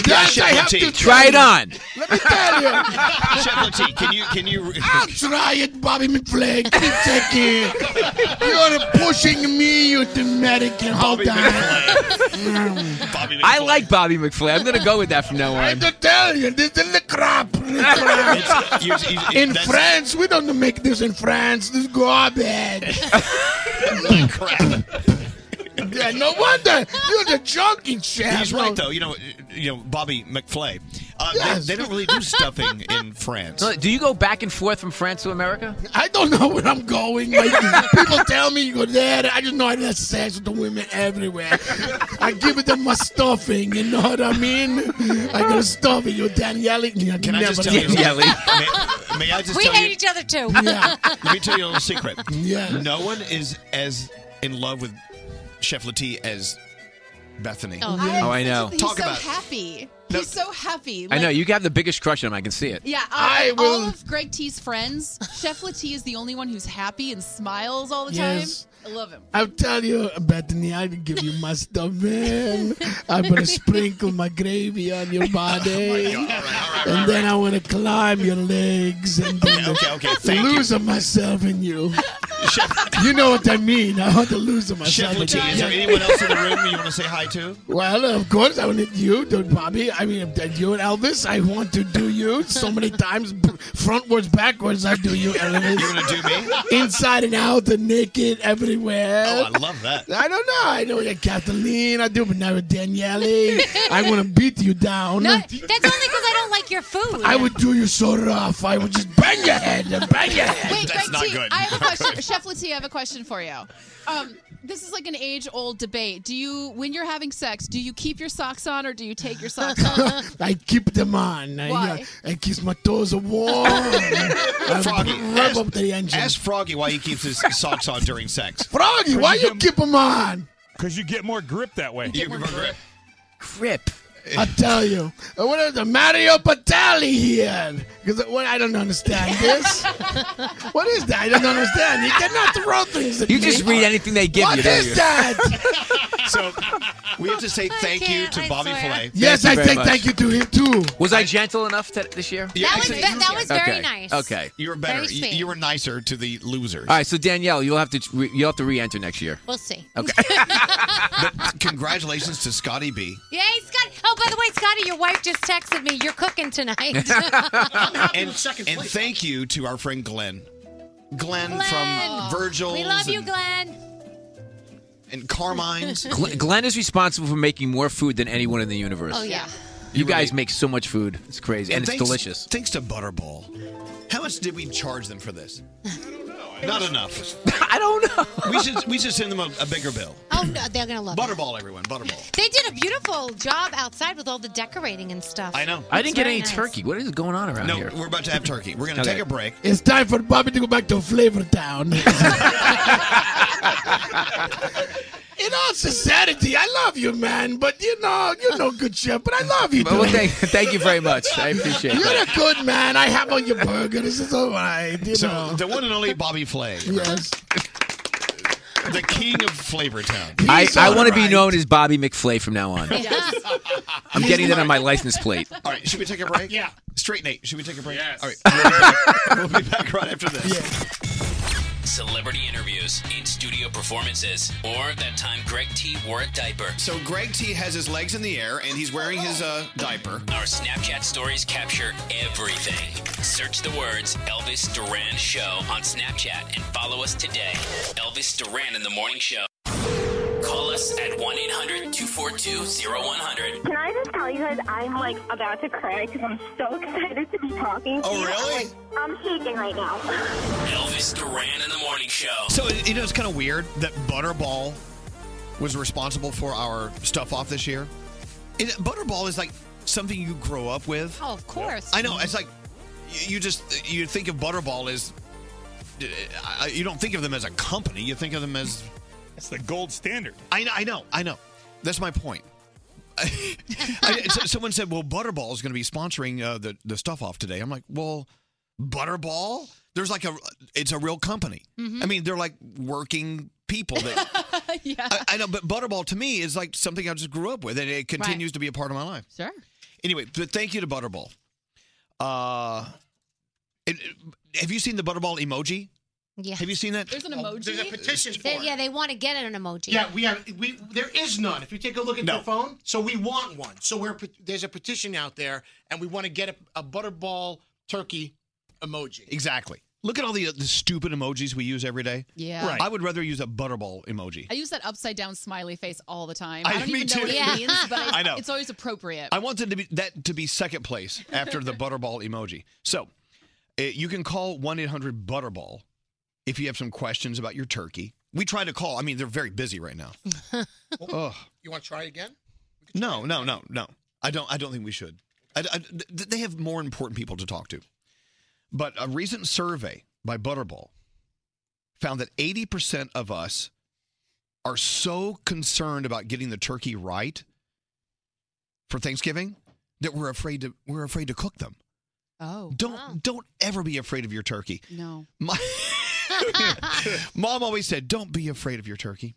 S6: Yes, I have to
S25: Try it on.
S6: Let me tell you.
S1: Chef Latif, can you can you?
S6: I'll try it, Bobby McFlay. Give me a second. You're pushing me, you American. Hold on. Mm.
S25: I like Bobby McFlay. I'm going to go with that from now
S6: I
S25: on.
S6: have to tell you, this is the crap. The crap.
S1: It's- you- you-
S6: in
S1: that's-
S6: France, we don't make this in France. This is garbage. yeah, no wonder you're the junkie chef.
S1: He's right though. You know, you know Bobby McFlay. Uh, they-
S6: Yes.
S1: they, don't really do stuffing in France.
S25: So, Do you go back and forth from France to America?
S6: I don't know where I'm going. Like, people tell me you go there. I just know I have sex with the women everywhere. I give them my stuffing. You know what I mean? I got stuffing. You're Danielle.
S1: Can I just tell you? may, may I just
S11: we
S1: tell
S11: hate
S1: you?
S11: each other too.
S1: Let me tell you a little secret.
S6: Yeah.
S1: No one is as in love with Chef Latif as Bethany.
S25: Oh, I know.
S10: He's
S25: Talk
S10: so
S25: about it.
S10: happy. He's so happy.
S25: I know.
S10: Like,
S25: You have the biggest crush on him. I can see it.
S10: Yeah, out
S6: I
S10: of
S6: will-
S10: all of Greg T's friends, Chef Latie is the only one who's happy and smiles all the
S6: Yes.
S10: time. I love him.
S6: I'll tell you, Bethany, I will give you my stuffing. I'm going to sprinkle my gravy on your body.
S1: Oh
S6: and then I want to climb your legs and then
S1: okay, okay, thank you.
S6: lose myself in you. you know what I mean. I want to lose myself
S1: Chef
S6: in you.
S1: Latif, is there anyone else in the room you want to say hi to?
S6: Well, of course, I wanted you, dude, Bobby. I mean, that you and Elvis. I want to do you so many times, b- frontwards, backwards. I do you, Elvis. You
S1: want to do
S6: me? Inside and out, the naked, everywhere.
S1: Oh, I love that.
S6: I don't know. I know that Kathleen. I do, but never Daniele. I want to beat you down.
S11: No, that's only because I don't like your food.
S6: I would do you so rough. I would just bang your head and bang your head.
S10: Wait, Greg T, I have a question. Chef Latie, I have a question for you. Um, this is like an age-old debate. Do you, when you're having sex, do you keep your socks on or do you take your socks off?
S6: I keep them on. I, uh,
S10: Why?
S6: I keep my toes warm. I
S1: Froggy,
S6: rub
S1: ask-
S6: up the engine.
S1: Ask Froggy why he keeps his socks on during sex.
S6: Froggy, why you keep them on?
S21: Because you get more grip that way.
S1: You get more grip.
S25: Grip.
S6: I tell you, what is the Mario Batali he had? Because what I don't understand this. what is that? I don't understand. You cannot throw things. At
S25: You
S6: me.
S25: just read anything they give
S6: What
S25: you. don't
S6: is
S25: you?
S6: that?
S1: so we have to say thank you to Bobby Flay.
S6: yes, I
S25: Thank you very
S6: think thank you to him too.
S25: Was I gentle enough to, this year?
S1: Yeah,
S11: That was ve- that was very
S25: Okay.
S11: nice.
S25: Okay.
S1: You were better.
S11: Very
S1: You,
S11: sweet.
S1: you were nicer to the losers.
S25: All right, so Danielle, you'll have to re- you'll have to re-enter next year.
S11: We'll see.
S25: Okay.
S1: Congratulations to Scotty B.
S11: Yay, Scotty! Oh, by the way, Scotty, your wife just texted me. You're cooking tonight.
S1: and, and thank you to our friend Glenn. Glenn, from Virgil.
S11: We love you, Glenn.
S1: And Carmine's.
S25: Glenn, Glenn is responsible for making more food than anyone in the universe.
S11: Oh yeah.
S25: You guys make so much food. It's crazy. And, it's
S1: thanks-
S25: delicious.
S1: Thanks to Butterball. How much did we charge them for this? Not enough.
S25: I don't know.
S1: We should we should send them a, a bigger bill.
S11: Oh no, they're gonna love it.
S1: Butterball, everyone. Butterball.
S11: They did a beautiful job outside with all the decorating and stuff.
S1: I know.
S25: I didn't
S11: It's
S25: get
S11: very
S25: any
S11: nice.
S25: turkey. What is going on around
S1: no,
S25: here?
S1: we're about to have turkey. We're gonna
S25: Okay.
S1: take a break.
S6: It's time for Bobby to go back to Flavor Town. In all sincerity, I love you, man. But you know, you're no good chef. But I love you.
S25: But well,
S6: dude.
S25: thank, thank you very much. I appreciate
S6: You're
S25: that.
S6: a good man. I have on your burger. This is all right. You
S1: so
S6: know.
S1: the one and only Bobby Flay.
S6: Yes.
S1: The king of Flavortown.
S25: I, I want to be known as Bobby McFlay from now on. I'm
S1: He's
S25: getting that
S1: the-
S25: on my license plate.
S1: All right, should we take a break? yeah. Straight Nate, should we take a break? Yes. All right. We'll be back, we'll be back right after this.
S8: Celebrity interviews, in studio performances, or that time Greg T wore a diaper.
S1: So Greg T has his legs in the air and he's wearing his uh, diaper.
S8: Our Snapchat stories capture everything. Search the words Elvis Duran Show on Snapchat and follow us today. Elvis Duran in the Morning Show. Call us at 1 800 242 0100.
S9: Can I just tell you guys I'm like about to cry because I'm so excited to be talking to
S1: Oh,
S9: you.
S1: really?
S9: I'm, like, I'm shaking right now.
S8: Elvis Duran in the Morning Show.
S1: So you know it's kind of weird that Butterball was responsible for our stuff off this year. It, Butterball is like something you grow up with.
S11: Oh, of course.
S1: I know it's like you you just you think of Butterball as uh, I- you don't think of them as a company. You think of them as that's the gold standard. I know, I know, I know. That's my point. I, so- someone said, "Well, Butterball is going to be sponsoring uh, the the stuff off today." I'm like, "Well, Butterball? There's like a it's a real company.
S34: Mhm.
S1: I mean, they're like working people that
S34: yeah.
S1: I, I know, but Butterball to me is like something I just grew up with, and it continues to be a part of my life.
S11: Sure.
S1: Anyway, but thank you to Butterball. Uh, it- have you seen the Butterball emoji?
S11: Yeah.
S1: Have you seen that? Oh,
S11: There's an
S1: emoji?
S9: There's a petition for
S11: They-
S9: it.
S11: yeah, they want to get an emoji.
S9: Yeah, we have. We there is none. If you take a look at your phone, so we want one. So we're pe- there's a petition out there, and we want to get a, a butterball turkey emoji.
S1: Exactly. Look at all the, the stupid emojis we use every day.
S11: Yeah. Right.
S1: I would rather use a Butterball emoji.
S10: I use that upside down smiley face all the time.
S1: I-
S10: I don't
S1: me
S10: even know what
S1: too.
S10: it means, but it's,
S1: I know.
S10: it's always appropriate.
S1: I wanted to be that to be second place after the Butterball emoji. So uh, you can call one eight hundred Butterball if you have some questions about your turkey. We try to call. I mean, they're very busy right now. Ugh.
S9: You want to try again?
S1: No, no, no, no. I don't. I don't think we should. I, I- th- they have more important people to talk to. But a recent survey by Butterball found that eighty percent of us are so concerned about getting the turkey right for Thanksgiving that we're afraid to we're afraid to cook them.
S10: Oh,
S1: don't don't ever be afraid of your turkey.
S10: No.
S1: My, Mom always said, "Don't be afraid of your turkey."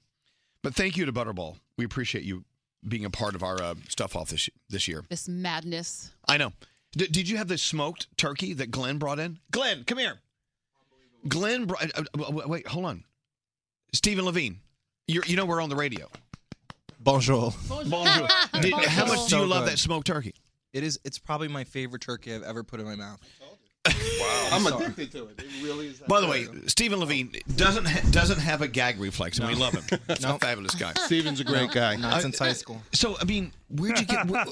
S1: But thank you to Butterball. We appreciate you being a part of our uh, stuff off this this year.
S10: This madness.
S1: I know. D- did you have the smoked turkey that Glenn brought in? Glenn, come here. Glenn brought. Uh, uh, wait, wait, hold on. Stephen Levine, you you know we're on the radio.
S22: Bonjour.
S1: Bonjour. Did- how much do you love that smoked turkey?
S22: It is. It's probably my favorite turkey I've ever put in my mouth.
S1: Wow.
S22: I'm
S1: sorry.
S22: addicted to it. It really is.
S1: By the way, Stephen Levine doesn't ha- doesn't have a gag reflex, and we love him. He's a
S22: No.
S1: fabulous guy.
S22: Stephen's a great No, guy. not
S1: I-
S22: since high school.
S1: So I mean, where'd you get where,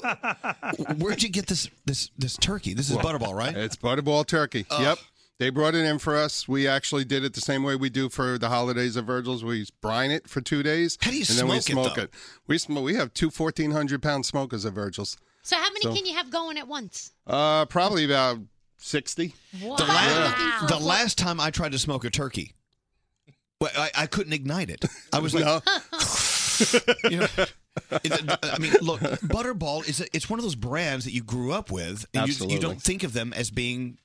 S1: where'd you get this this this turkey? This is Butterball, right?
S23: It's Butterball turkey. Yep. They brought it in for us. We actually did it the same way we do for the holidays at Virgil's. We brine it for two days.
S1: How do you
S23: and then we
S1: smoke it,
S23: smoke
S1: though?
S23: it? We smoke. We have two 1,400 pound smokers at Virgil's.
S11: So how many
S23: So-
S11: can you have going at once?
S23: Uh, probably about 60.
S11: Wow.
S1: The,
S23: Yeah.
S1: last, the last time I tried to smoke a turkey, well, I, I couldn't ignite it. I was like, you know, It- I mean, look, Butterball is a, it's one of those brands that you grew up with, and you, you
S23: Absolutely.
S1: don't think of them as being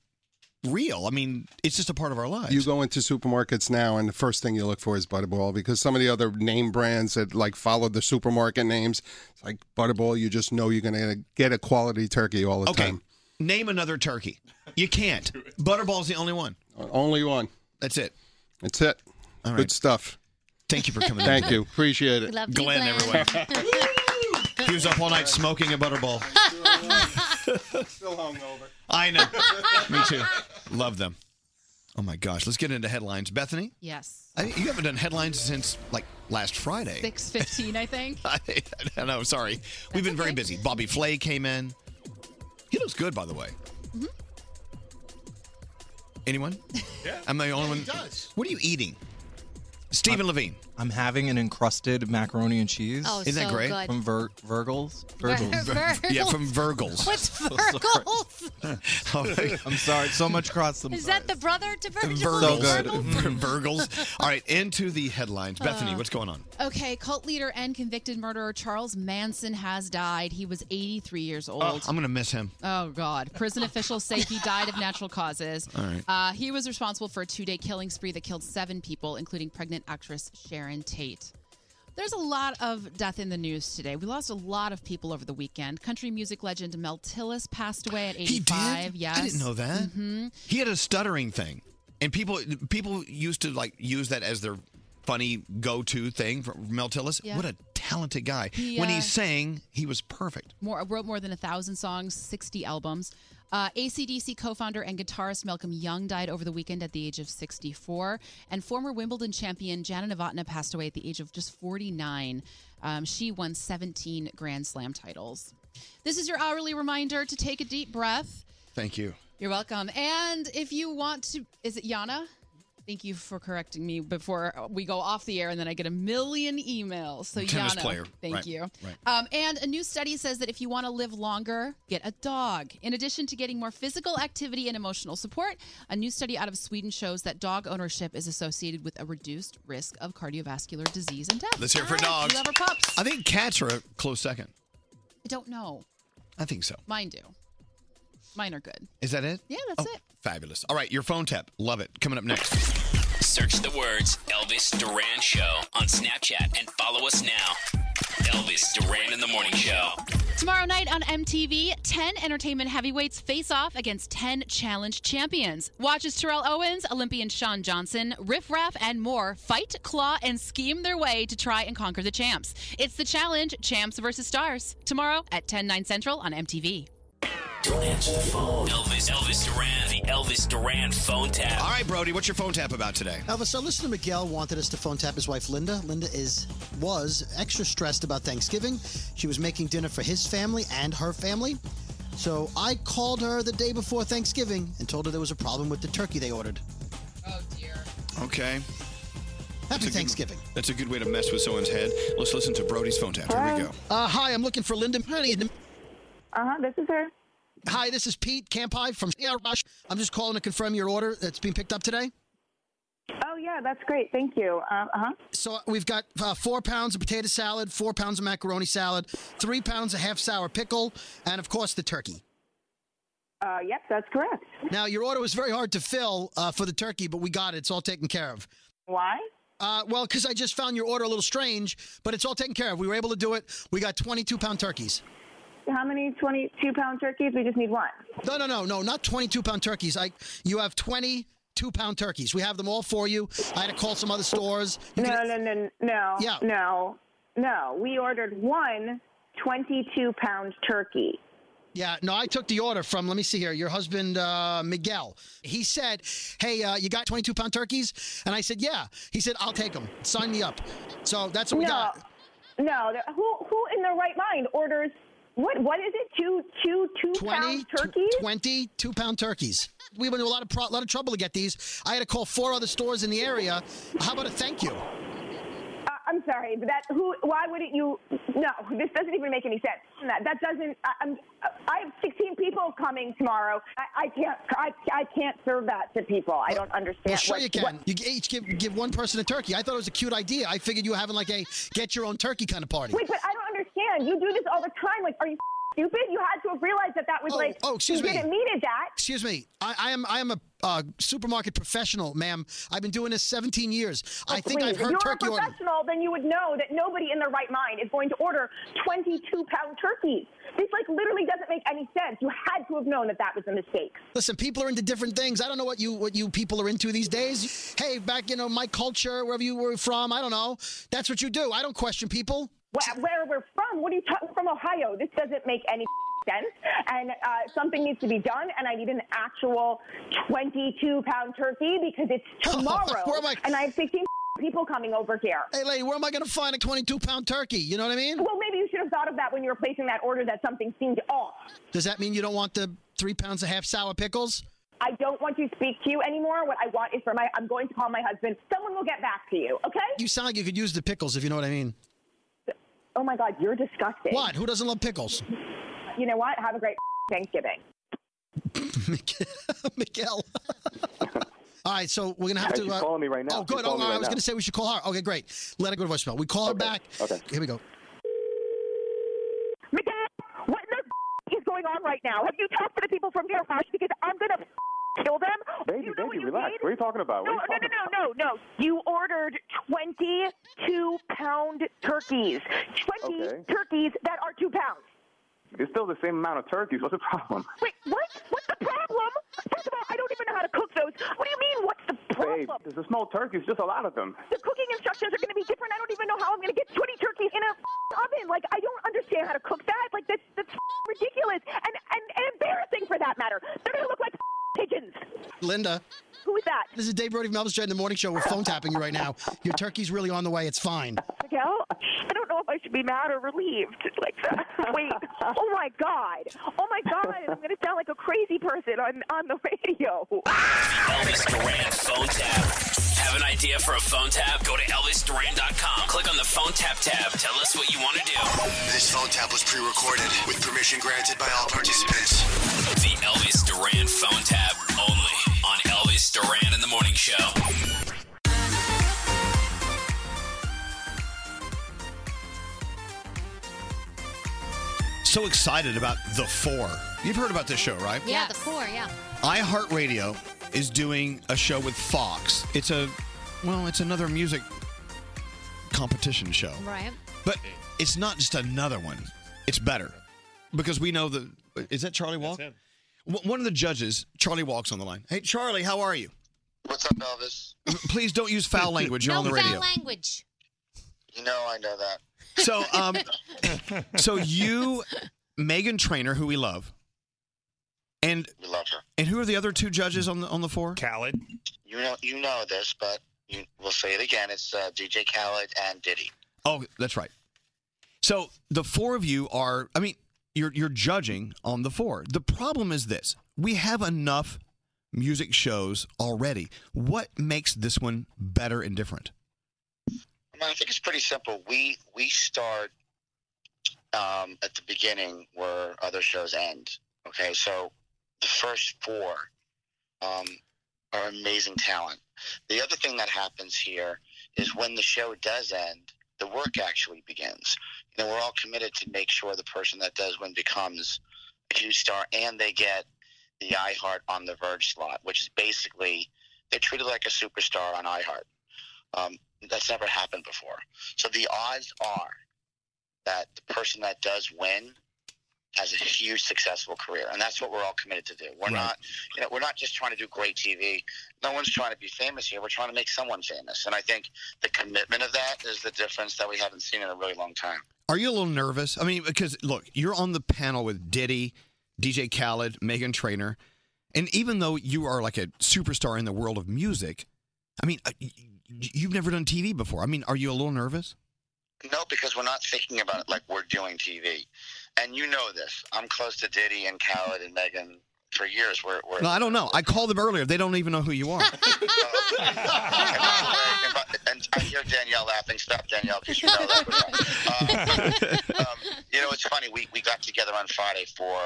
S1: real. I mean, it's just a part of our lives.
S23: You go into supermarkets now, and the first thing you look for is Butterball because some of the other name brands that like follow the supermarket names, it's like Butterball, you just know you're going to get a quality turkey all the
S1: Okay.
S23: time.
S1: Name another turkey. You can't. Butterball's the only one.
S23: Only one.
S1: That's it.
S23: That's it. Good stuff.
S1: Thank you for coming.
S23: Thank
S1: in.
S23: you. Appreciate it.
S1: Glenn, everyone. he was up all night smoking a Butterball.
S23: Still hungover.
S1: I know. Me too. Love them. Oh my gosh. Let's get into headlines. Bethany,
S10: Yes.
S1: I, you haven't done headlines since like last Friday.
S10: Six fifteen, I think.
S1: I, I know. Sorry, we've been very busy. Bobby Flay came in. He looks good, by the way.
S10: Mhm.
S1: Anyone? Yeah. Uh, I'm the only one. What are you eating? Stephen Levine.
S33: I'm having an encrusted macaroni and cheese.
S11: Oh, Isn't that so great? good.
S33: From Vir- Virgil's.
S11: Vir- Virgil's? Yeah, from
S1: Virgil's.
S11: What's
S33: So
S11: Virgil's?
S33: sorry. I'm sorry. So much cross the.
S11: Is that the brother to Virgil?
S1: Virgils. All right, into the headlines. Bethany,
S10: Uh.
S1: what's going on?
S10: Okay, cult leader and convicted murderer Charles Manson has died. He was 83 years old.
S1: Oh, I'm going to miss him.
S10: Oh God! Prison officials say he died of natural causes.
S1: All right.
S10: Uh, he was responsible for a two-day killing spree that killed seven people, including pregnant actress Sharon Tate. There's a lot of death in the news today. We lost a lot of people over the weekend. Country music legend Mel Tillis passed away at 85. Yes,
S1: I didn't know that.
S10: Mhm.
S1: He had a stuttering thing, and people people used to like use that as their funny go-to thing for Mel Tillis.
S10: Yeah.
S1: What a talented guy!
S10: He,
S1: when
S10: uh,
S1: he sang, he was perfect.
S10: more wrote more than a thousand songs, 60 albums. Uh, ACDC co-founder and guitarist Malcolm Young died over the weekend at the age of 64, and former Wimbledon champion Janet Novotna passed away at the age of just 49. Um, she won 17 Grand Slam titles. This is your hourly reminder to take a deep breath.
S1: Thank you.
S10: You're welcome. And if you want to, is it Yana? Thank you for correcting me before we go off the air, and then I get a million emails. So
S1: Tennis
S10: Yana,
S1: player.
S10: thank
S1: Right,
S10: you.
S1: right.
S10: Um, and a new study says that if you want to live longer, get a dog. In addition to getting more physical activity and emotional support, a new study out of Sweden shows that dog ownership is associated with a reduced risk of cardiovascular disease and death.
S1: Let's hear it for
S10: All right,
S1: dogs.
S10: You love our pups?
S1: I think cats are a close second.
S10: I don't know.
S1: I think so.
S10: Mine do. Mine are good.
S1: Is that it?
S10: Yeah, that's it.
S1: Fabulous. All right, your phone tap. Love it. Coming up next.
S8: Search the words Elvis Duran Show on Snapchat and follow us now. Elvis Duran in the Morning Show.
S35: Tomorrow night on MTV, 10 entertainment heavyweights face off against 10 challenge champions. Watch as Terrell Owens, Olympian Sean Johnson, Riff Raff, and more fight, claw, and scheme their way to try and conquer the champs. It's the challenge, Champs versus Stars, tomorrow at 10, 9 central on MTV.
S8: Don't answer the phone. Elvis, Elvis Duran, the Elvis Duran phone tap.
S1: All right, Brody, what's your phone tap about today?
S24: Elvis, our listener Miguel wanted us to phone tap his wife Linda. Linda is was extra stressed about Thanksgiving. She was making dinner for his family and her family. So I called her the day before Thanksgiving and told her there was a problem with the turkey they ordered.
S1: Okay.
S24: Happy Thanksgiving.
S1: That's a good way to mess with someone's head. Let's listen to Brody's phone tap. Here we go.
S24: Uh, hi, I'm looking for Linda. Uh
S13: Uh-huh,
S24: huh. This is her. Hi, this is Pete Campai from Air Rush. I'm just calling to confirm your order that's being picked up today.
S13: Oh, yeah, that's great. Thank you. Um, uh huh.
S24: So we've got uh, four pounds of potato salad, four pounds of macaroni salad, three pounds of half sour pickle, and of course the turkey.
S13: Uh, yep, that's correct.
S24: Now your order was very hard to fill uh, for the turkey, but we got it. It's all taken care of.
S13: Why?
S24: Uh, well, because I just found your order a little strange, but it's all taken care of. We were able to do it. We got 22 pound turkeys.
S13: How many 22 pound turkeys? We just need one.
S24: No, no, no, no, not 22 pound turkeys. I, you have 22 pound turkeys. We have them all for you. I had to call some other stores. You
S13: No,
S24: can-
S13: no, no, no,
S24: Yeah.
S13: no, no. We ordered one 22 pound turkey.
S24: Yeah, no, I took the order from, let me see here, your husband, uh, Miguel. He said, Hey, uh, you got 22 pound turkeys? And I said, Yeah. He said, I'll take them. Sign me up. So that's what we
S13: No.
S24: got.
S13: No, there- who who in their right mind orders what? What is it? Two two two pound turkeys?
S24: 22 pound turkeys. We went to a lot of pro- lot of trouble to get these. I had to call four other stores in the area. How about a thank you?
S13: Uh, I'm sorry, but that who? Why wouldn't you? No, this doesn't even make any sense. That, that doesn't. I, I'm. I have 16 people coming tomorrow. I, I can't. I, I can't serve that to people. I don't understand.
S24: Well, sure
S13: what-
S24: you can.
S13: what-
S24: You each give, give one person a turkey. I thought it was a cute idea. I figured you were having like a get your own turkey kind of party.
S13: Wait, but I don't understand. understand. You do this all the time. Like, are you stupid? You had to have realized that that was
S24: Oh,
S13: like.
S24: oh, excuse
S13: you
S24: me.
S13: didn't mean it that.
S24: Excuse me. I, I am I am a uh, supermarket professional, ma'am. I've been doing this 17 years. I think
S13: Please,
S24: I've heard
S13: if you're
S24: turkey
S13: a
S24: order.
S13: professional, then you would know that nobody in their right mind is going to order 22 pound turkeys. This like literally doesn't make any sense. You had to have known that that was a mistake.
S24: Listen, people are into different things. I don't know what you what you people are into these days. Hey, back you know my culture, wherever you were from, I don't know. That's what you do. I don't question people.
S13: Where, where we're from? What are you talking from Ohio? This doesn't make any sense. And uh, something needs to be done. And I need an actual 22 pound turkey because it's tomorrow.
S24: Where am I-
S13: And I have 16 people coming over here.
S24: Hey, lady, where am I going to find a 22 pound turkey? You know what I mean?
S13: Well, maybe you should have thought of that when you were placing that order. That something seemed off.
S24: Does that mean you don't want the three pounds of half sour pickles?
S13: I don't want to speak to you anymore. What I want is for my. I'm going to call my husband. Someone will get back to you. Okay?
S24: You sound like you could use the pickles if you know what I mean.
S13: Oh my God, you're disgusting.
S24: What? Who doesn't love pickles?
S13: You know what? Have a great Thanksgiving.
S24: Miguel. All right, so we're gonna have
S12: Hey,
S24: to.
S12: she's calling me right now.
S24: Oh,
S12: She's
S24: good. Oh,
S12: calling me
S24: I
S12: right
S24: was
S12: now.
S24: gonna say we should call her. Okay, great. Let her go to voicemail. We call her back. Okay. Here we go.
S13: Miguel, what in the is going on right now? Have you talked to the people from your house? Because I'm going to kill them.
S12: Baby, baby, relax. What are you talking about?
S13: No,
S12: Uh, what are you
S13: no,
S12: talking
S13: no, no, no, no. You ordered 22 pound turkeys. 20
S12: Okay.
S13: turkeys that are two pounds.
S12: It's still the same amount of turkeys. What's the problem?
S13: Wait, what? What's the problem? First of all, I don't even know how to cook those. What do you mean, what's the problem?
S12: Babe, there's a small turkey. It's just a lot of them.
S13: The cooking instructions are going to be different. I don't even know how I'm going to get 20 turkeys in an oven. Like, I don't understand how to cook that. Like, that's, that's ridiculous and, and, and embarrassing for that matter. They're going to look like pigeons.
S24: Linda.
S13: Who is that?
S24: This is Dave Brody from Elvis Jet in the Morning Show. We're phone tapping you right now. Your turkey's really on the way. It's fine.
S13: Miguel, I don't know if I should be mad or relieved. Like, that. wait. Oh, my God. Oh, my God. I'm going to sound like a crazy person on, on the radio.
S8: Elvis Duran phone tap. Have an idea for a phone tap? Go to ElvisDuran.com. Click on the phone tap tab. Tell us what you want to do.
S36: This phone tap was pre-recorded with permission granted by all participants.
S8: The Elvis Duran phone tap only on Elvis Duran in the Morning Show.
S1: So excited about The Four. You've heard about this show, right?
S11: Yeah, the four, yeah.
S1: iHeartRadio is doing a show with Fox. It's a, well, it's another music competition show.
S11: Right.
S1: But it's not just another one. It's better because we know the. Is that Charlie Walk? W- One of the judges, Charlie walks on the line. Hey, Charlie, how are you?
S27: What's up, Elvis?
S1: Please don't use foul language. You're
S11: no
S1: on the
S11: foul
S1: radio.
S11: language.
S27: You know I know that.
S1: So, um, so you, Megan Trainer, who we love, and
S27: We love her.
S1: and who are the other two judges on the on the four? Khaled.
S27: You know you know this, but you, we'll say it again. It's uh, DJ Khaled and Diddy.
S1: Oh, that's right. So the four of you are. I mean, you're you're judging on the four. The problem is this: we have enough music shows already. What makes this one better and different?
S27: I, mean, I think it's pretty simple. We we start um, at the beginning where other shows end. Okay, so the first four um, are amazing talent. The other thing that happens here is when the show does end, the work actually begins. You know, we're all committed to make sure the person that does win becomes a huge star, and they get the iHeart on the Verge slot, which is basically they're treated like a superstar on iHeart. Um, that's never happened before. So the odds are that the person that does win has a huge successful career, and that's what we're all committed to do. We're not, you know, we're not just trying to do great TV. No one's trying to be famous here. We're trying to make someone famous, and I think the commitment of that is the difference that we haven't seen in a really long time.
S1: Are you a little nervous? I mean, because look, you're on the panel with Diddy, DJ Khaled, Megan Trainor, and even though you are like a superstar in the world of music, I mean, uh, y- y- you've never done TV before. I mean, are you a little nervous?
S27: No, because we're not thinking about it like we're doing TV,
S1: Mm-hmm.
S27: and you know this. I'm close to Diddy and Khaled and Megan for years. We're, we're
S1: No, I don't know. I called them earlier. They don't even know who you are.
S27: and I hear Danielle laughing. Stop, Danielle, because you know that. was wrong. Um, um, you know, it's funny. We, we got together on Friday for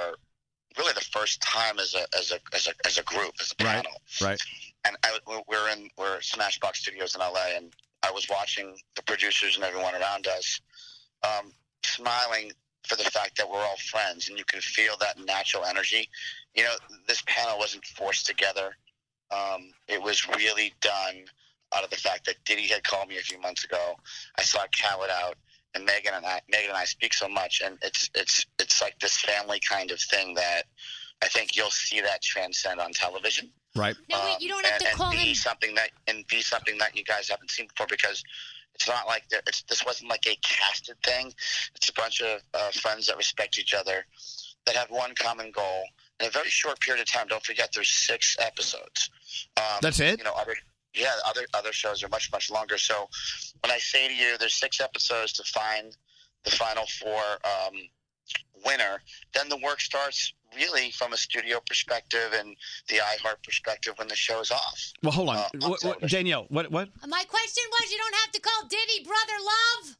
S27: really the first time as a as a as a, as a group, as a panel.
S1: Right.
S27: And I, we- we're in we're at Smashbox Studios in LA, and I was watching the producers and everyone around us um, smiling for the fact that we're all friends, and you can feel that natural energy. You know, this panel wasn't forced together. Um, it was really done out of the fact that Diddy had called me a few months ago. I saw Khaled out, and Megan and I, Megan and I speak so much, and it's it's it's like this family kind of thing that I think you'll see that transcend on television.
S37: Right.
S27: No, wait, you don't have to call um, be something that and be something that you guys haven't seen before because it's not like there- it's this wasn't like a casted thing. It's a bunch of uh, friends that respect each other that have one common goal in a very short period of time. Don't forget, there's six episodes. Um,
S37: That's it?
S27: You know, other yeah, other other shows are much much longer. So when I say to you, there's six episodes to find the final four um, winner, then the work starts really from a studio perspective and the iHeart perspective when the show's off.
S1: Well, hold on, what, what, Danielle. What? What?
S11: My question was, you don't have to call Diddy brother love.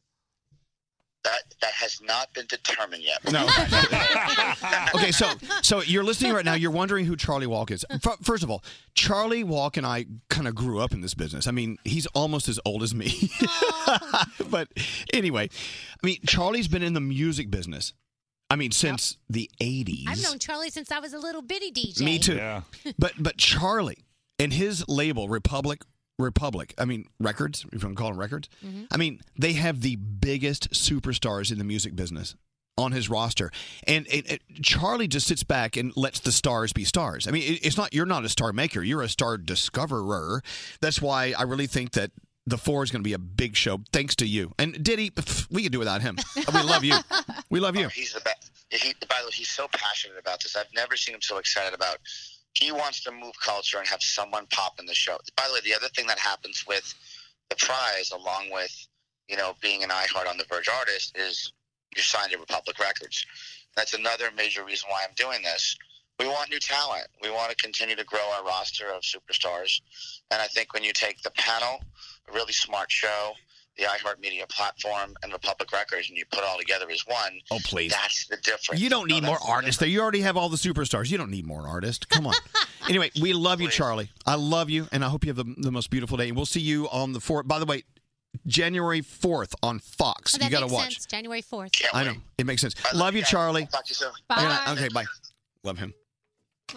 S27: That that has not been determined yet.
S1: No. Ah, okay, so so you're listening right now. You're wondering who Charlie Walk is. F- First of all, Charlie Walk and I kind of grew up in this business. I mean, he's almost as old as me. but anyway, I mean, Charlie's been in the music business. I mean, since the '80s.
S11: I've known Charlie since I was a little bitty Oh, DJ.
S1: Me too. but but Charlie and his label Republic Republic. I mean records. If you want to call them records.
S11: Mhm.
S1: I mean they have the biggest superstars in the music business on his roster, and, and, and Charlie just sits back and lets the stars be stars. I mean it, it's not you're not a star maker. You're a star discoverer. That's why I really think that. The four is going to be a big show, thanks to you. And Diddy, pff, we could do without him. We love you. We love you.
S27: He's the best. He, by the way, he's so passionate about this. I've never seen him so excited about. He wants to move culture and have someone pop in the show. By the way, the other thing that happens with the prize, along with you know being an iHeart on the Verge artist, is you're signed to Republic Records. That's another major reason why I'm doing this. We want new talent. We want to continue to grow our roster of superstars. And I think when you take the panel, a really smart show, the iHeartMedia platform, and Republic Records, and you put it all together as one,
S1: Oh, please.
S27: that's the difference.
S1: You don't
S27: No,
S1: need more
S27: that's the
S1: artists there. You already have all the superstars. You don't need more artists. Come on. anyway, we love you, Charlie. I love you, and I hope you have the, the most beautiful day. And we'll see you on the 4th. By the way, January 4th on Fox.
S11: Oh, that
S1: you got to
S11: makes
S1: watch.
S11: sense. January fourth.
S1: I know. It makes sense. Love, you, Charlie.
S27: Talk to you soon.
S11: Bye.
S1: Yeah, Okay, bye. Love him.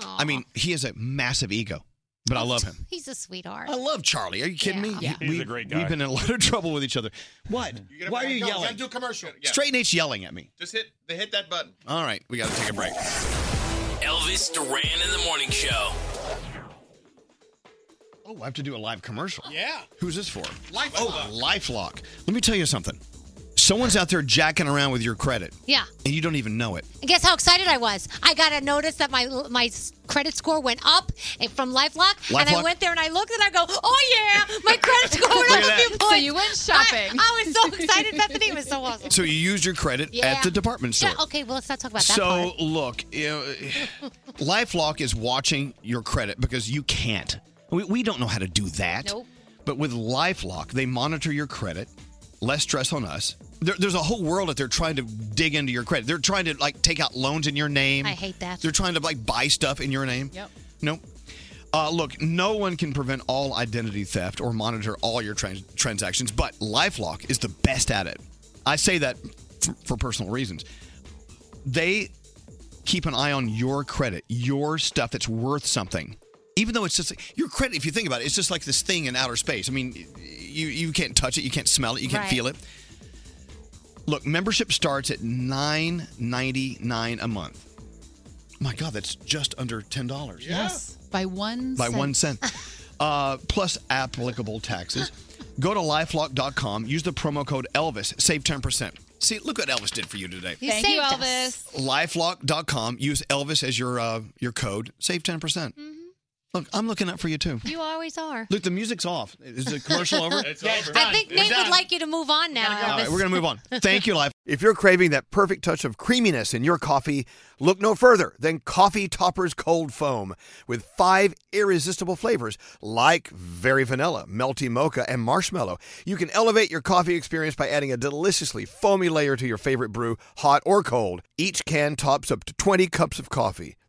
S1: I mean, he has a massive ego, but I love him.
S11: He's a sweetheart.
S1: I love Charlie. Are you kidding me?
S11: Yeah.
S1: He-
S12: He's
S1: we-
S12: a great guy.
S1: We've been in a lot of trouble with each other. What? Why are you
S12: No, we
S1: yelling?
S12: gotta do a commercial.
S1: Straight Nate's yelling at me.
S38: Just hit, they hit that button.
S1: All right, we got to take a break.
S8: Elvis Duran in the morning show.
S1: Oh, I have to do a live commercial.
S39: Yeah.
S1: Who's this for?
S39: Life
S1: Oh, LifeLock. Let me tell you something. Someone's out there jacking around with your credit,
S11: Yeah.
S1: and you don't even know it.
S11: And guess how excited I was? I got a notice that my my s- credit score went up eh, from LifeLock, and I
S1: LifeLock?
S11: went there and I looked and I go, oh yeah, my credit score went
S1: Look
S11: up
S1: at
S11: a few
S1: that.
S11: points. So you went shopping. I, I was so excited, Bethany. It was so awesome.
S1: So you used your credit
S11: Yeah.
S1: at the department store.
S11: Yeah, okay, well let's not talk about that.
S1: So look, you know, LifeLock is watching your credit because you can't. We, we don't know how to do that.
S11: Nope.
S1: But with LifeLock, they monitor your credit. Less stress on us. There, there's a whole world that they're trying to dig into your credit. They're trying to like take out loans in your name.
S11: I hate that.
S1: They're trying to like buy stuff in your name.
S11: Yep.
S1: Nope. Uh, look, no one can prevent all identity theft or monitor all your trans- transactions, but LifeLock is the best at it. I say that f- for personal reasons. They keep an eye on your credit, your stuff that's worth something. Even though it's just your credit, if you think about it, it's just like this thing in outer space. I mean, you you can't touch it, you can't smell it, you can't
S9: Right.
S1: feel it. Look, membership starts at nine ninety nine a month. My God, that's just under ten dollars.
S10: Yes. By one
S1: By one cent. Uh, plus applicable taxes. Go to lifelock.com, use the promo code Elvis, save 10%. See, look what Elvis did for you today.
S10: You Thank you, Elvis.
S1: Lifelock.com, use Elvis as your uh, your code, save 10%. percent Look, I'm looking up for you too.
S11: You always are.
S1: Look, the music's off. Is the commercial over?
S11: I think Nate would like you to move on now.
S1: All right,
S11: Elvis.
S1: we're going to move on. Thank you, Life. If you're craving that perfect touch of creaminess in your coffee, look no further than Coffee Toppers Cold Foam with five irresistible flavors like very vanilla, melty mocha, and marshmallow. You can elevate your coffee experience by adding a deliciously foamy layer to your favorite brew, hot or cold. Each can tops up to 20 cups of coffee.